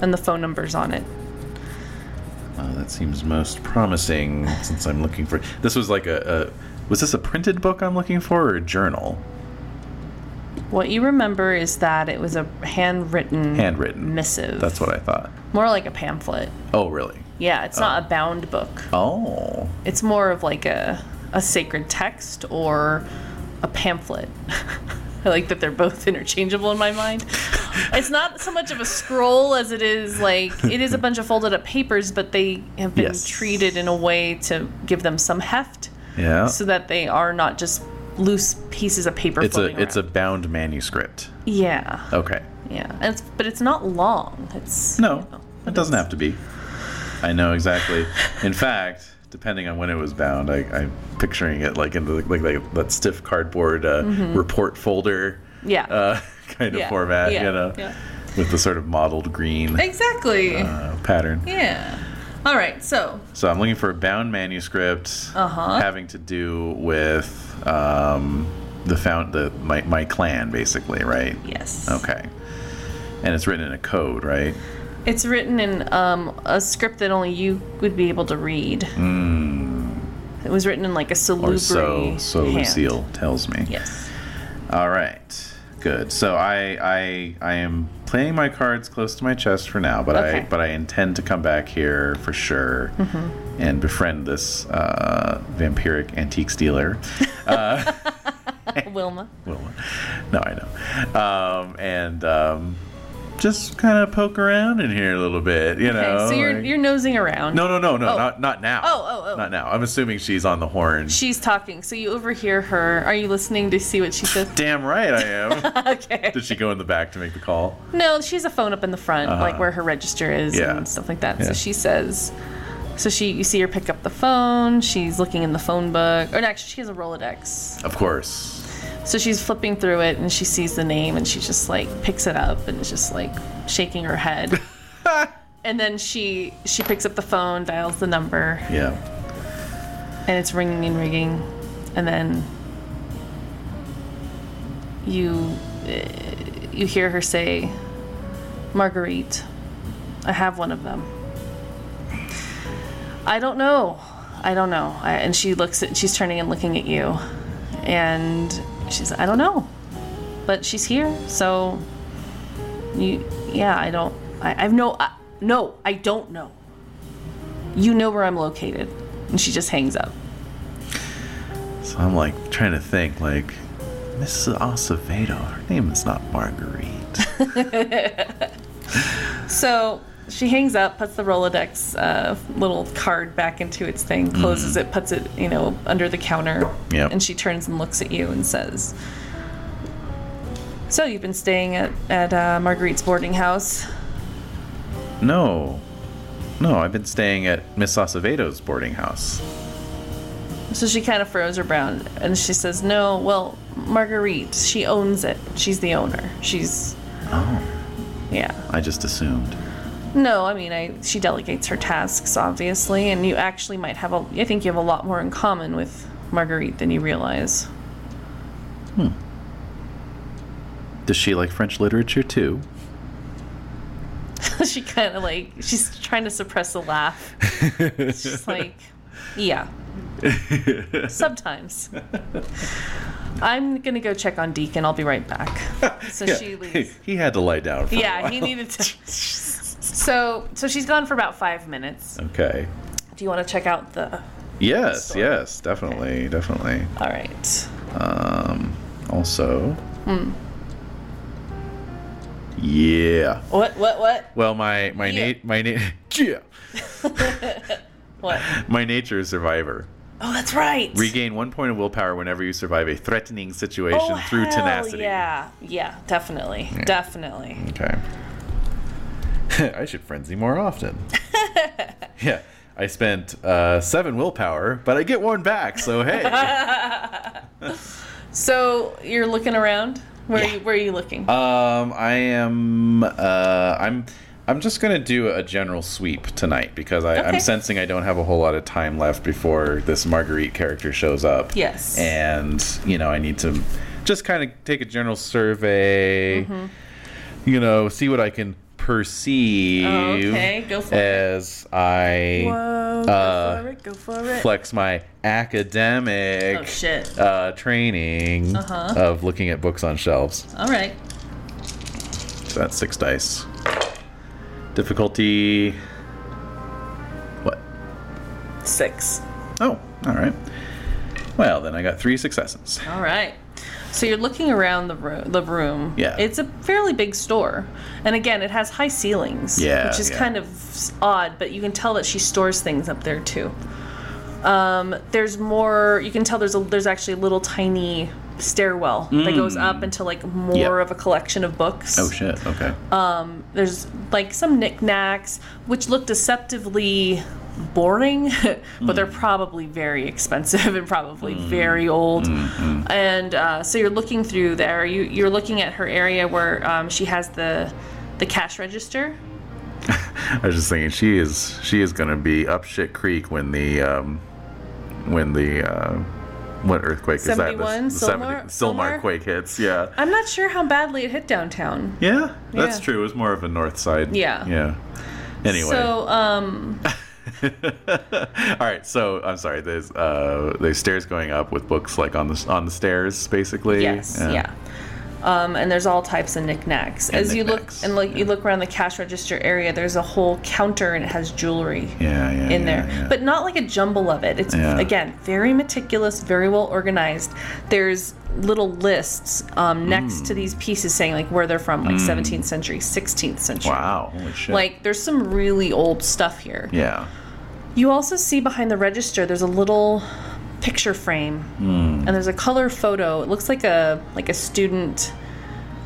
S3: And the phone number's on it.
S1: Uh, that seems most promising since I'm looking for. This was like a, a. Was this a printed book I'm looking for or a journal?
S3: What you remember is that it was a handwritten
S1: Handwritten.
S3: missive.
S1: That's what I thought.
S3: more like a pamphlet.
S1: Oh, really?
S3: Yeah, it's not a bound book.
S1: Oh.
S3: It's more of like a a sacred text or a pamphlet. *laughs* I like that they're both *laughs* interchangeable in my mind. It's not so much of a scroll as it is
S1: *laughs*
S3: like it is a bunch of folded up papers, but they have been
S1: Yes.
S3: treated in a way to give them some heft,
S1: Yeah.
S3: so that they are not just loose pieces of paper.
S1: it's a
S3: floating
S1: it's a
S3: around.
S1: bound manuscript.
S3: yeah
S1: Okay.
S3: yeah. And it's, but it's not long. It's
S1: No,
S3: you know,
S1: it doesn't have to be. I know exactly. In fact, depending on when it was bound, I, I'm picturing it like in the like, like that stiff cardboard uh, report folder
S3: Yeah.
S1: uh, *laughs* kind of
S3: Mm-hmm. Yeah.
S1: format,
S3: Yeah.
S1: you know,
S3: Yeah.
S1: with the sort of mottled green
S3: exactly.
S1: uh, pattern.
S3: yeah. All right. So
S1: So I'm looking for a bound manuscript
S3: Uh-huh.
S1: having to do with um, the found the my, my clan basically, right?
S3: yes.
S1: Okay. And it's written in a code, right?
S3: It's written in um, a script that only you would be able to read. It was written in like a
S1: Hmm. Or
S3: salubri
S1: so so
S3: hand.
S1: Lucille tells me. *laughs*
S3: Yes.
S1: All right, good. So I I I am playing my cards close to my chest for now, but I
S3: Okay.
S1: but I intend to come back here for sure
S3: Mm-hmm.
S1: and befriend this uh, vampiric antiques dealer.
S3: Wilma.
S1: Well, no, I know, um, and um, just kind of poke around in here a little bit, you know.
S3: okay, so you're
S1: like-
S3: you're nosing around.
S1: Oh, no, no, no, no,
S3: Oh.
S1: not not now.
S3: Oh, oh, oh.
S1: not now. I'm assuming she's on the horn.
S3: She's talking, so you overhear her. Are you listening to see what
S1: *laughs*
S3: she says? *laughs*
S1: Damn right I am.
S3: okay.
S1: Did she go in the back to make the call?
S3: No, she's a phone up in the front, like where her register is
S1: Uh-huh. Yeah.
S3: and stuff like that.
S1: Yeah.
S3: So she says. So she, you see her pick up the phone. She's looking in the phone book, or no, actually, she has a Rolodex.
S1: Of course.
S3: So she's flipping through it and she sees the name and she just like picks it up and is just like shaking her
S1: *laughs*
S3: head. and then she she picks up the phone, dials the number,
S1: Yeah.
S3: and it's ringing and ringing. And then you eh, you hear her say, "Marguerite, I have one of them." I don't know. I don't know. I, and she looks at she's turning and looking at you, and she's I don't know, but she's here. So you yeah I don't I, I've no I, no I don't know. You know where I'm located, and she just hangs up.
S1: So I'm like trying to think, like, Mrs. Acevedo. Her name is not Marguerite.
S3: *laughs* So she hangs up, puts the Rolodex uh, little card back into its thing, closes it, puts it, you know, under the counter.
S1: Yep.
S3: And she turns and looks at you and says, "So you've been staying at at uh, Marguerite's boarding house?
S1: No. No, I've been staying at Miss Acevedo's boarding house.
S3: So she kind of froze her brown and she says, No, well, Marguerite, she owns it. She's the owner. She's.
S1: Oh.
S3: Yeah.
S1: I just assumed.
S3: No, I mean, I, she delegates her tasks, obviously, and you actually might have a. I think you have a lot more in common with Marguerite than you realize.
S1: Does she like French literature too?
S3: *laughs* she kind of like. She's trying to suppress a laugh. She's like,
S1: *laughs*
S3: Yeah. Sometimes. I'm gonna go check on Deacon. I'll be right
S1: *laughs*
S3: back. So she leaves.
S1: He had to lie down for a
S3: Yeah,
S1: *laughs*
S3: he
S1: while.
S3: needed to. *laughs* So, so she's gone for about five minutes.
S1: Okay.
S3: Do you want to check out the?
S1: Yes,
S3: Story.
S1: yes, definitely, definitely.
S3: All right.
S1: Um, also.
S3: Hmm.
S1: Yeah.
S3: What? What? What?
S1: Well, my my
S3: Yeah.
S1: nat- *laughs* my na- yeah. *gasps*
S3: What?
S1: my nature is survivor.
S3: Oh, that's right.
S1: Regain one point of willpower whenever you survive a threatening situation
S3: oh,
S1: through
S3: hell
S1: tenacity.
S3: Yeah. Yeah. Definitely. Definitely.
S1: Okay. *laughs* I should frenzy more often. yeah, I spent uh, seven willpower, but I get one back. So hey,
S3: So you're looking around. Where
S1: Yeah.
S3: are you? Where are you looking?
S1: um, I am. Uh, I'm. I'm just gonna do a general sweep tonight because I,
S3: Okay.
S1: I'm sensing I don't have a whole lot of time left before this Marguerite character shows up.
S3: Yes.
S1: And you know, I need to just kind of take a general survey.
S3: Mm-hmm.
S1: You know, see what I can perceive.
S3: Okay, go for it.
S1: as I
S3: Whoa. Go
S1: uh,
S3: for it. Go for it.
S1: flex my academic
S3: oh shit.
S1: uh, training
S3: Uh-huh.
S1: of looking at books on shelves.
S3: All right.
S1: So that's six dice. Difficulty. What?
S3: Six.
S1: Oh, all right. Well, then I got three successes.
S3: All right. So you're looking around the room. The room.
S1: Yeah.
S3: It's a fairly big store, and again, it has high ceilings.
S1: Yeah,
S3: Which is
S1: yeah.
S3: kind of s- odd, but you can tell that she stores things up there too. Um, there's more. You can tell there's a there's actually a little tiny stairwell that goes up into like more
S1: Mm. Yep.
S3: of a collection of books.
S1: Oh shit. Okay.
S3: Uh, There's like some knickknacks, which look deceptively boring, *laughs* but they're probably very expensive *laughs* and probably very old. And uh, so you're looking through there. You, you're looking at her area where um, she has the the cash register.
S1: I was just thinking she is she is gonna be up shit creek when the um when the uh what earthquake is
S3: 71
S1: that? The- The, 70 Silmar
S3: Silmar- Silmar?
S1: quake hits. Yeah.
S3: I'm not sure how badly it hit downtown.
S1: Yeah, that's
S3: Yeah.
S1: true. It was more of a north side.
S3: Yeah.
S1: Yeah. Anyway.
S3: So um,
S1: *laughs* All right. So I'm sorry. There's uh there's stairs going up with books like on the on the stairs basically.
S3: yes, yeah. Um, and there's all types of knickknacks. As you look
S1: knickknacks,
S3: and like you look around the cash register area, there's a whole counter and it has jewelry.
S1: Yeah. yeah
S3: in
S1: yeah,
S3: there,
S1: yeah.
S3: but not like a jumble of it. It's
S1: Yeah.
S3: again very meticulous, very well organized. There's little lists um, next
S1: Hmm.
S3: to these pieces saying like where they're from, like 17th century, 16th century.
S1: wow. Holy shit.
S3: Like there's some really old stuff here.
S1: yeah. *laughs*
S3: You also see behind the register there's a little picture frame
S1: Hmm.
S3: and there's a color photo. It looks like a like a student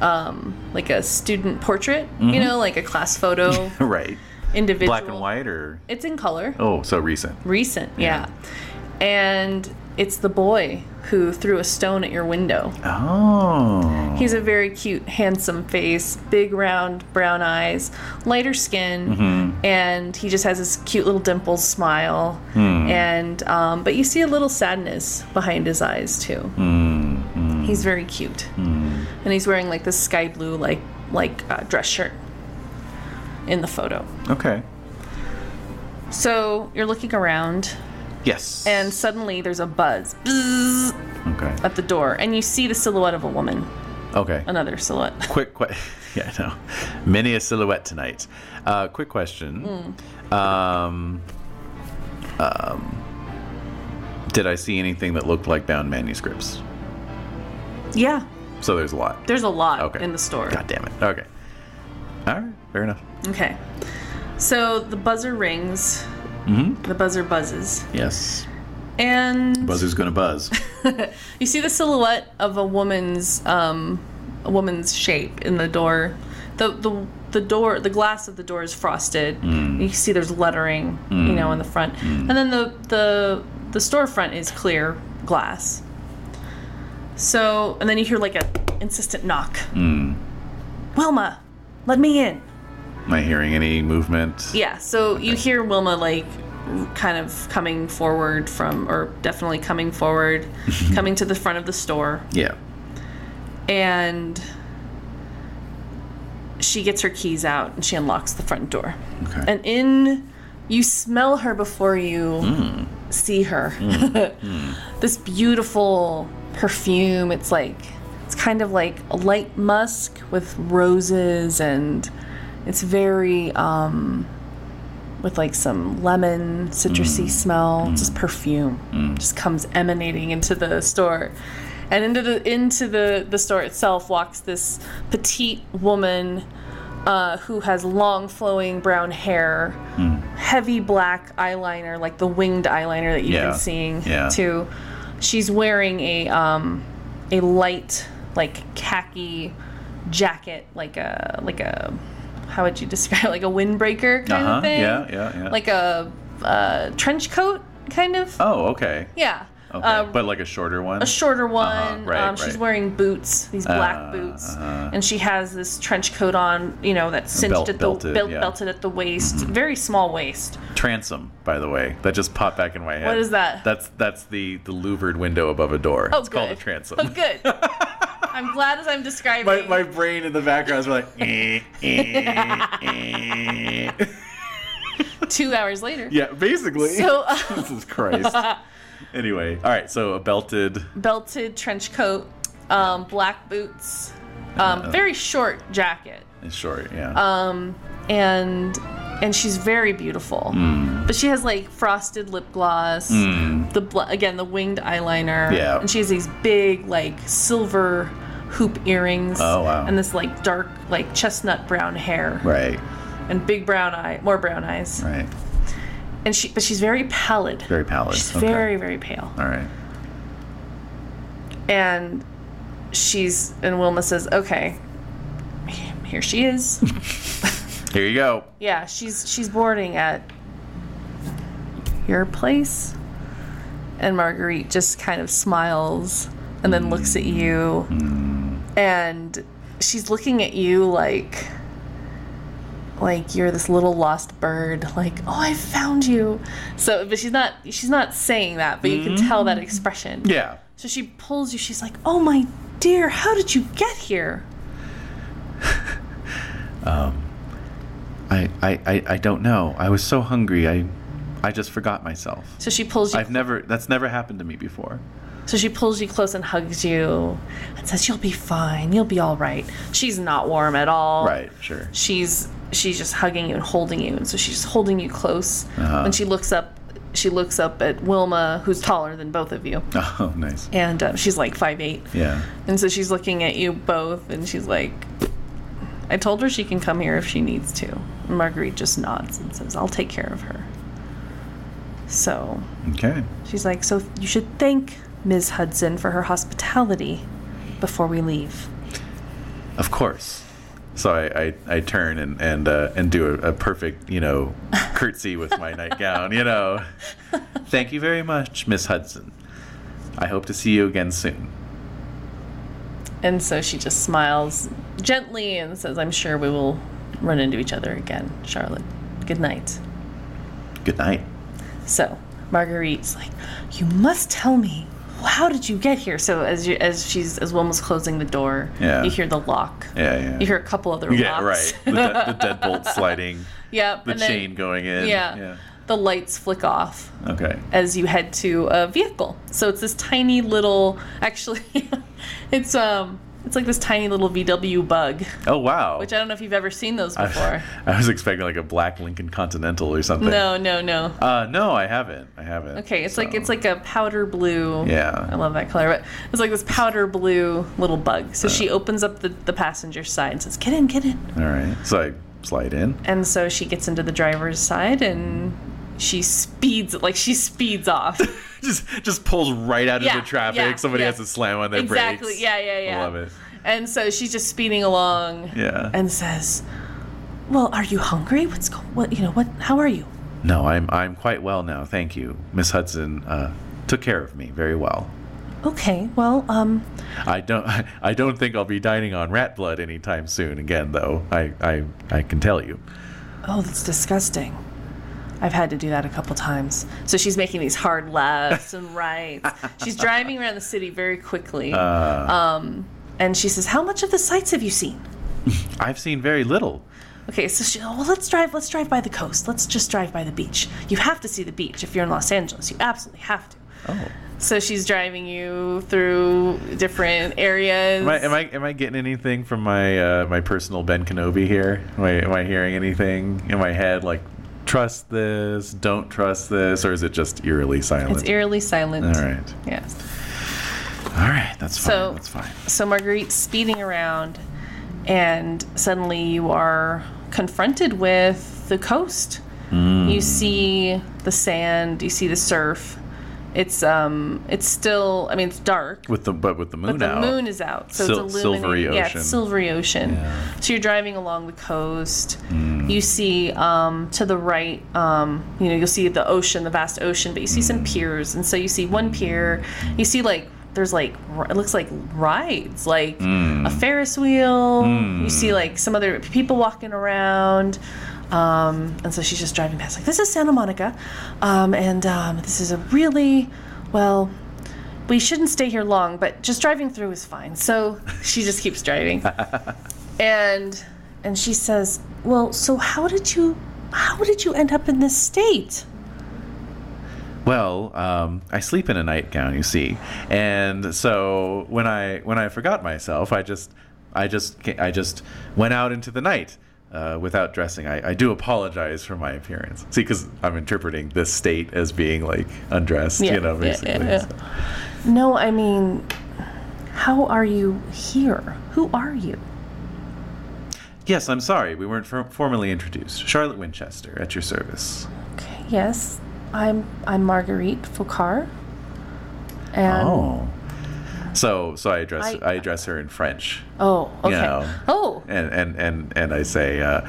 S3: um like a student portrait, you know, like a class
S1: *laughs*
S3: photo
S1: right.
S3: individual.
S1: Black Mm-hmm. and white or
S3: It's in color
S1: oh so recent.
S3: recent yeah. and it's the boy who threw a stone at your window
S1: Oh.
S3: he's a very cute handsome face big round brown eyes lighter skin and he just has this cute little dimpled smile and um, but you see a little sadness behind his eyes too he's very cute and he's wearing like this sky blue like like uh, dress shirt in the photo
S1: Okay.
S3: so you're looking around
S1: Yes.
S3: and suddenly there's a buzz Bzzz.
S1: okay.
S3: at the door, and you see the silhouette of a woman.
S1: Okay.
S3: Another silhouette.
S1: quick question. *laughs* Yeah, I know. Many a silhouette tonight. Uh, quick question.
S3: Hmm.
S1: Um, um, did I see anything that looked like bound manuscripts?
S3: Yeah,
S1: So there's a lot.
S3: there's a lot
S1: Okay.
S3: in the store.
S1: God damn it. Okay. All right. Fair enough.
S3: Okay. So the buzzer rings.
S1: Mhm.
S3: The buzzer buzzes.
S1: Yes.
S3: And
S1: Buzzer's gonna
S3: *laughs*
S1: buzz.
S3: you see the silhouette of a woman's um, a woman's shape in the door. The the the door the glass of the door is frosted. You see there's lettering, you know, in the front. And then the the the storefront is clear glass. So and then you hear like a insistent knock. Mm. Wilma, let me in.
S1: Am I hearing any movement?
S3: Yeah, so you hear Wilma like r- kind of coming forward from, or definitely coming forward, *laughs* coming to the front of the store,
S1: Yeah.
S3: and she gets her keys out and she unlocks the front door.
S1: Okay.
S3: And in, you smell her before you see her. *laughs* this beautiful perfume. It's like, it's kind of like a light musk with roses and it's very, um, with like some lemon
S1: Mm.
S3: citrusy smell, just perfume just comes emanating into the store. And into the into the, the store itself walks this petite woman uh, who has long flowing brown hair,
S1: Mm.
S3: heavy black eyeliner, like the winged eyeliner that you've
S1: Yeah.
S3: been seeing
S1: Yeah.
S3: too. She's wearing a um, a light like khaki jacket, like a like a how would you *laughs* describe it? like a windbreaker kind
S1: Uh-huh.
S3: of thing,
S1: Yeah, yeah, yeah.
S3: like a uh, trench coat kind of.
S1: Oh, okay.
S3: Yeah.
S1: Okay.
S3: Uh,
S1: but like a shorter one.
S3: a shorter one.
S1: right,
S3: um, she's
S1: right.
S3: wearing boots, these black
S1: Uh,
S3: boots,
S1: uh-huh.
S3: and she has this trench coat on, you know, that's cinched
S1: belt-
S3: at the
S1: belted,
S3: belt,
S1: yeah. Mm-hmm.
S3: belted at the waist, very small waist.
S1: Transom, by the way, that just popped back in my head.
S3: What is that?
S1: That's that's the the louvered window above a door.
S3: Oh,
S1: it's
S3: good.
S1: called a transom. *laughs*
S3: Oh, good. I'm glad as I'm describing.
S1: My, my brain in the background is like, eh, eh, eh.
S3: Two hours later.
S1: yeah, basically.
S3: So, uh,
S1: *laughs* Jesus
S3: *laughs*
S1: Christ. Anyway, all right. So a belted.
S3: belted trench coat, um, black boots,
S1: Uh-huh.
S3: um, very short jacket, um,
S1: It's short, yeah.
S3: and and she's very beautiful.
S1: Hmm.
S3: But she has like frosted lip gloss, the bl- again the winged eyeliner,
S1: Yeah.
S3: and she has these big like silver hoop earrings,
S1: Oh, wow.
S3: and this like dark like chestnut brown hair,
S1: Hmm, right,
S3: and big brown eye, more brown eyes,
S1: right.
S3: and she but she's very pallid,
S1: Very pallid.
S3: she's
S1: okay.
S3: very very pale.
S1: All right.
S3: and she's and Wilma says, "Okay, here she is."
S1: Here you go.
S3: yeah, she's she's boarding at your place, and Marguerite just kind of smiles and then looks at you, and she's looking at you like like you're this little lost bird like oh i found you so but she's not she's not saying that but you can tell that expression
S1: Yeah.
S3: so she pulls you. She's like, "Oh my dear, how did you get here?"
S1: I, I, I, I don't know. I was so hungry. I, I just forgot myself.
S3: So she pulls you.
S1: I've never. That's never happened to me before.
S3: so she pulls you close and hugs you, and says, "You'll be fine. You'll be all right." She's not warm at all.
S1: Right. Sure.
S3: She's she's just hugging you and holding you, and so she's just holding you close.
S1: Uh-huh.
S3: And she looks up. She looks up at Wilma, who's taller than both of you,
S1: *laughs* Oh, nice.
S3: and uh, she's like five eight.
S1: Yeah.
S3: And so she's looking at you both, and she's like, I told her she can come here if she needs to. And Marguerite just nods and says, I'll take care of her. So
S1: Okay.
S3: she's like, So you should thank Ms. Hudson for her hospitality before we leave.
S1: Of course. So I, I, I turn and and uh, and do a, a perfect you know curtsy with my nightgown. You know. Thank you very much, Miss Hudson. I hope to see you again soon.
S3: And so she just smiles gently and says, I'm sure we will run into each other again, Charlotte. Good night.
S1: Good night.
S3: So Marguerite's like, "You must tell me. How did you get here?" So as you, as she's as Wilma's closing the door,
S1: Yeah.
S3: you hear the lock.
S1: Yeah. Yeah.
S3: You hear a couple other
S1: yeah.
S3: locks.
S1: Right. The,
S3: *laughs*
S1: de- the deadbolt sliding.
S3: yep.
S1: The
S3: and then-
S1: chain going in.
S3: yeah, The lights flick off
S1: yeah. Okay.
S3: as you head to a vehicle. So *laughs* it's this tiny little. Actually, it's um. It's like this tiny little VW bug,
S1: Oh wow!
S3: which I don't know if you've ever seen those
S1: I, *laughs*
S3: before.
S1: I was expecting like a black Lincoln Continental or something.
S3: no, no, no.
S1: Uh, no, I haven't. I haven't.
S3: Okay, it's like
S1: So-
S3: it's like a powder blue.
S1: Yeah.
S3: I love that color. But it's like this powder blue little bug. So she opens up the, the passenger side and says, Get in, get in.
S1: All right. So I slide in. *laughs*
S3: And so she gets into the driver's side and she speeds like she speeds
S1: *laughs*
S3: off.
S1: just just pulls right out
S3: Yeah,
S1: into traffic.
S3: yeah,
S1: Somebody
S3: yeah.
S1: has to slam on their
S3: exactly.
S1: brakes.
S3: Yeah, yeah, yeah.
S1: I love it.
S3: And so she's just speeding along
S1: Yeah.
S3: and says, Well, are you hungry? What's going what you know, what how are you?
S1: no, I'm I'm quite well now. Thank you, Miss Hudson. Uh, took care of me very well.
S3: Okay, well, um,
S1: I don't *laughs* I don't think I'll be dining on rat blood anytime soon again, though. I I, I can tell you.
S3: Oh, that's disgusting. I've had to do that a couple times. So she's making these hard lefts and rights. She's driving around the city very quickly.
S1: Uh.
S3: um, and she says, How much of the sights have you seen?
S1: I've seen very little.
S3: Okay, so she, oh, well, let's drive. Let's drive by the coast. Let's just drive by the beach. You have to see the beach if you're in Los Angeles. You absolutely have to.
S1: Oh,
S3: So she's driving you through different areas.
S1: am I am I, am I getting anything from my uh, my personal Ben Kenobi here? Am I am I hearing anything in my head like trust this, don't trust this, or is it just eerily silent?
S3: It's eerily silent.
S1: All right.
S3: Yes.
S1: All right, that's fine.
S3: So-
S1: that's fine.
S3: So Marguerite's speeding around, and suddenly you are confronted with the coast. You see the sand, you see the surf. It's um, it's still. I mean, it's dark,
S1: With the but with the moon
S3: but the
S1: out.
S3: moon is out, so
S1: Sil-
S3: it's
S1: silvery
S3: illuminating. Yeah,
S1: ocean.
S3: it's silvery ocean.
S1: Yeah. Hmm.
S3: So you're driving along the coast. You see um, to the right, um, you know, you'll see the ocean, the vast ocean, but you see
S1: Hmm.
S3: some piers, and so you see one pier. You see like there's like r- it looks like rides, like
S1: Hmm.
S3: a Ferris wheel. You see like some other people walking around. Um, and so she's just driving past, like, this is Santa Monica. Um, and um, this is a really, well, we shouldn't stay here long, but just driving through is fine. So she just keeps driving.
S1: *laughs*
S3: and and she says, "Well, so how did you how did you end up in this state?"
S1: Well, um, I sleep in a nightgown, you see, and so when I when I forgot myself, I just I just ca- I just went out into the night uh, without dressing. I, I do apologize for my appearance. See, because I'm interpreting this state as being like undressed,
S3: Yeah,
S1: you know,
S3: yeah, yeah,
S1: basically.
S3: yeah.
S1: So-
S3: No, I mean, how are you here? Who are you?
S1: Yes, I'm sorry, we weren't for- formally introduced. Charlotte Winchester, at your service.
S3: Okay, yes, I'm I'm Marguerite Foucault. And
S1: oh, so so I address
S3: Um, I-
S1: I address her in French.
S3: Oh, okay.
S1: Yeah.
S3: Oh,
S1: and and and and I say, uh,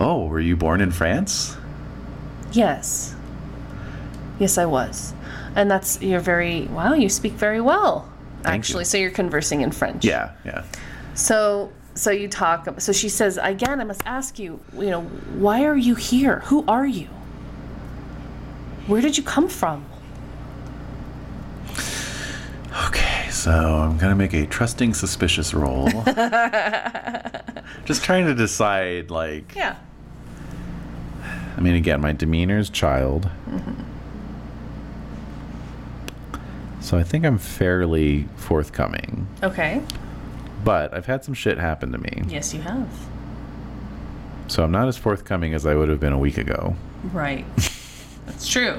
S1: "Oh, were you born in France?"
S3: yes. Yes, I was. And that's you're very wow, you speak very well.
S1: Thank
S3: actually,
S1: you.
S3: so you're conversing in French.
S1: Yeah, yeah.
S3: So so you talk so she says again I must ask you, you know, why are you here? Who are you? Where did you come from?
S1: Okay, so I'm gonna make a trusting, suspicious roll. Just trying to decide, like,
S3: Yeah.
S1: I mean, again, my demeanor is child. So I think I'm fairly forthcoming,
S3: Okay.
S1: but I've had some shit happen to me.
S3: Yes, you have.
S1: So I'm not as forthcoming as I would have been a week ago.
S3: Right.
S1: *laughs*
S3: That's true.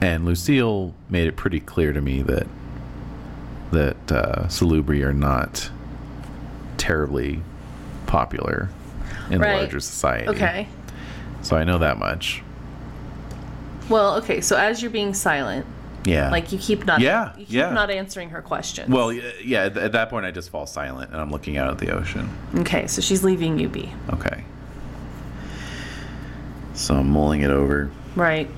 S1: And Lucille made it pretty clear to me that that uh, Salubri are not terribly popular in
S3: Right.
S1: the larger society.
S3: Okay.
S1: So I know that much.
S3: Well, okay, so as you're being silent,
S1: Yeah.
S3: like you keep not
S1: Yeah,
S3: you keep
S1: yeah.
S3: not answering her questions.
S1: well, y- yeah. At at that point, I just fall silent and I'm looking out at the ocean.
S3: Okay, so she's leaving you be.
S1: Okay. So I'm mulling it over.
S3: Right.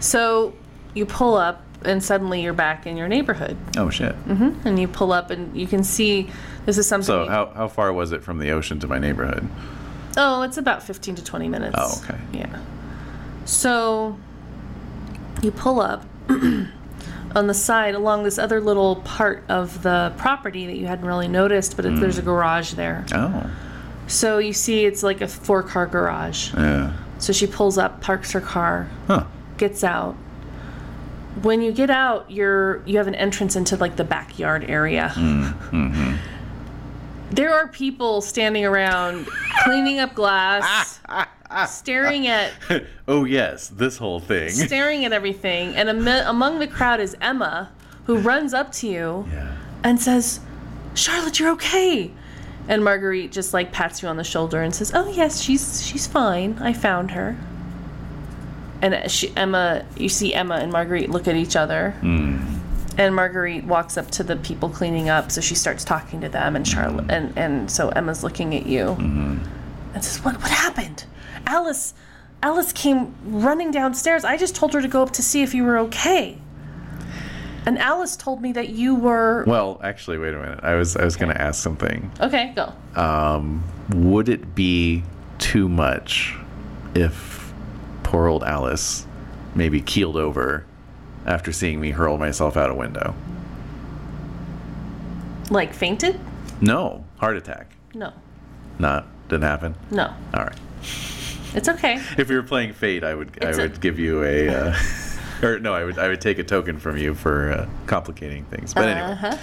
S3: So you pull up and suddenly you're back in your neighborhood.
S1: Oh shit.
S3: And you pull up and you can see this is something
S1: So how how far was it from the ocean to my neighborhood?
S3: Oh, it's about 15 to 20 minutes.
S1: Oh, okay.
S3: Yeah. So you pull up *clears throat* on the side along this other little part of the property that you hadn't really noticed, but it,
S1: Mm.
S3: there's a garage there.
S1: Oh.
S3: So you see it's like a four car garage.
S1: Yeah.
S3: So she pulls up, parks her car,
S1: Huh.
S3: gets out, when you get out, you're you have an entrance into like the backyard area. There are people standing around cleaning up glass, staring at
S1: *laughs* oh yes, this whole thing.
S3: staring at everything, and am- among the crowd is Emma, who runs up to you
S1: Yeah.
S3: and says, "Charlotte, you're okay." And Marguerite just like pats you on the shoulder and says, "Oh yes, she's she's fine. I found her." And she, Emma, you see Emma and Marguerite look at each other. And Marguerite walks up to the people cleaning up, so she starts talking to them, and Charlotte, and, and so Emma's looking at you, and says, "What what happened? Alice, Alice came running downstairs. I just told her to go up to see if you were okay." And Alice told me that you were
S1: Well, actually, wait a minute. I was I was going to ask something.
S3: Okay, go.
S1: Um, would it be too much if poor old Alice maybe keeled over after seeing me hurl myself out a window?
S3: Like fainted?
S1: No, heart attack.
S3: No.
S1: Not didn't happen.
S3: No.
S1: All right.
S3: It's okay.
S1: If we were playing Fate, I would
S3: It's
S1: I
S3: a-
S1: would give you a. Uh, *laughs* Or no, I would I would take a token from you for uh, complicating things. But anyway,
S3: Uh-huh.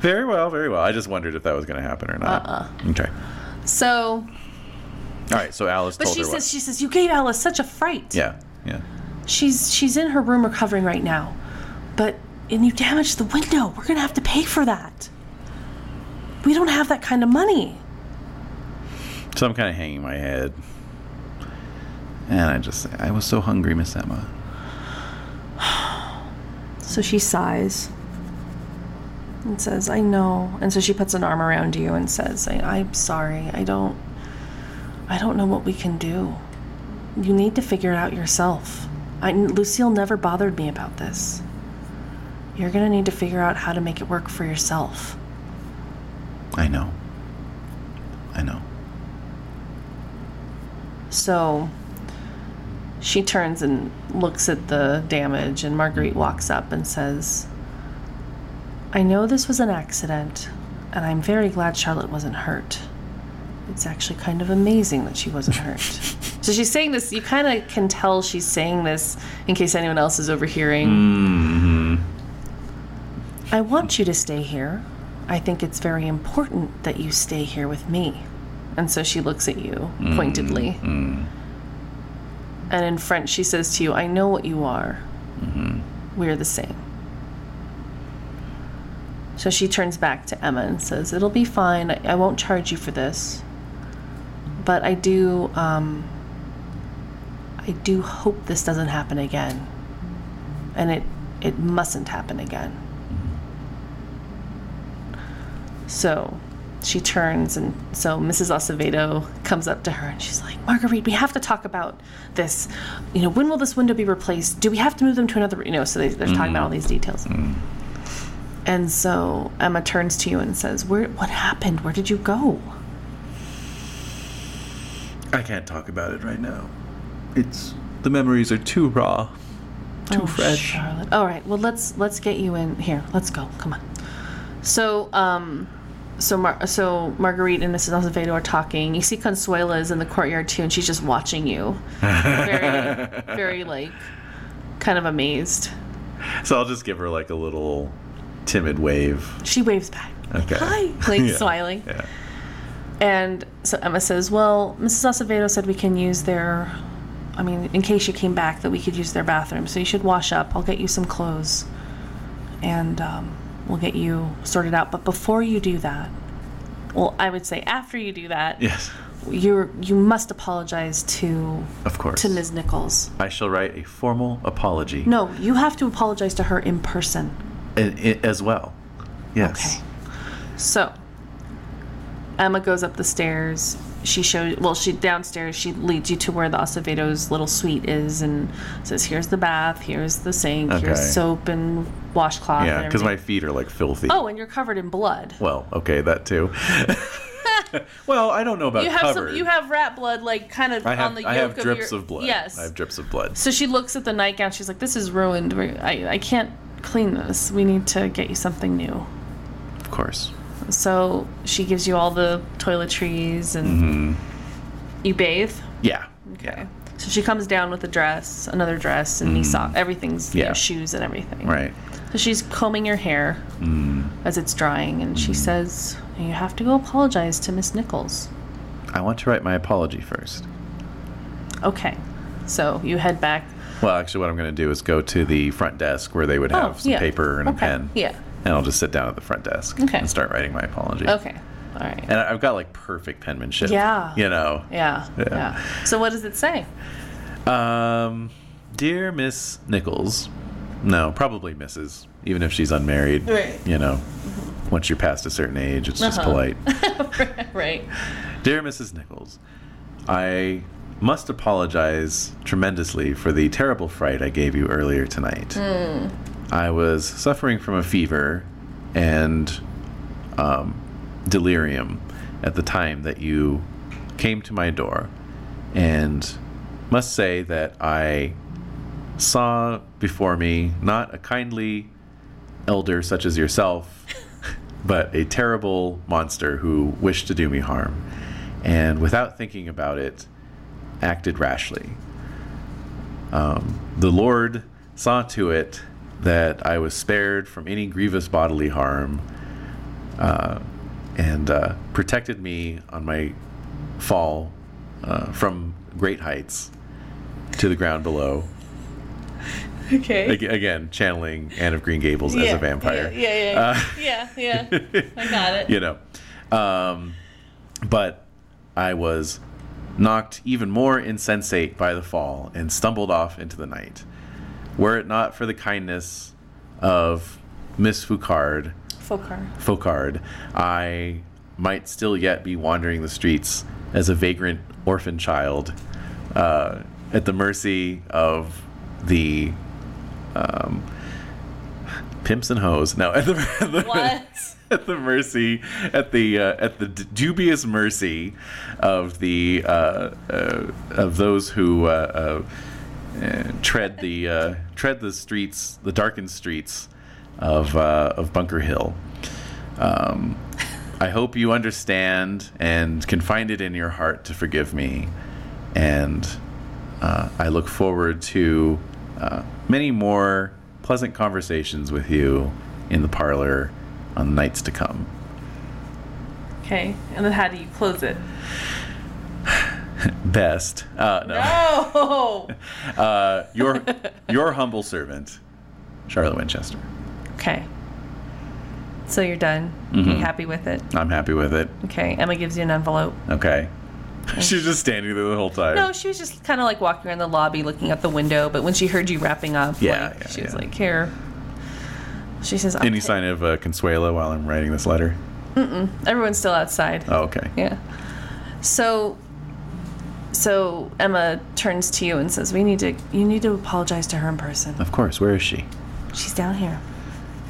S1: very well, very well. I just wondered if that was going to happen or not. Uh-uh. Okay,
S3: So,
S1: all right. So Alice
S3: but
S1: told
S3: she
S1: her
S3: says
S1: what-
S3: she says you gave Alice such a fright.
S1: Yeah, yeah.
S3: She's she's in her room recovering right now. But and you damaged the window. We're going to have to pay for that. We don't have that kind of money.
S1: So I'm kind of hanging my head, and I just I was so hungry, Miss Emma.
S3: So she sighs and says, I know. And so she puts an arm around you and says, I, I'm sorry. I don't. I don't know what we can do. You need to figure it out yourself. I, Lucille never bothered me about this. You're going to need to figure out how to make it work for yourself.
S1: I know. I know.
S3: So she turns and looks at the damage, and Marguerite walks up and says, I know this was an accident, and I'm very glad Charlotte wasn't hurt. It's actually kind of amazing that she wasn't hurt. so she's saying this, you kind of can tell she's saying this in case anyone else is overhearing.
S1: Mm. Mm-hmm.
S3: I want you to stay here. I think it's very important that you stay here with me. And so she looks at you pointedly.
S1: Mm.
S3: And in French, she says to you, I know what you are. We're the same. So she turns back to Emma and says, It'll be fine. I, I won't charge you for this. But I do, um, I do hope this doesn't happen again. And it, it mustn't happen again. So she turns, and so Mrs. Acevedo comes up to her and she's like, Marguerite, we have to talk about this. You know, when will this window be replaced? Do we have to move them to another? You know, so they, they're talking about all these details. And so Emma turns to you and says, Where, What happened? Where did you go?
S1: I can't talk about it right now. It's the memories are too *laughs* raw, too
S3: Oh, Charlotte. All right. Well, let's let's get you in here. Let's go. Come on. So, um, so Mar- so Marguerite and Mrs. Acevedo are talking. You see Consuela is in the courtyard too, and she's just watching you, very, very like, kind of amazed.
S1: So I'll just give her like a little timid wave.
S3: She waves back. like,
S1: Okay.
S3: Hi. Like
S1: *laughs* Yeah.
S3: smiling.
S1: Yeah.
S3: And so Emma says, Well, Mrs. Acevedo said we can use their, I mean, in case you came back, that we could use their bathroom. So you should wash up. I'll get you some clothes and um, we'll get you sorted out. But before you do that, well, I would say after you do that,
S1: Yes.
S3: you're, you must apologize to,
S1: Of course.
S3: to Ms. Nichols.
S1: I shall write a formal apology.
S3: No, you have to apologize to her in person.
S1: a- a- as well. Yes.
S3: Okay. So Emma goes up the stairs. She shows well, she downstairs. She leads you to where the Acevedo's little suite is, and says, "Here's the bath. Here's the sink. Here's
S1: Okay.
S3: soap and washcloth."
S1: Yeah,
S3: and
S1: because my
S3: everything."
S1: feet are like filthy.
S3: oh, and you're covered in blood.
S1: Well, okay, that too. *laughs* well, I don't know about
S3: You have
S1: covered.
S3: some. You have rat blood, like kind of
S1: I have,
S3: on the yoke
S1: I have
S3: of
S1: drips
S3: your,
S1: of blood.
S3: Yes.
S1: I have drips of blood.
S3: so she looks at the nightgown. She's like, "This is ruined. We- I I can't clean this. We need to get you something new."
S1: Of course.
S3: So she gives you all the toiletries, and you bathe.
S1: Yeah.
S3: Okay.
S1: Mm-hmm. Yeah.
S3: So So she comes down with a dress, another dress, and knee sock. Everything's you know,
S1: Mm-hmm. Yeah.
S3: shoes and everything.
S1: Right. Mm.
S3: So she's combing your hair as it's drying, and
S1: Mm-hmm.
S3: she says, "You have to go apologize to Miss Nichols."
S1: I want to write my apology first.
S3: Okay. So you head back.
S1: Well, actually, what I'm going to do is go to the front desk where they would have some
S3: Oh, yeah.
S1: paper and
S3: Okay,
S1: a pen.
S3: yeah.
S1: And I'll just sit down at the front desk
S3: Okay.
S1: and start writing my apology.
S3: Okay. All right.
S1: And I- I've got like perfect penmanship.
S3: Yeah.
S1: You know.
S3: Yeah.
S1: Yeah.
S3: Yeah. So what does it say? *laughs*
S1: Um, dear Miss Nichols, no, probably Mrs. Even if she's unmarried.
S3: Right.
S1: You know, once you're past a certain age, it's just
S3: Uh-huh.
S1: polite.
S3: right.
S1: Dear Mrs. Nichols, I must apologize tremendously for the terrible fright I gave you earlier tonight. I was suffering from a fever and um, delirium at the time that you came to my door, and must say that I saw before me not a kindly elder such as yourself, *laughs* but a terrible monster who wished to do me harm, and without thinking about it, acted rashly. Um, the Lord saw to it that I was spared from any grievous bodily harm, uh, and uh, protected me on my fall uh, from great heights to the ground below.
S3: Okay.
S1: Ag- Again, channeling Anne of Green Gables as a vampire. Uh,
S3: Yeah, yeah, yeah.
S1: *laughs*
S3: yeah, yeah. I got it.
S1: you know. Um, but I was knocked even more insensate by the fall and stumbled off into the night. Were it not for the kindness of Miss Foucard,
S3: Fokar.
S1: Foucard, I might still yet be wandering the streets as a vagrant orphan child, uh, at the mercy of the um, pimps and hoes. No, *laughs* at the, at the-
S3: *laughs* What?
S1: *laughs* at the mercy at the uh, at the d- dubious mercy of the uh, uh, of those who uh, uh, uh, tread the uh, tread the streets the darkened streets of uh, of Bunker Hill. Um, I hope you understand and can find it in your heart to forgive me, and uh, I look forward to uh, many more pleasant conversations with you in the parlor on nights to come.
S3: Okay. And then how do you close it?
S1: Best, uh, no,
S3: Oh.
S1: uh, your your humble servant, Charlotte Winchester.
S3: *laughs* Okay. So you're done.
S1: Mm-hmm.
S3: You happy with it?
S1: I'm happy with it.
S3: Okay. Emma gives you an envelope.
S1: Okay, *laughs* she's just standing there the whole time.
S3: No, she was just kind of like walking around the lobby, looking out the window. But when she heard you wrapping up,
S1: Yeah,
S3: like,
S1: yeah,
S3: she was
S1: yeah.
S3: like, "Here." She says,
S1: Any
S3: "I'll ta-
S1: sign of uh, Consuelo while I'm writing this letter?
S3: "Oh, "Everyone's still outside."
S1: Oh, okay.
S3: Yeah. So, so Emma turns to you and says, "We need to. You need to apologize to her in
S1: *laughs*
S3: person.
S1: Of course. Where is she?
S3: She's down here."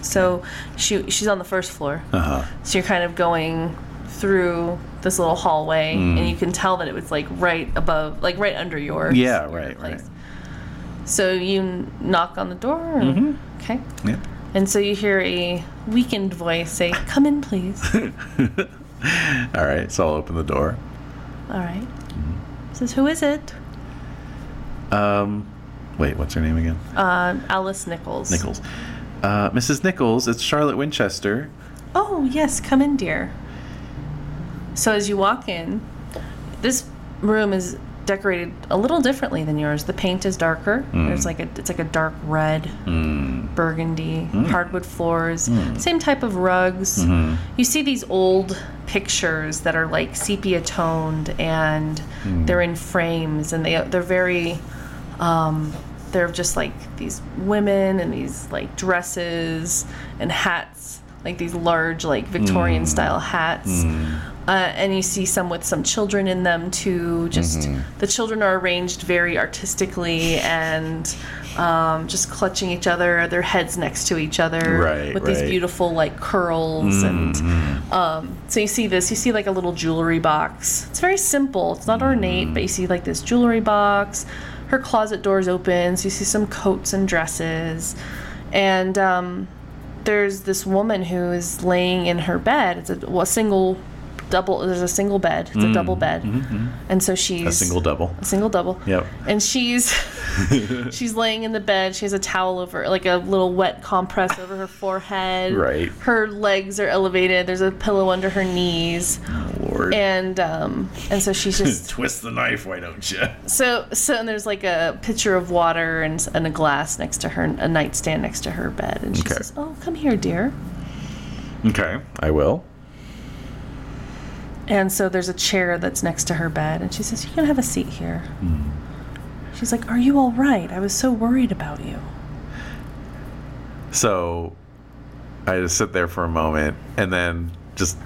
S3: So she she's on the first floor.
S1: Uh huh.
S3: So you're kind of going through this little hallway,
S1: Mm.
S3: and you can tell that it was like right above, like right under your
S1: Yeah,
S3: your
S1: right, right.
S3: So you n- knock on the door. or-
S1: Mm-hmm.
S3: Okay.
S1: Yep.
S3: And so you hear a weakened voice say, "Come in, please."
S1: *laughs* All right. So I'll open the door.
S3: All right. Says, "Who is it?"
S1: Um, wait. What's her name again?
S3: Uh, Alice Nichols.
S1: Nichols. Uh, Mrs. Nichols, it's Charlotte Winchester.
S3: Oh, yes, come in, dear. So, as you walk in, this room is decorated a little differently than yours. The paint is darker. There's like a it's like a dark red,
S1: Hmm.
S3: burgundy, hardwood floors, same type of rugs. You see these old pictures that are like sepia toned and they're in frames and they they're very um, they're just like these women and these like dresses and hats like these large like victorian
S1: Mm.
S3: style hats uh, and you see some with some children in them too just
S1: Mm-hmm.
S3: the children are arranged very artistically and um, just clutching each other their heads next to each other
S1: Right,
S3: with
S1: right. Mm.
S3: these beautiful like curls and um, so you see this you see like a little jewelry box it's very simple it's not ornate but you see like this jewelry box her closet doors open so you see some coats and dresses and um, there's this woman who is laying in her bed it's a, well, a single double. There's a single bed. It's a double bed, and so she's
S1: Mm-hmm. A single double.
S3: a single double.
S1: Yep.
S3: And she's *laughs* she's laying in the bed. She has a towel over, like a little wet compress over her forehead.
S1: Right.
S3: Her legs are elevated. There's a pillow under her knees,
S1: Oh, Lord.
S3: and um, and so she's
S1: *laughs*
S3: just
S1: Twist the knife, why don't you?
S3: so so. And there's like a pitcher of water and s- and a glass next to her, a nightstand next to her bed, and she
S1: Okay.
S3: says, "Oh, come here, dear."
S1: Okay, I will.
S3: And so there's a chair that's next to her bed, and she says, You can have a seat here.
S1: Hmm.
S3: She's like, Are you all right? I was so worried about you.
S1: So I just sit there for a moment and then just,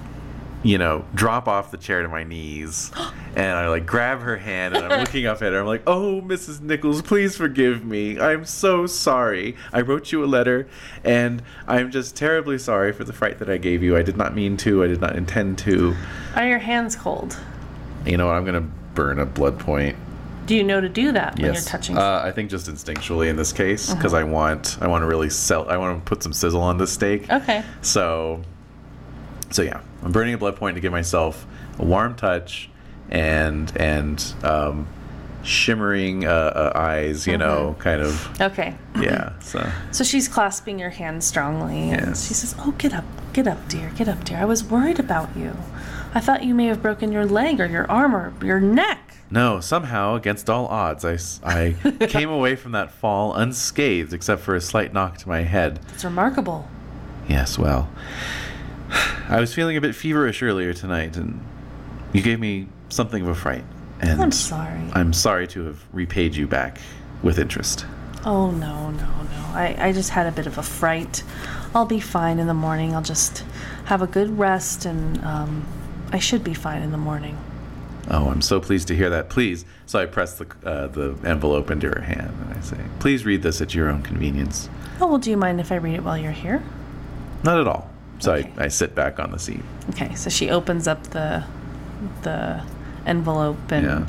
S1: you know, drop off the chair to my
S3: *gasps*
S1: knees. And I like grab her hand and I'm looking up at her. I'm like, oh, Mrs. Nichols, please forgive me. I'm so sorry. I wrote you a letter and I'm just terribly sorry for the fright that I gave you. I did not mean to, I did not intend to.
S3: Are your hands cold?
S1: You know what? I'm going to burn a blood point.
S3: Do you know to do that when
S1: Yes.
S3: you're touching? Uh-huh.
S1: Uh, I think just instinctually in this case, because I want I want to really sell. I want to put some sizzle on this steak.
S3: okay.
S1: So, so yeah, I'm burning a blood point to give myself a warm touch and and um, shimmering uh, uh, eyes. You know,
S3: Mm-hmm.
S1: kind of
S3: Okay.
S1: yeah. So
S3: So she's clasping your hand strongly, and
S1: Yes.
S3: she says, Oh, get up, get up, dear, get up, dear. I was worried about you. I thought you may have broken your leg or your arm or your neck.
S1: no, somehow against all odds, I s-
S3: *laughs*
S1: I came away from that fall unscathed, except for a slight knock to my head.
S3: It's remarkable.
S1: Yes, well, I was feeling a bit feverish earlier tonight, and you gave me something of a fright. And
S3: I'm sorry.
S1: I'm sorry to have repaid you back with interest.
S3: Oh no, no, no. I, I just had a bit of a fright. I'll be fine in the morning. I'll just have a good rest and um, I should be fine in the morning.
S1: Oh, I'm so pleased to hear that. Please. So I press the, uh, the envelope into her hand and I say, please read this at your own convenience.
S3: Oh, well, do you mind if I read it while you're here?
S1: Not at all. So
S3: Okay.
S1: I, I sit back on the seat.
S3: Okay, so she opens up the the envelope and
S1: Yeah.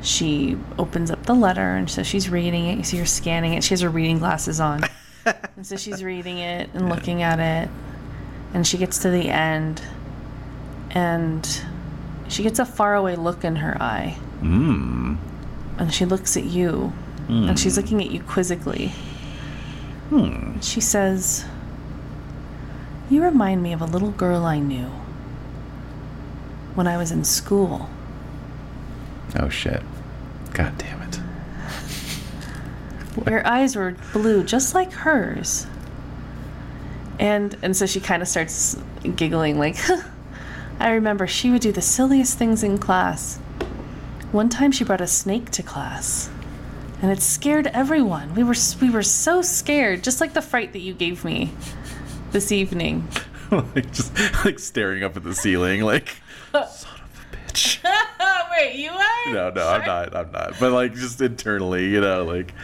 S3: she opens up the letter and so she's reading it. You see her scanning it. She has her reading glasses on. and so she's reading it and looking at it. And she gets to the end and she gets a faraway look in her eye. Mm. And she looks at you.
S1: Hmm.
S3: And she's looking at you quizzically. Hmm. She says, You remind me of a little girl I knew when I was in school.
S1: Oh, shit. God damn it. *laughs*
S3: Your eyes were blue, just like hers. And and so she kind of starts giggling, like, *laughs* I remember she would do the silliest things in class. One time she brought a snake to class, and it scared everyone. We were s- we were so scared, just like the fright that you gave me this evening. *laughs*
S1: like just like staring up at the ceiling like,
S3: *laughs*
S1: son of a bitch.
S3: Oh, Wait, you are?
S1: No, no,
S3: *laughs*
S1: I'm not. I'm not. But like just internally, you know, like. *laughs*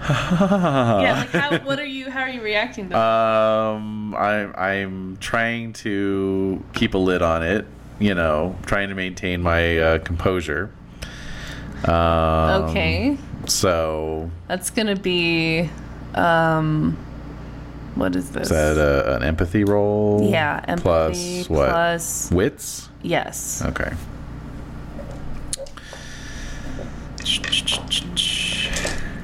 S3: Yeah, like how? What are you? How are you reacting? To
S1: Um, I'm I'm trying to keep a lid on it. You know, trying to maintain my uh, composure. Um,
S3: okay,
S1: So
S3: that's gonna be, um, what is this?
S1: is that uh, an empathy roll?
S3: yeah, empathy
S1: plus what?
S3: plus-
S1: Wits.
S3: yes.
S1: Okay.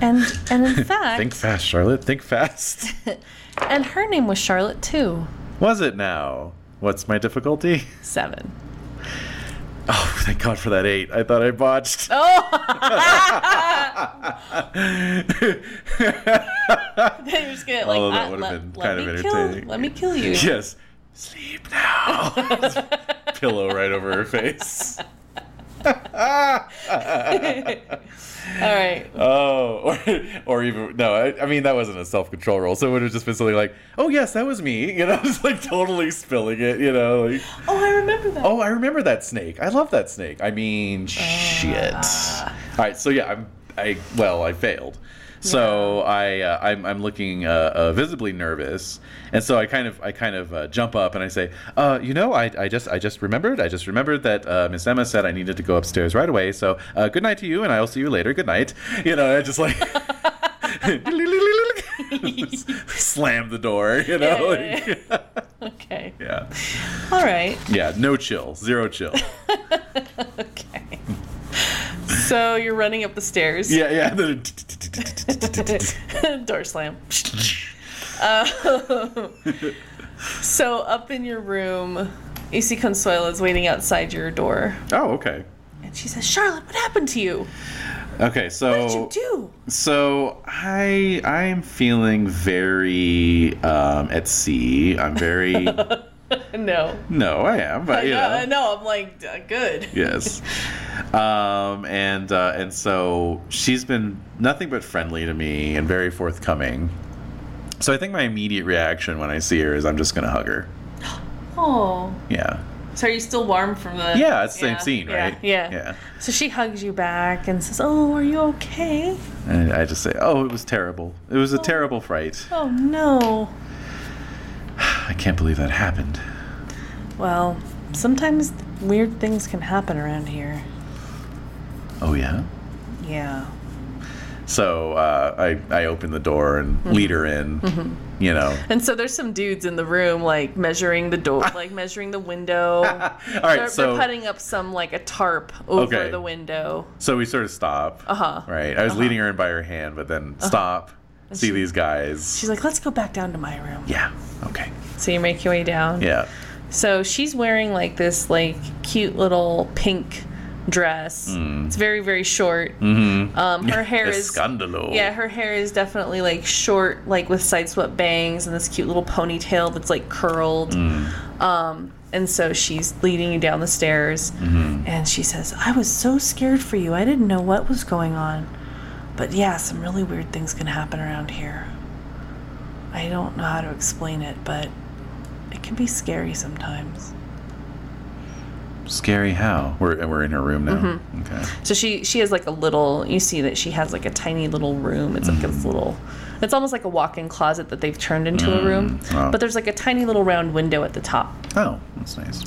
S3: And
S1: *laughs*
S3: and in fact,
S1: Think fast, Charlotte. Think fast. *laughs*
S3: and her name was Charlotte too.
S1: Was it now? What's my difficulty? *laughs*
S3: Seven. *laughs*
S1: Oh, thank God for that eight. I thought I botched.
S3: Oh. *laughs*
S1: *laughs*
S3: You're just gonna like
S1: Although Oh, that
S3: ah,
S1: would've
S3: let,
S1: been
S3: let
S1: kind
S3: me
S1: of entertaining.
S3: kill, let me kill you.
S1: Yes. Sleep now. *laughs* Pillow right over her face.
S3: All right.
S1: Oh, *laughs* or, or even no. I, I mean, that wasn't a self control role, so it would have just been something like, "Oh yes, that was me," you know, *laughs* just like totally spilling it, you know, like,
S3: Oh, I remember that.
S1: "Oh, I remember that snake. I love that snake." I mean, shit. All right, so yeah, I'm, I well, I failed. So I, uh, I'm, I'm looking uh, uh, visibly nervous, and so I kind of, I kind of uh, jump up and I say, uh, you know, I, I just, I just remembered, I just remembered that uh, Miss Emma said I needed to go upstairs right away. So uh, good night to you, and I'll see you later. Good night. You know, I just like *laughs* slam the door, you know. like-
S3: okay.
S1: *laughs* Yeah.
S3: All right.
S1: Yeah. No chill. Zero chill.
S3: Okay. So you're running up the stairs.
S1: *laughs* Yeah. Yeah. The-
S3: *laughs* Door slam. Um, *laughs* so up in your room, you see Consuela is waiting outside your door,
S1: oh, okay.
S3: and she says, "Charlotte, what happened to you?
S1: Okay. So.
S3: What did
S1: Oh.
S3: you
S1: So I I am feeling very um, at sea. I'm
S3: *laughs*
S1: very
S3: do?" No.
S1: no, I am, but *laughs*
S3: I
S1: you
S3: know, I
S1: know,
S3: know. I'm like, "Duh, good.
S1: yes. Um, and uh, and so she's been nothing but friendly to me and very forthcoming. So I think my immediate reaction when I see her is I'm just gonna hug her.
S3: Oh.
S1: Yeah,
S3: So are you still warm from the?
S1: yeah, it's the same scene,
S3: yeah,
S1: right?
S3: Yeah.
S1: yeah.
S3: So she hugs you back and says, "Oh, are you okay?
S1: And I just say, oh, it was terrible. It was a terrible fright.
S3: Oh no."
S1: I can't believe that happened.
S3: Well, sometimes weird things can happen around here.
S1: Oh yeah.
S3: Yeah.
S1: So uh, I I open the door and
S3: Mm-hmm.
S1: lead her in. You know.
S3: And so there's some dudes in the room like measuring the
S1: *laughs*
S3: door, like measuring the window.
S1: All
S3: they're,
S1: right,
S3: they're
S1: so
S3: putting up some like a tarp over
S1: Okay.
S3: the window.
S1: so we sort of stop. Uh
S3: Uh-huh.
S1: Right. I was leading her in by her hand, but then stop. See
S3: she-
S1: these guys.
S3: She's like, "Let's go back down to my room."
S1: Yeah. Okay.
S3: So you make your way down.
S1: Yeah.
S3: So she's wearing like this like cute little pink dress. It's very very short. Mm-hmm. Um, her hair is
S1: Escandalo.
S3: yeah, her hair is definitely like short, like with side swept bangs and this cute little ponytail that's like curled. Um, and so she's leading you down the stairs, and she says, "I was so scared for you. I didn't know what was going on, but yeah, some really weird things can happen around here. I don't know how to explain it, but it can be scary sometimes."
S1: Scary. How? We're we're in her room now.
S3: Mm-hmm.
S1: Okay.
S3: So she she has like a little. You see that she has like a tiny little room. It's like
S1: Mm.
S3: this little. It's almost like a walk-in closet that they've turned into a room.
S1: wow.
S3: But there's like a tiny little round window at the top.
S1: Oh, that's nice.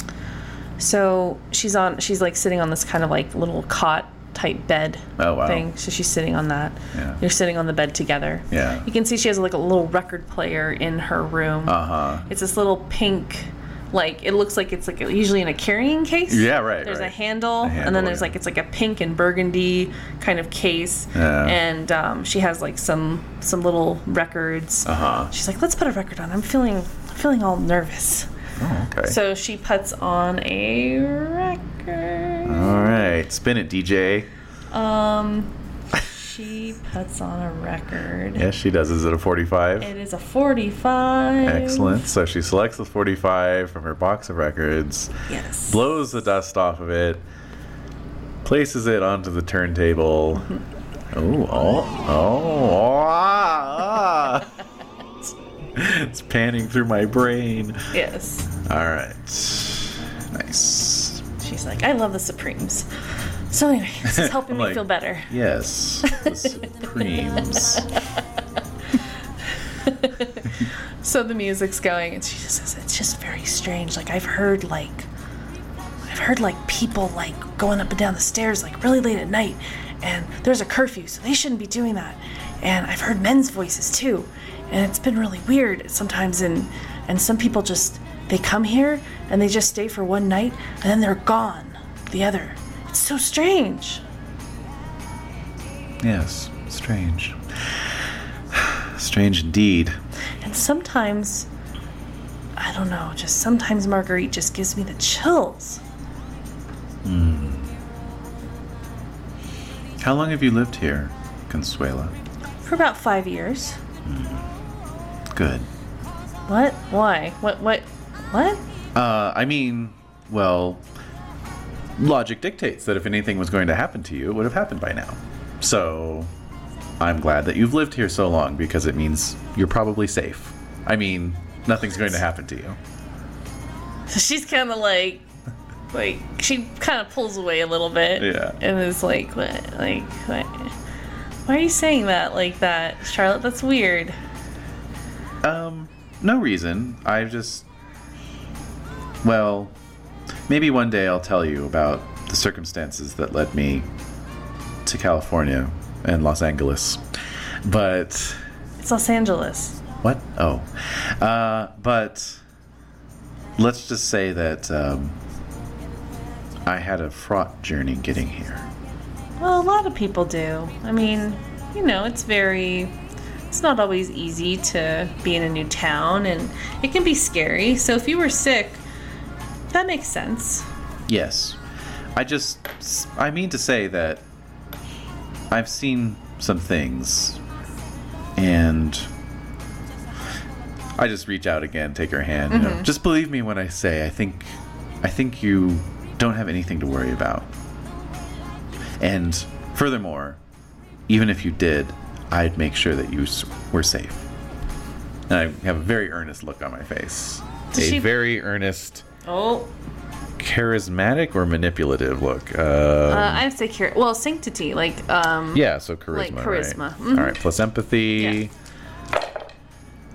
S3: So she's on. She's like sitting on this kind of like little cot type bed
S1: Oh, wow.
S3: thing. So she's sitting on that.
S1: Yeah.
S3: You're sitting on the bed together.
S1: Yeah.
S3: You can see she has like a little record player in her room.
S1: Uh huh.
S3: It's this little pink, like it looks like it's like usually in a carrying case.
S1: Yeah, right,
S3: There's a
S1: right.
S3: handle, and
S1: handle,
S3: then there's
S1: yeah.
S3: like it's like a pink and burgundy kind of case,
S1: Yeah.
S3: and um, she has like some some little records.
S1: Uh huh.
S3: She's like, let's put a record on. I'm feeling I'm feeling all nervous.
S1: Oh, okay.
S3: So she puts on a record.
S1: All right. Spin it, DJ. *laughs*
S3: Um, she puts on a record.
S1: Yes, she does. Is it a forty-five?
S3: It is a 45.
S1: Excellent. So she selects the 45 from her box of records,
S3: Yes.
S1: blows the dust off of it, places it onto the turntable. Oh, oh, oh, ah, ah. it's panning through my brain.
S3: Yes.
S1: All right. Nice.
S3: She's like, I love the Supremes. So anyway, this is helping
S1: I'm
S3: me
S1: like-
S3: feel better.
S1: Yes, the Supremes.
S3: So the music's going, and she just says, it's just very strange. Like I've heard like, I've heard like people like going up and down the stairs like really late at night, and there's a curfew, so they shouldn't be doing that. And I've heard men's voices too, and it's been really weird sometimes. And and some people just they come here and they just stay for one night and then they're gone the other. It's so strange.
S1: Yes, strange. Strange indeed.
S3: And sometimes, I don't know, just sometimes Marguerite just gives me the chills.
S1: How long have you lived here, Consuela?
S3: For about five years.
S1: Good.
S3: What? Why? What? What? What? *laughs*
S1: Uh, I mean, well, logic dictates that if anything was going to happen to you, it would have happened by now. So, I'm glad that you've lived here so long because it means you're probably safe. I mean, nothing's going to happen to you.
S3: So she's kind of like, like she kind of pulls away a little bit.
S1: Yeah.
S3: And is like, what? Like, what? Why are you saying that like that, Charlotte? That's weird.
S1: Um, no reason. I've just. Well, maybe one day I'll tell you about the circumstances that led me to California and Los Angeles. But
S3: It's Los Angeles.
S1: What? Oh. Uh, but let's just say that um, I had a fraught journey getting here.
S3: Well, a lot of people do. I mean, you know, it's very. It's not always easy to be in a new town, and it can be scary. So if you were sick, that makes sense.
S1: Yes. I just, I mean to say that I've seen some things, and I just reach out again, take her hand. you know, just believe me when I say I think, I think you don't have anything to worry about. And furthermore, even if you did, I'd make sure that you s- were safe. And I have a very earnest look on my face.
S3: Does
S1: a
S3: she-
S1: very earnest
S3: Oh,
S1: charismatic or manipulative look? Uh,
S3: uh, I say cure. Well, sanctity, like um,
S1: yeah, so charisma.
S3: like
S1: right.
S3: charisma. Mhm.
S1: All right, plus empathy.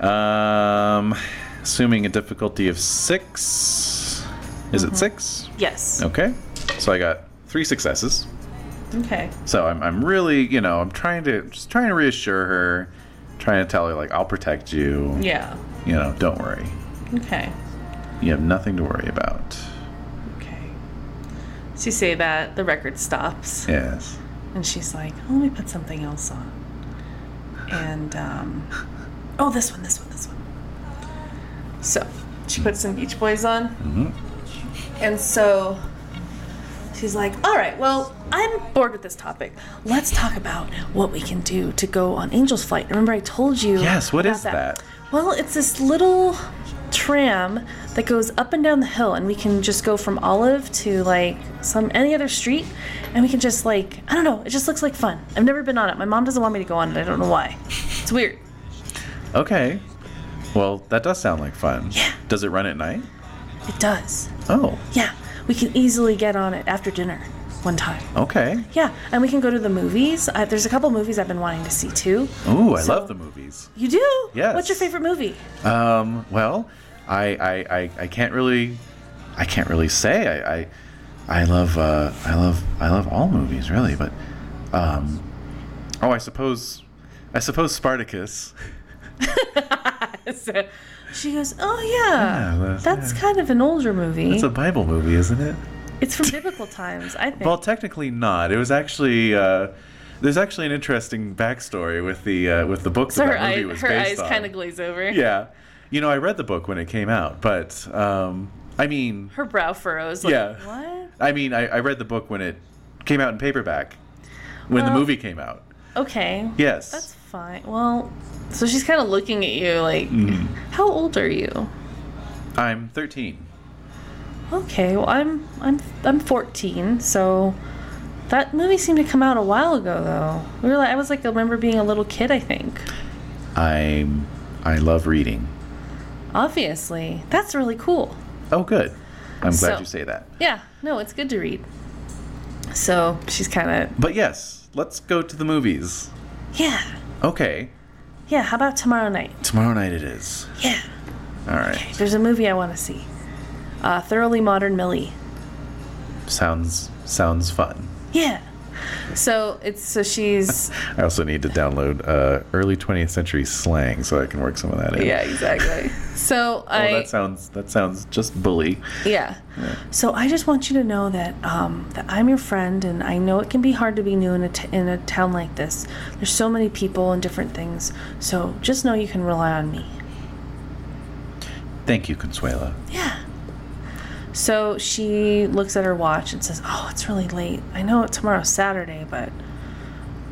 S1: Um, assuming a difficulty of six. Is
S3: Mm-hmm.
S1: it six?
S3: yes.
S1: Okay. So I got three successes.
S3: Okay.
S1: So I'm, I'm really, you know, I'm trying to just trying to reassure her, trying to tell her like I'll protect you.
S3: Yeah.
S1: You know, don't worry.
S3: Okay.
S1: You have nothing to worry about.
S3: Okay. So you say that the record stops,
S1: Yes.
S3: and she's like, oh, "Let me put something else on." And um, oh, this one, this one, this one. So she puts some Beach Boys on,
S1: Mm-hmm.
S3: and so she's like, "All right, well." I'm bored with this topic. Let's talk about what we can do to go on Angel's Flight. Remember, I told you.
S1: Yes. What
S3: about
S1: is that?
S3: Well, it's this little tram that goes up and down the hill, and we can just go from Olive to like some any other street, and we can just like I don't know. It just looks like fun. I've never been on it. My mom doesn't want me to go on it. I don't know why. It's weird.
S1: Okay. Well, that does sound like fun. Yeah. Does it run at night?
S3: It does.
S1: Oh.
S3: Yeah, we can easily get on it after dinner one time.
S1: Okay.
S3: Yeah, and we can go to the movies. Uh, there's a couple movies I've been wanting to see too.
S1: Ooh, I
S3: So-
S1: love the movies.
S3: You do?
S1: Yes.
S3: What's your favorite movie? *laughs*
S1: Um, well, I, I, I, I can't really, I can't really say. I, I, I love, uh, I love, I love all movies really. But, um, oh, I suppose, I suppose Spartacus.
S3: She goes, Oh, yeah.
S1: Yeah, *laughs* that's-
S3: that's kind of an older movie.
S1: It's a Bible movie, isn't it?
S3: It's from biblical times, I think.
S1: Well, technically not. It was actually. Uh, there's actually an interesting backstory with the uh, with the book
S3: so
S1: that
S3: her,
S1: that movie
S3: eye,
S1: was
S3: her
S1: based
S3: eyes
S1: on.
S3: kind of glaze over.
S1: yeah, you know, I read the book when it came out, but um, I mean,
S3: Her brow furrows. Like,
S1: Yeah.
S3: What?
S1: I mean, I, I read the book when it came out in paperback, when the
S3: Well-
S1: movie came out.
S3: Okay.
S1: Yes.
S3: That's fine. Well, so she's kind of looking at you like,
S1: Mm-hmm.
S3: how old are you?
S1: I'm 13.
S3: Okay. Well, I'm I'm I'm 14. So that movie seemed to come out a while ago, though. We were like, I was like, I remember being a little kid. I think.
S1: I'm. I love reading.
S3: Obviously, that's really cool.
S1: Oh, good. I'm glad
S3: So-
S1: you say that.
S3: Yeah. No, it's good to read. So she's kind of
S1: But yes, let's go to the movies.
S3: yeah.
S1: Okay.
S3: Yeah, how about tomorrow night?
S1: Tomorrow night it is.
S3: Yeah.
S1: All right.
S3: There's a movie I want to see. Uh, Thoroughly Modern Millie.
S1: Sounds sounds fun.
S3: Yeah. So it's so she's
S1: I also need to download uh, early 20th century slang so I can work some of that in.
S3: *laughs* yeah exactly. So
S1: Oh,
S3: I
S1: that sounds that sounds just bully.
S3: yeah. So I just want you to know that um, that I'm your friend, and I know it can be hard to be new in a t- in a town like this. There's so many people and different things. So just know you can rely on me.
S1: Thank you, Consuela.
S3: Yeah. So she looks at her watch and says, Oh, it's really late. I know tomorrow's Saturday, but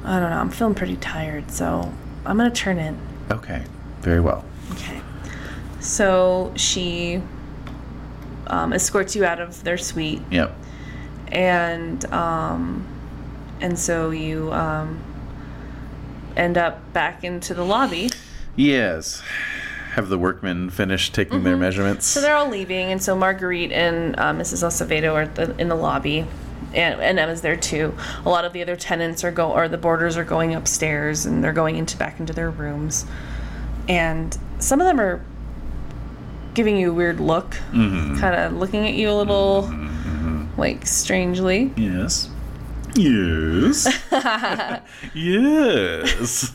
S3: I don't know. I'm feeling pretty tired, so I'm going to turn in.
S1: Okay. Very well.
S3: Okay. So she um, escorts you out of their suite,
S1: Yep.
S3: and um, and so you um, end up back into the lobby.
S1: Yes. Have the workmen finished taking their measurements?
S3: So they're all leaving, and so Marguerite and uh, Mrs. Acevedo are at the, in the lobby, and, and Emma's there too. A lot of the other tenants are go or the boarders are going upstairs, and they're going into back into their rooms, and some of them are giving you a weird look, kind of looking at you a little like strangely.
S1: Yes. Yes. yes.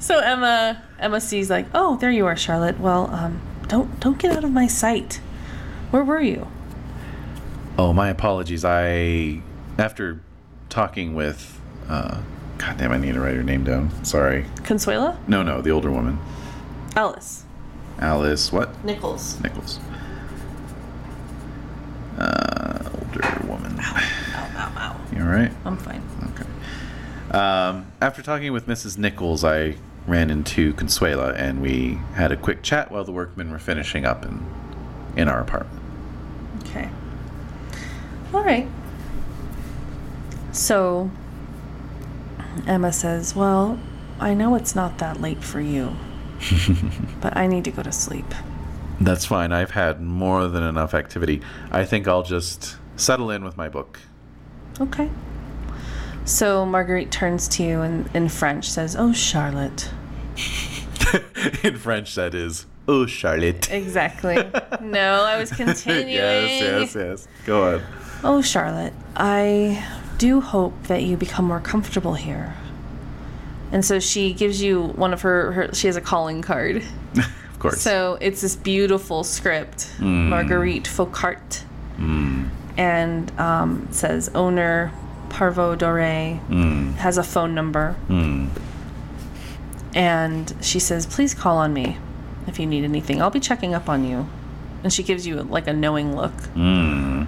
S3: So Emma Emma sees like, oh, there you are, Charlotte. Well, um, Don't don't get out of my sight. Where were you?
S1: Oh, my apologies. I after talking with uh God damn, I need to write her name down. Sorry.
S3: Consuela?
S1: No, no, the older woman.
S3: Alice.
S1: Alice what?
S3: Nichols.
S1: Nichols. Uh older woman.
S3: Ow, ow, ow.
S1: You alright?
S3: I'm fine.
S1: Okay. Um, after talking with Mrs. Nichols, I ran into Consuela and we had a quick chat while the workmen were finishing up in, in our apartment.
S3: Okay. All right. So Emma says, Well, I know it's not that late for you, but I need to go to sleep.
S1: That's fine. I've had more than enough activity. I think I'll just settle in with my book. *laughs*
S3: Okay. So Marguerite turns to you and in French says, Oh, Charlotte.
S1: in French, that is, oh, Charlotte.
S3: Exactly. *laughs* no, I was continuing.
S1: yes, *laughs* yes, yes. Go on. *laughs*
S3: Oh, Charlotte, I do hope that you become more comfortable here. And so she gives you one of her, her she has a calling card.
S1: Of course.
S3: So it's this beautiful script, Marguerite Focart, and um, it says owner Parvo Doré has a phone number, and she says, "Please call on me if you need anything. I'll be checking up on you." And she gives you like a knowing look, and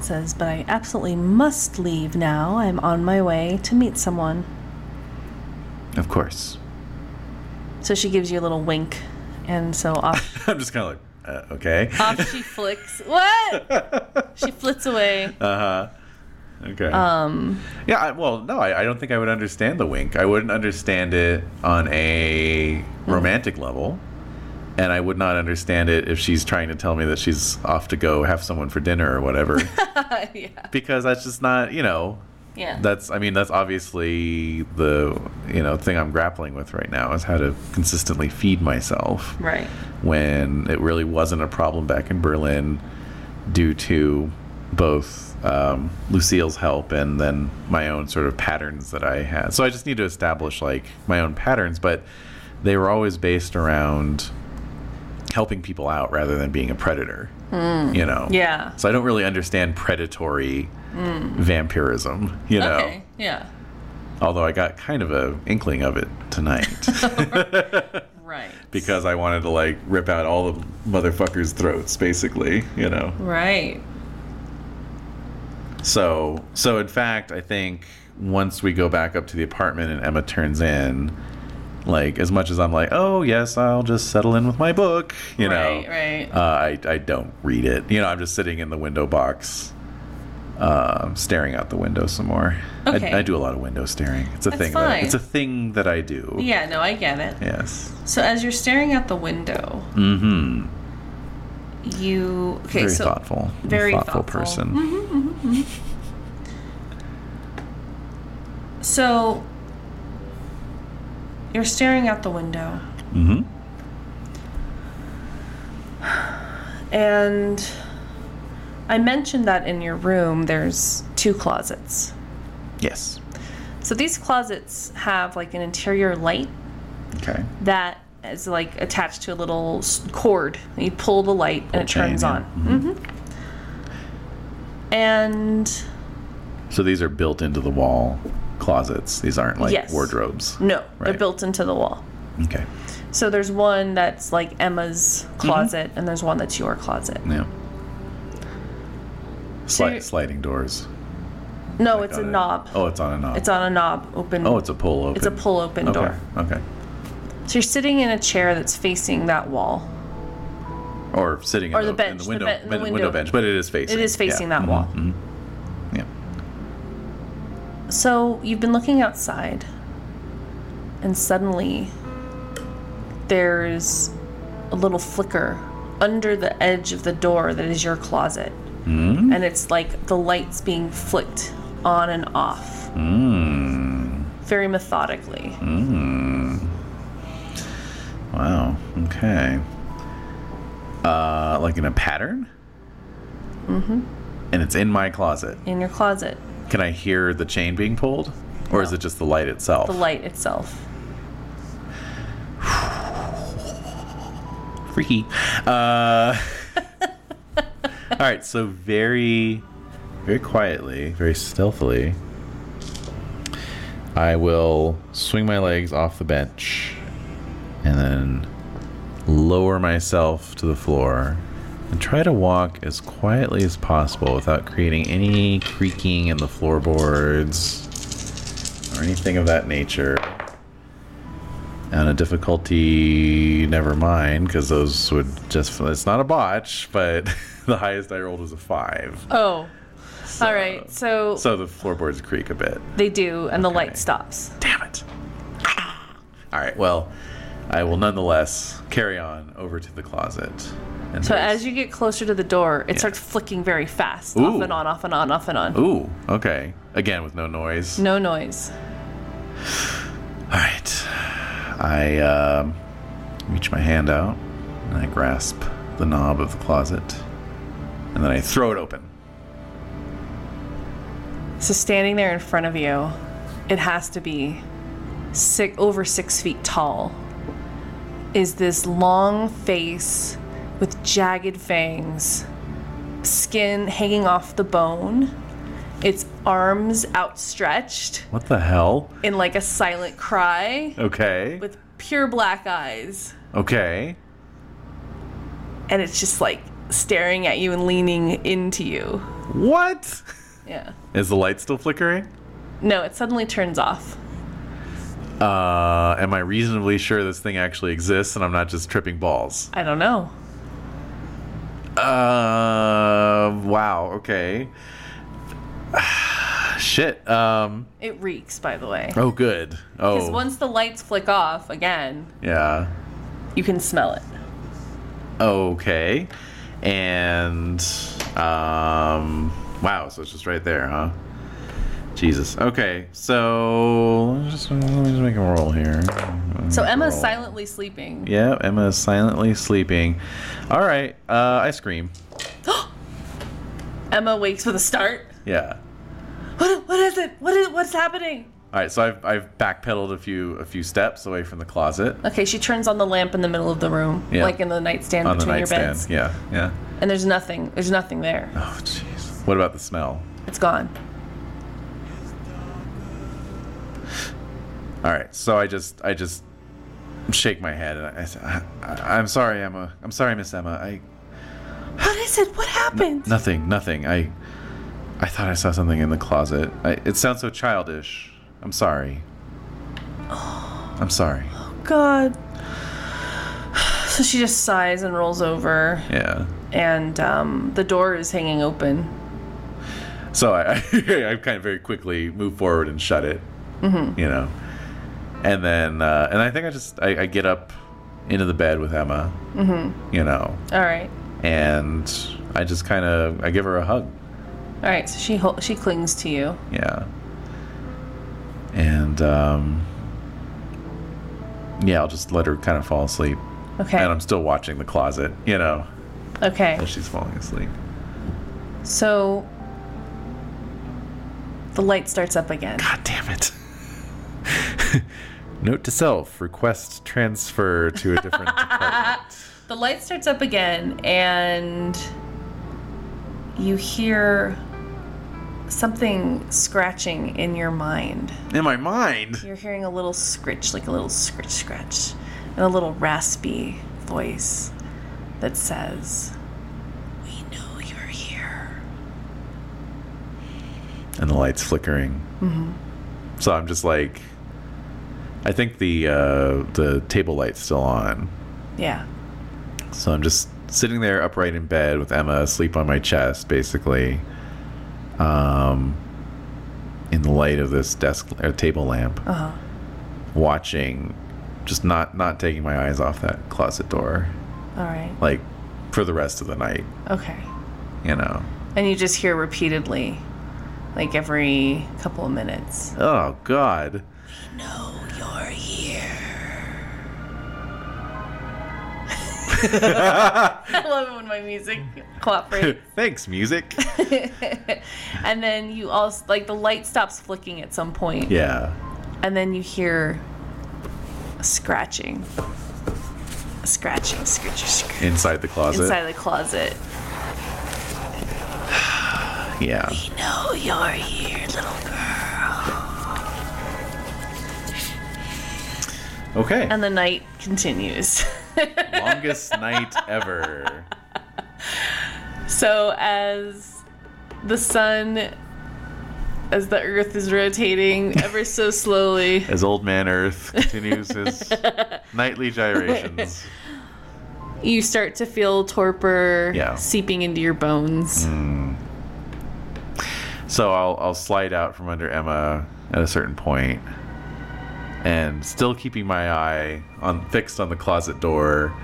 S3: says, "But I absolutely must leave now. I'm on my way to meet someone."
S1: of course.
S3: So she gives you a little wink, and so
S1: *laughs*
S3: off
S1: I'm just kind of like, uh, okay.
S3: off Um, she flicks. What?
S1: *laughs*
S3: she flits away.
S1: Uh. Okay.
S3: uh,
S1: Um. *laughs* Yeah. I, well, no, I, I don't think I would understand the wink. I wouldn't understand it on a romantic level, and I would not understand it if she's trying to tell me that she's off to go have someone for dinner or whatever,
S3: yeah.
S1: because that's just not, you know,
S3: Yeah.
S1: that's. I mean, that's obviously the you know thing I'm grappling with right now is how to consistently feed myself
S3: right.
S1: when it really wasn't a problem back in Berlin due to both um, Lucille's help and then my own sort of patterns that I had. So I just need to establish like my own patterns, but they were always based around helping people out rather than being a predator. You know?
S3: Hmm. Yeah. Hmm.
S1: So I don't really understand predatory vampirism, you know?
S3: Okay. Yeah.
S1: Although I got kind of a inkling of it
S3: *laughs*
S1: tonight.
S3: Right.
S1: because I wanted to like rip out all the motherfuckers' throats, basically, you know.
S3: Right.
S1: So, so in fact, I think once we go back up to the apartment and Emma turns in, like as much as I'm like, oh yes, I'll just settle in with my book, you
S3: Right,
S1: know,
S3: right.
S1: Uh, I I don't read it, you know. I'm just sitting in the window box, uh, staring out the window some more.
S3: Okay.
S1: I, I do a lot of window staring. It's a
S3: That's
S1: thing.
S3: fine.
S1: That, it's a thing that I do.
S3: Yeah. No, I get it.
S1: Yes.
S3: So as you're staring out the window,
S1: Mm-hmm.
S3: you okay?
S1: very
S3: so
S1: thoughtful.
S3: very
S1: thoughtful,
S3: thoughtful.
S1: person.
S3: so you're staring out the window,
S1: Mm-hmm.
S3: and I mentioned that in your room there's two closets.
S1: Yes.
S3: So these closets have like an interior light
S1: Okay.
S3: that is like attached to a little s- cord. You pull the light and it
S1: chain,
S3: turns
S1: yeah.
S3: on.
S1: Mm-hmm.
S3: hmm And
S1: So these are built into the wall closets. These aren't like
S3: Yes. Mm.
S1: wardrobes.
S3: no, they're
S1: Right.
S3: built into the wall.
S1: Okay.
S3: So there's one that's like Emma's
S1: Mm-hmm.
S3: closet, and there's one that's your closet.
S1: Yeah.
S3: So
S1: Sli-
S3: you're-
S1: sliding doors.
S3: No,
S1: Like
S3: it's a
S1: on
S3: knob.
S1: Oh, it's on a knob.
S3: It's on a knob open.
S1: Oh, it's a pull open.
S3: It's a pull open
S1: okay.
S3: door.
S1: Okay.
S3: So you're sitting in a chair that's facing that wall.
S1: Or sitting
S3: Or
S1: in,
S3: the
S1: the,
S3: bench,
S1: in
S3: the
S1: the window,
S3: be- the
S1: win- window.
S3: window.
S1: bench, but it is facing.
S3: is facing that
S1: Mhm,
S3: wall.
S1: mhm. Yeah.
S3: So you've been looking outside, and suddenly there's a little flicker under the edge of the door that is your closet.
S1: Mm.
S3: And it's like the lights being flicked on and off
S1: Mm.
S3: very methodically.
S1: Mm. Wow. Okay. Uh, like in a pattern. Mm-hmm.
S3: Mm-hmm.
S1: And it's in my closet.
S3: in your closet,
S1: Can I hear the chain being pulled, or is it just the light itself?
S3: the light itself.
S1: freaky. Uh, *laughs* all right, so very, very quietly, very stealthily, I will swing my legs off the bench and then lower myself to the floor and try to walk as quietly as possible without creating any creaking in the floorboards or anything of that nature. And a difficulty, never mind, because those would just, it's not a botch, but *laughs* the highest I rolled was a five.
S3: Oh. All right. So,
S1: So the floorboards creak a bit.
S3: they do, and the
S1: Okay.
S3: light stops.
S1: Damn it. *coughs* All right, well, I will nonetheless carry on over to the closet. And
S3: So as you get closer to the door, it starts flicking very fast, off
S1: Ooh.
S3: and on, off and on, off and on.
S1: Ooh, okay. Again, with no noise.
S3: No noise.
S1: All right. I um, reach my hand out and I grasp the knob of the closet and then I throw it open.
S3: So standing there in front of you, it has to be six, over six feet tall, is this long face with jagged fangs, skin hanging off the bone, its arms outstretched
S1: What the hell?
S3: in like a silent cry,
S1: Okay.
S3: with pure black eyes.
S1: Okay.
S3: And it's just like staring at you and leaning into you.
S1: What?
S3: Yeah.
S1: Is the light still flickering?
S3: No, it suddenly turns off.
S1: Uh, am I reasonably sure this thing actually exists and I'm not just tripping balls?
S3: I don't know.
S1: Uh, wow. Okay. *sighs* Shit. Um.
S3: It reeks, by the way.
S1: Oh, good. Oh,
S3: Because once the lights flick off again,
S1: yeah.
S3: you can smell it.
S1: Okay. And um. Wow. So it's just right there, huh? Jesus. Okay. So let me just, let me just make a roll here.
S3: So Emma's
S1: Roll.
S3: silently sleeping.
S1: Yeah, Emma is silently sleeping. All right. Uh, I scream.
S3: *gasps* Emma wakes with a start.
S1: Yeah.
S3: What, what is it? What is what's happening?
S1: All right. So I've I've backpedaled a few a few steps away from the closet.
S3: Okay, she turns on the lamp in the middle of the room,
S1: Yeah.
S3: like in the nightstand
S1: on the
S3: between your
S1: nightstand.
S3: beds.
S1: Yeah, yeah.
S3: And there's nothing. There's nothing there.
S1: Oh, jeez. What about the smell?
S3: It's gone.
S1: All right, so I just, I just shake my head and I, say, I, I I'm sorry, Emma. I'm sorry, Miss Emma. I
S3: What is it? What happened?
S1: nothing, nothing. I, I thought I saw something in the closet. I, it sounds so childish. I'm sorry. I'm sorry.
S3: God. So she just sighs and rolls over,
S1: Yeah.
S3: and um, the door is hanging open.
S1: So I, *laughs* I kind of very quickly move forward and shut it, you know, and then, uh, and I think I just, I, I get up into the bed with Emma, you know,
S3: All right,
S1: and I just kind of, I give her a hug,
S3: all right. So she hol- she clings to you.
S1: yeah, and um, yeah, I'll just let her kind of fall asleep,
S3: Okay.
S1: and I'm still watching the closet, you know,
S3: Okay.
S1: as she's falling asleep.
S3: So the light starts up again.
S1: God damn it. *laughs* Note to self: request transfer to a *laughs* different department.
S3: Ah, The light starts up again, and you hear something scratching in your mind.
S1: In my mind.
S3: You're hearing a little scritch, like a little scritch, scratch, and a little raspy voice that says, We know you're here.
S1: And the light's flickering. So I'm just like, I think the uh, the table light's still on.
S3: Yeah.
S1: So I'm just sitting there upright in bed with Emma asleep on my chest, basically. Um, in the light of this desk or table lamp,
S3: Uh huh.
S1: watching, just not not taking my eyes off that closet door,
S3: All right.
S1: like for the rest of the night.
S3: Okay.
S1: You know.
S3: And you just hear repeatedly, like every couple of minutes.
S1: Oh
S3: *laughs*
S1: God. *laughs*
S3: know you're here. *laughs* I love it when my music *laughs* cooperates.
S1: Thanks, music.
S3: and then you also like the light stops flicking at some point,
S1: yeah.
S3: and then you hear a scratching, Scratching, scratching, scratching.
S1: inside the closet.
S3: Inside the closet.
S1: Yeah.
S3: No, you're here, little girl.
S1: Okay.
S3: And the night continues.
S1: *laughs*
S3: *laughs*
S1: Longest night ever.
S3: So as the sun as the earth
S1: *laughs*
S3: is rotating ever so slowly,
S1: As old man Earth continues
S3: *laughs*
S1: his nightly gyrations.
S3: you start to feel torpor
S1: Yeah. Mm.
S3: seeping into your bones.
S1: So I'll I'll slide out from under Emma at a certain point, and still keeping my eye on fixed on the closet door.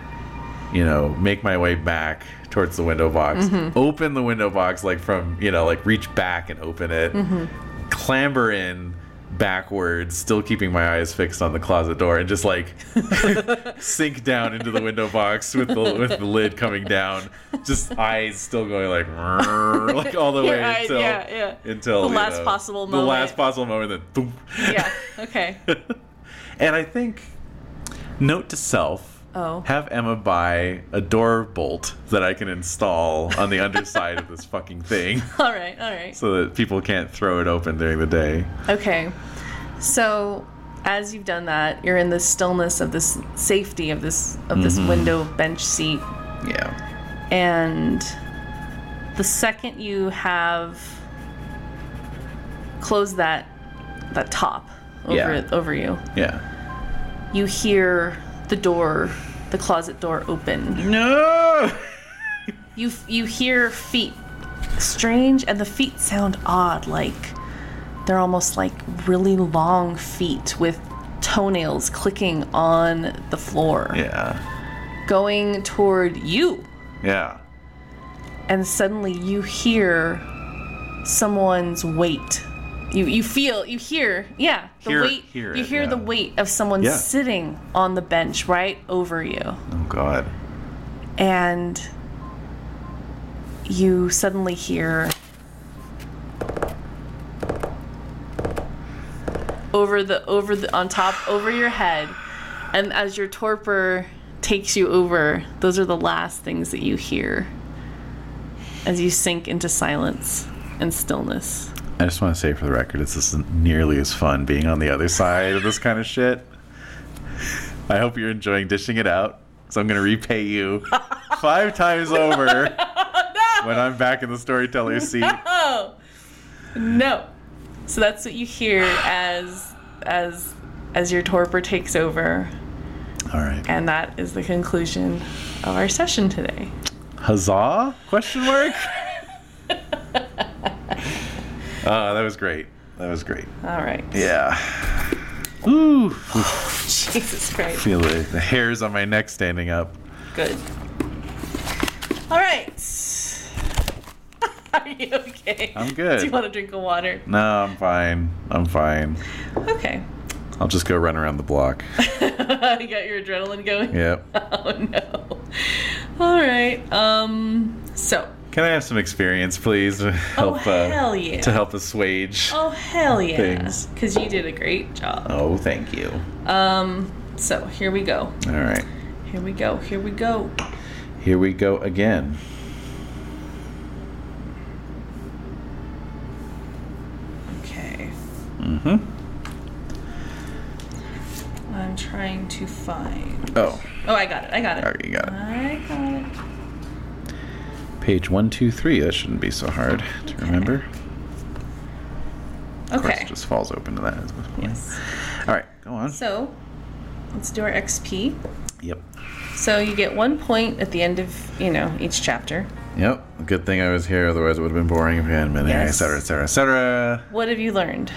S1: You know, make my way back towards the window box,
S3: Mm-hmm.
S1: open the window box like from you know like reach back and open it,
S3: Mm-hmm.
S1: clamber in backwards, still keeping my eyes fixed on the closet door, and just like *laughs* sink down into the window box with the with the lid coming down, just eyes still going like *laughs* like all the
S3: Your
S1: way
S3: eyes,
S1: until
S3: yeah, yeah.
S1: until
S3: The
S1: you
S3: last possible
S1: the
S3: moment.
S1: last possible moment. Then thump.
S3: Yeah,
S1: *laughs*
S3: okay.
S1: and I think note to self:
S3: Oh.
S1: have Emma buy a door bolt that I can install on the underside of this fucking thing,
S3: All right, all right.
S1: so that people can't throw it open during the day.
S3: Okay. So as you've done that, you're in the stillness of this safety of this of this
S1: Mm-hmm.
S3: window bench seat
S1: Yeah.
S3: and the second you have closed that that top over
S1: Yeah.
S3: over you,
S1: Yeah.
S3: you hear the door, the closet door open.
S1: No.
S3: You you hear feet, strange, and the feet sound odd, like they're almost like really long feet with toenails clicking on the floor,
S1: *laughs* Yeah.
S3: going toward you.
S1: Yeah.
S3: and suddenly you hear someone's weight. You you feel you hear yeah the
S1: Hear-
S3: weight
S1: hear
S3: you
S1: it,
S3: hear the
S1: yeah.
S3: weight of someone
S1: Yeah.
S3: sitting on the bench right over you
S1: Oh God.
S3: and you suddenly hear over the over the on top over your head and as your torpor takes you over those are the last things that you hear as you sink into silence and stillness
S1: I just want to say for the record, it's just nearly as fun being on the other side of this kind of shit. I hope you're enjoying dishing it out, because I'm going to repay you five times over when I'm back in the storyteller seat.
S3: oh no so that's what you hear as as as your torpor takes over
S1: All right.
S3: And that is the conclusion of our session today.
S1: Huzzah? Question
S3: *laughs*
S1: mark? Uh, that was great. That was great.
S3: All right. *laughs*
S1: Yeah. Ooh,
S3: Jesus Christ.
S1: feel the, the hairs on my neck standing up.
S3: Good. All right. *laughs* Are you okay?
S1: I'm good.
S3: Do you want to drink of water?
S1: No, I'm fine. I'm fine.
S3: Okay. *laughs*
S1: I'll just go run around the block.
S3: you got your adrenaline going?
S1: Yep.
S3: *laughs* Oh no. All right. Um. So.
S1: Can I have some experience, please? To help,
S3: Oh,
S1: uh,
S3: hell yeah.
S1: To help assuage.
S3: Oh hell yeah.
S1: Things.
S3: Because you did a great job.
S1: Oh, thank you.
S3: Um. So here we go.
S1: All right.
S3: Here we go. Here we go.
S1: Here we go again.
S3: Okay.
S1: Mm-hmm.
S3: I'm trying to find.
S1: Oh,
S3: Oh, I got it. I got it.
S1: all right, you got it.
S3: I got it.
S1: Page one, two, three. That shouldn't be so hard to remember. Of course,
S3: Okay.
S1: it just falls open to that. at this point.
S3: Yes.
S1: All right, go on.
S3: So let's do our XP.
S1: Yep.
S3: So you get one point at the end of you know each chapter.
S1: Yep. Good thing I was here, otherwise it would have been boring if you hadn't been here,
S3: Yes.
S1: etc., etc., etc.
S3: What have you learned?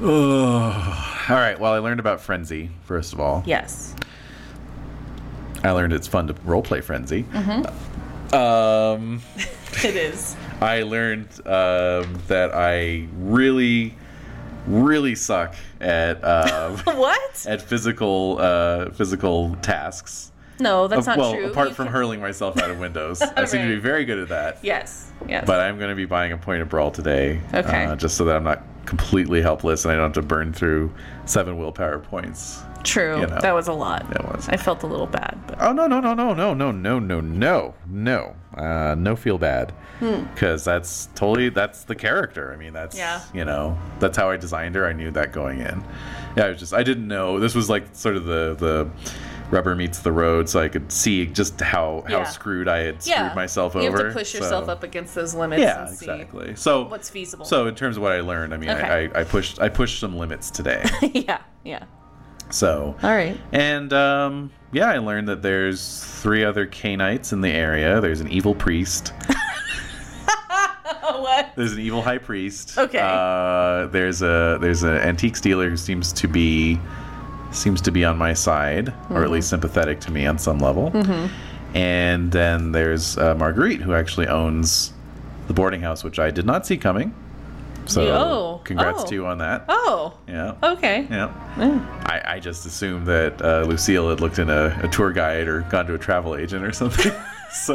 S1: Oh. All right. Well, I learned about frenzy first of all. *laughs*
S3: Yes.
S1: I learned it's fun to roleplay frenzy.
S3: Mm-hmm.
S1: Um.
S3: It is.
S1: I learned um, that I really, really suck at um,
S3: *laughs* what?
S1: at physical uh, physical tasks.
S3: No, that's not
S1: well,
S3: true.
S1: apart
S3: You
S1: from
S3: can-
S1: hurling myself out of
S3: *laughs*
S1: windows, I seem to be
S3: Right.
S1: very good at that.
S3: Yes. Yes.
S1: But I'm going to be buying a point of brawl today,
S3: Okay.
S1: uh, just so that I'm not completely helpless and I don't have to burn through seven willpower points.
S3: True.
S1: you know,
S3: that was a lot.
S1: that was.
S3: I felt a little bad, but
S1: Oh no no no no no no no no no no uh, no feel bad because that's totally that's the character. I mean that's
S3: Hmm. Yeah.
S1: you know that's how I designed her. I knew that going in. Yeah, I was just I didn't know this was like sort of the the rubber meets the road, so I could see just how how
S3: Yeah.
S1: screwed I had screwed
S3: yeah,
S1: myself
S3: You
S1: over.
S3: have to push yourself
S1: so-
S3: up against those limits.
S1: Yeah,
S3: and see.
S1: exactly. So
S3: what's feasible.
S1: So in terms of what I learned, I mean
S3: Okay.
S1: I, I, I pushed I pushed some limits
S3: *laughs*
S1: today.
S3: *laughs* yeah. Yeah.
S1: so
S3: All right.
S1: and um, yeah, I learned that there's three other Canaanites in the area. There's an evil priest.
S3: Oh, what?
S1: There's an evil high priest.
S3: Okay.
S1: Uh, there's a there's an antique dealer who seems to be seems to be on my side,
S3: Mm-hmm.
S1: or at least sympathetic to me on some level. And then there's uh, Marguerite, who actually owns the boarding house, which I did not see coming. So
S3: Oh,
S1: congrats
S3: oh.
S1: to you on that.
S3: Oh.
S1: Yeah.
S3: *laughs* Okay.
S1: Yeah.
S3: Mm.
S1: I, I just assumed that uh, Lucille had looked in a, a tour guide or gone to a travel agent or something. *laughs* so
S3: *laughs*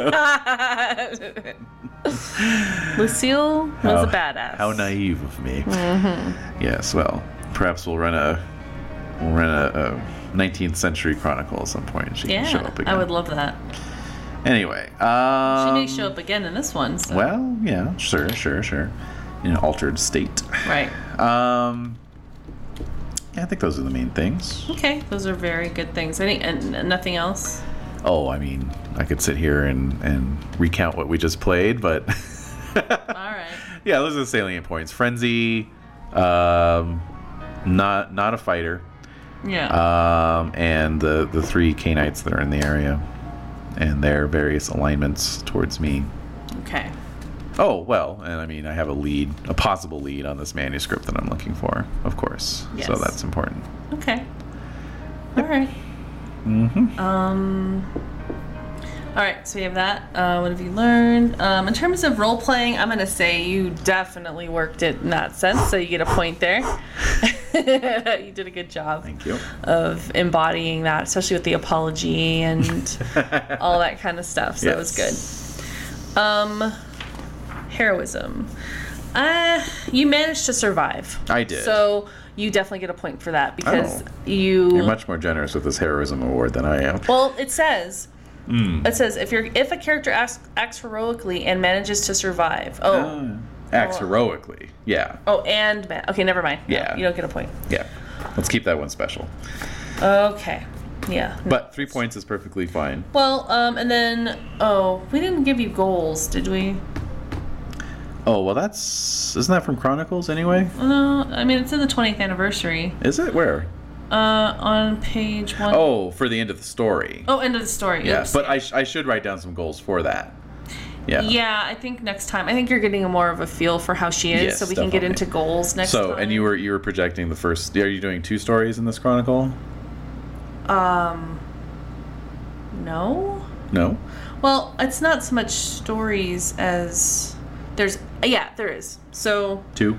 S3: Lucille was
S1: how-
S3: a badass.
S1: Oh, How naive of me.
S3: Mm-hmm.
S1: Yes. Well, perhaps we'll run a we'll run a, a 19th century chronicle at some point. and She
S3: Yeah,
S1: can show up again.
S3: I would love that.
S1: Anyway,
S3: She
S1: um,
S3: may show up again in this one. So.
S1: Well, yeah, sure, sure, sure. In an altered state.
S3: Right.
S1: Um, yeah, I think those are the main things.
S3: Okay. Those are very good things. Any and and nothing else.
S1: Oh, I mean, I could sit here and, and recount what we just played, but *laughs*
S3: All right.
S1: yeah, those are the salient points. Frenzy, um, not not a fighter,
S3: Yeah.
S1: um, and the the three Canaanites that are in the area, and their various alignments towards me.
S3: okay.
S1: Oh well, and I mean, I have a lead, a possible lead on this manuscript that I'm looking for, of course. So
S3: Yes.
S1: that's important.
S3: Okay. All right.
S1: Mm-hmm.
S3: Um. All right. So we have that. Uh, what have you learned? Um, in terms of role playing, I'm gonna say you definitely worked it in that sense. So you get a point there. *laughs* you did a good job.
S1: Thank you.
S3: of embodying that, especially with the
S1: *laughs*
S3: apology and all that kind of stuff. So that was good. Um, heroism. Uh, you managed to survive.
S1: I did.
S3: So you definitely get a point for that because
S1: Oh.
S3: you.
S1: You're much more generous with this heroism award than I am.
S3: well, it says.
S1: Hmm.
S3: It says if you're if a character acts, acts heroically and manages to survive. Oh,
S1: Ah, acts heroically. Yeah.
S3: oh, and ma- okay, never mind. No,
S1: Yeah.
S3: you don't get a point.
S1: Yeah. Let's keep that one special.
S3: Okay, yeah.
S1: But three points is perfectly fine.
S3: Well, um, and then oh, we didn't give you goals, did we?
S1: Oh well, that's isn't that from Chronicles anyway?
S3: No, I mean it's in the 20th anniversary.
S1: Is it where?
S3: Uh, on page one oh
S1: Oh, for the end of the story.
S3: end of the story.
S1: yeah,
S3: Oops.
S1: but I, sh- I should write down some goals for that. Yeah.
S3: yeah, I think next time. I think you're getting a more of a feel for how she is,
S1: Yes,
S3: so we can get into
S1: definitely.
S3: goals next.
S1: So
S3: time.
S1: and you were you were projecting the first. Are you doing two stories in this chronicle?
S3: um, no.
S1: No.
S3: Well, it's not so much stories as there's yeah there is. So
S1: Two.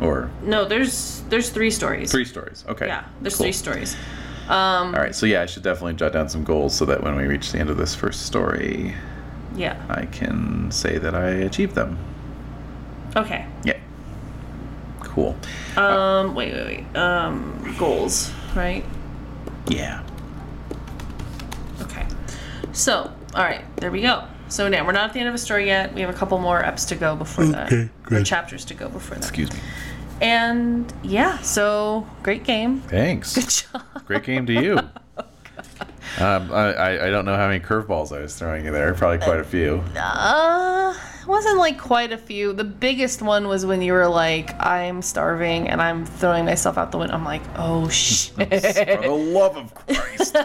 S1: Or
S3: no, there's there's three stories.
S1: three stories. Okay.
S3: Yeah, there's
S1: Cool.
S3: three stories. Um,
S1: All right. So yeah, I should definitely jot down some goals so that when we reach the end of this first story,
S3: yeah.
S1: I can say that I achieved them.
S3: Okay.
S1: Yeah. Cool.
S3: Um, wait, wait, wait. Um, goals, right?
S1: Yeah.
S3: Okay. So, all right, there we go. So now we're not at the end of a story yet. We have a couple more eps to go before that.
S1: Okay, good.
S3: Or chapters to go before that.
S1: Excuse me.
S3: And yeah, so great game. *laughs*
S1: Thanks.
S3: Good job.
S1: Great game to
S3: *laughs*
S1: you. um, I, I- I don't know how many curveballs I was throwing you there. Probably quite a few.
S3: Uh, it wasn't like quite a few. The biggest one was when you were like, "I'm starving and I'm throwing myself out the window." I'm like, "Oh *laughs* shit."
S1: For the love of Christ.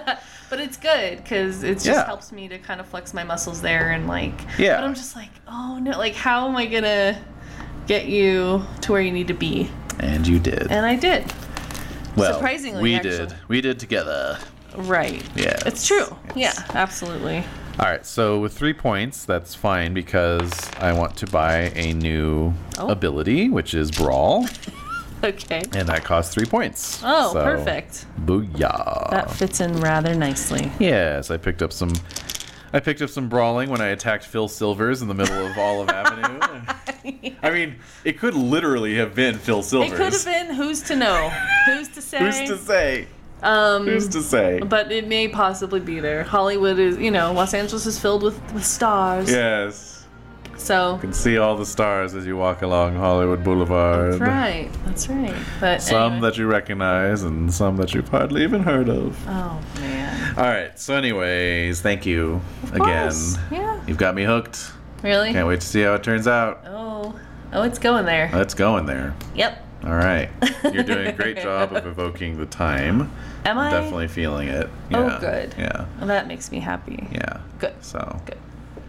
S3: But it's good because it just
S1: Yeah.
S3: helps me to kind of flex my muscles there and like.
S1: Yeah.
S3: But I'm just like, oh no, like how am I gonna get you to where you need to be?
S1: *laughs* And you did.
S3: And I did.
S1: well,
S3: surprisingly,
S1: we
S3: actually.
S1: did. We did together.
S3: Right.
S1: Yes.
S3: It's true.
S1: Yes.
S3: Yeah, absolutely.
S1: All right. So with three points, that's fine because I want to buy a new
S3: Oh.
S1: ability, which is brawl.
S3: Okay.
S1: and that costs three points.
S3: Oh,
S1: So,
S3: perfect.
S1: Booyah!
S3: That fits in rather nicely.
S1: Yes, I picked up some. I picked up some brawling when I attacked Phil Silvers in the middle of Olive
S3: *laughs*
S1: Avenue. I mean, it could literally have been Phil
S3: It
S1: Silvers.
S3: could have been who's
S1: *laughs*
S3: to know? Who's to say?
S1: Who's to say?
S3: um
S1: Who's to say?
S3: but it may possibly be there. Hollywood is, you know, Los Angeles is filled with, with stars.
S1: Yes.
S3: So
S1: You can see all the stars as you walk along Hollywood Boulevard.
S3: that's right. That's right. But
S1: Some
S3: anyway.
S1: that you recognize and some that you've hardly even heard of.
S3: *laughs* Oh man.
S1: All right. So, anyways, thank you again.
S3: course, yeah.
S1: You've got me hooked.
S3: Really?
S1: Can't wait Uh, to see how it turns out.
S3: Oh. Oh, it's going there.
S1: Let's go in there.
S3: yep.
S1: All
S3: *laughs*
S1: right. You're doing a great job of evoking the time.
S3: Am I?
S1: Definitely feeling it.
S3: Oh,
S1: Yeah.
S3: good.
S1: Yeah.
S3: Well, that makes me happy.
S1: Yeah.
S3: Good.
S1: So,
S3: Good.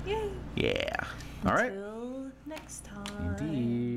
S3: Yay.
S1: yeah. All right.
S3: Till next time.
S1: Indeed.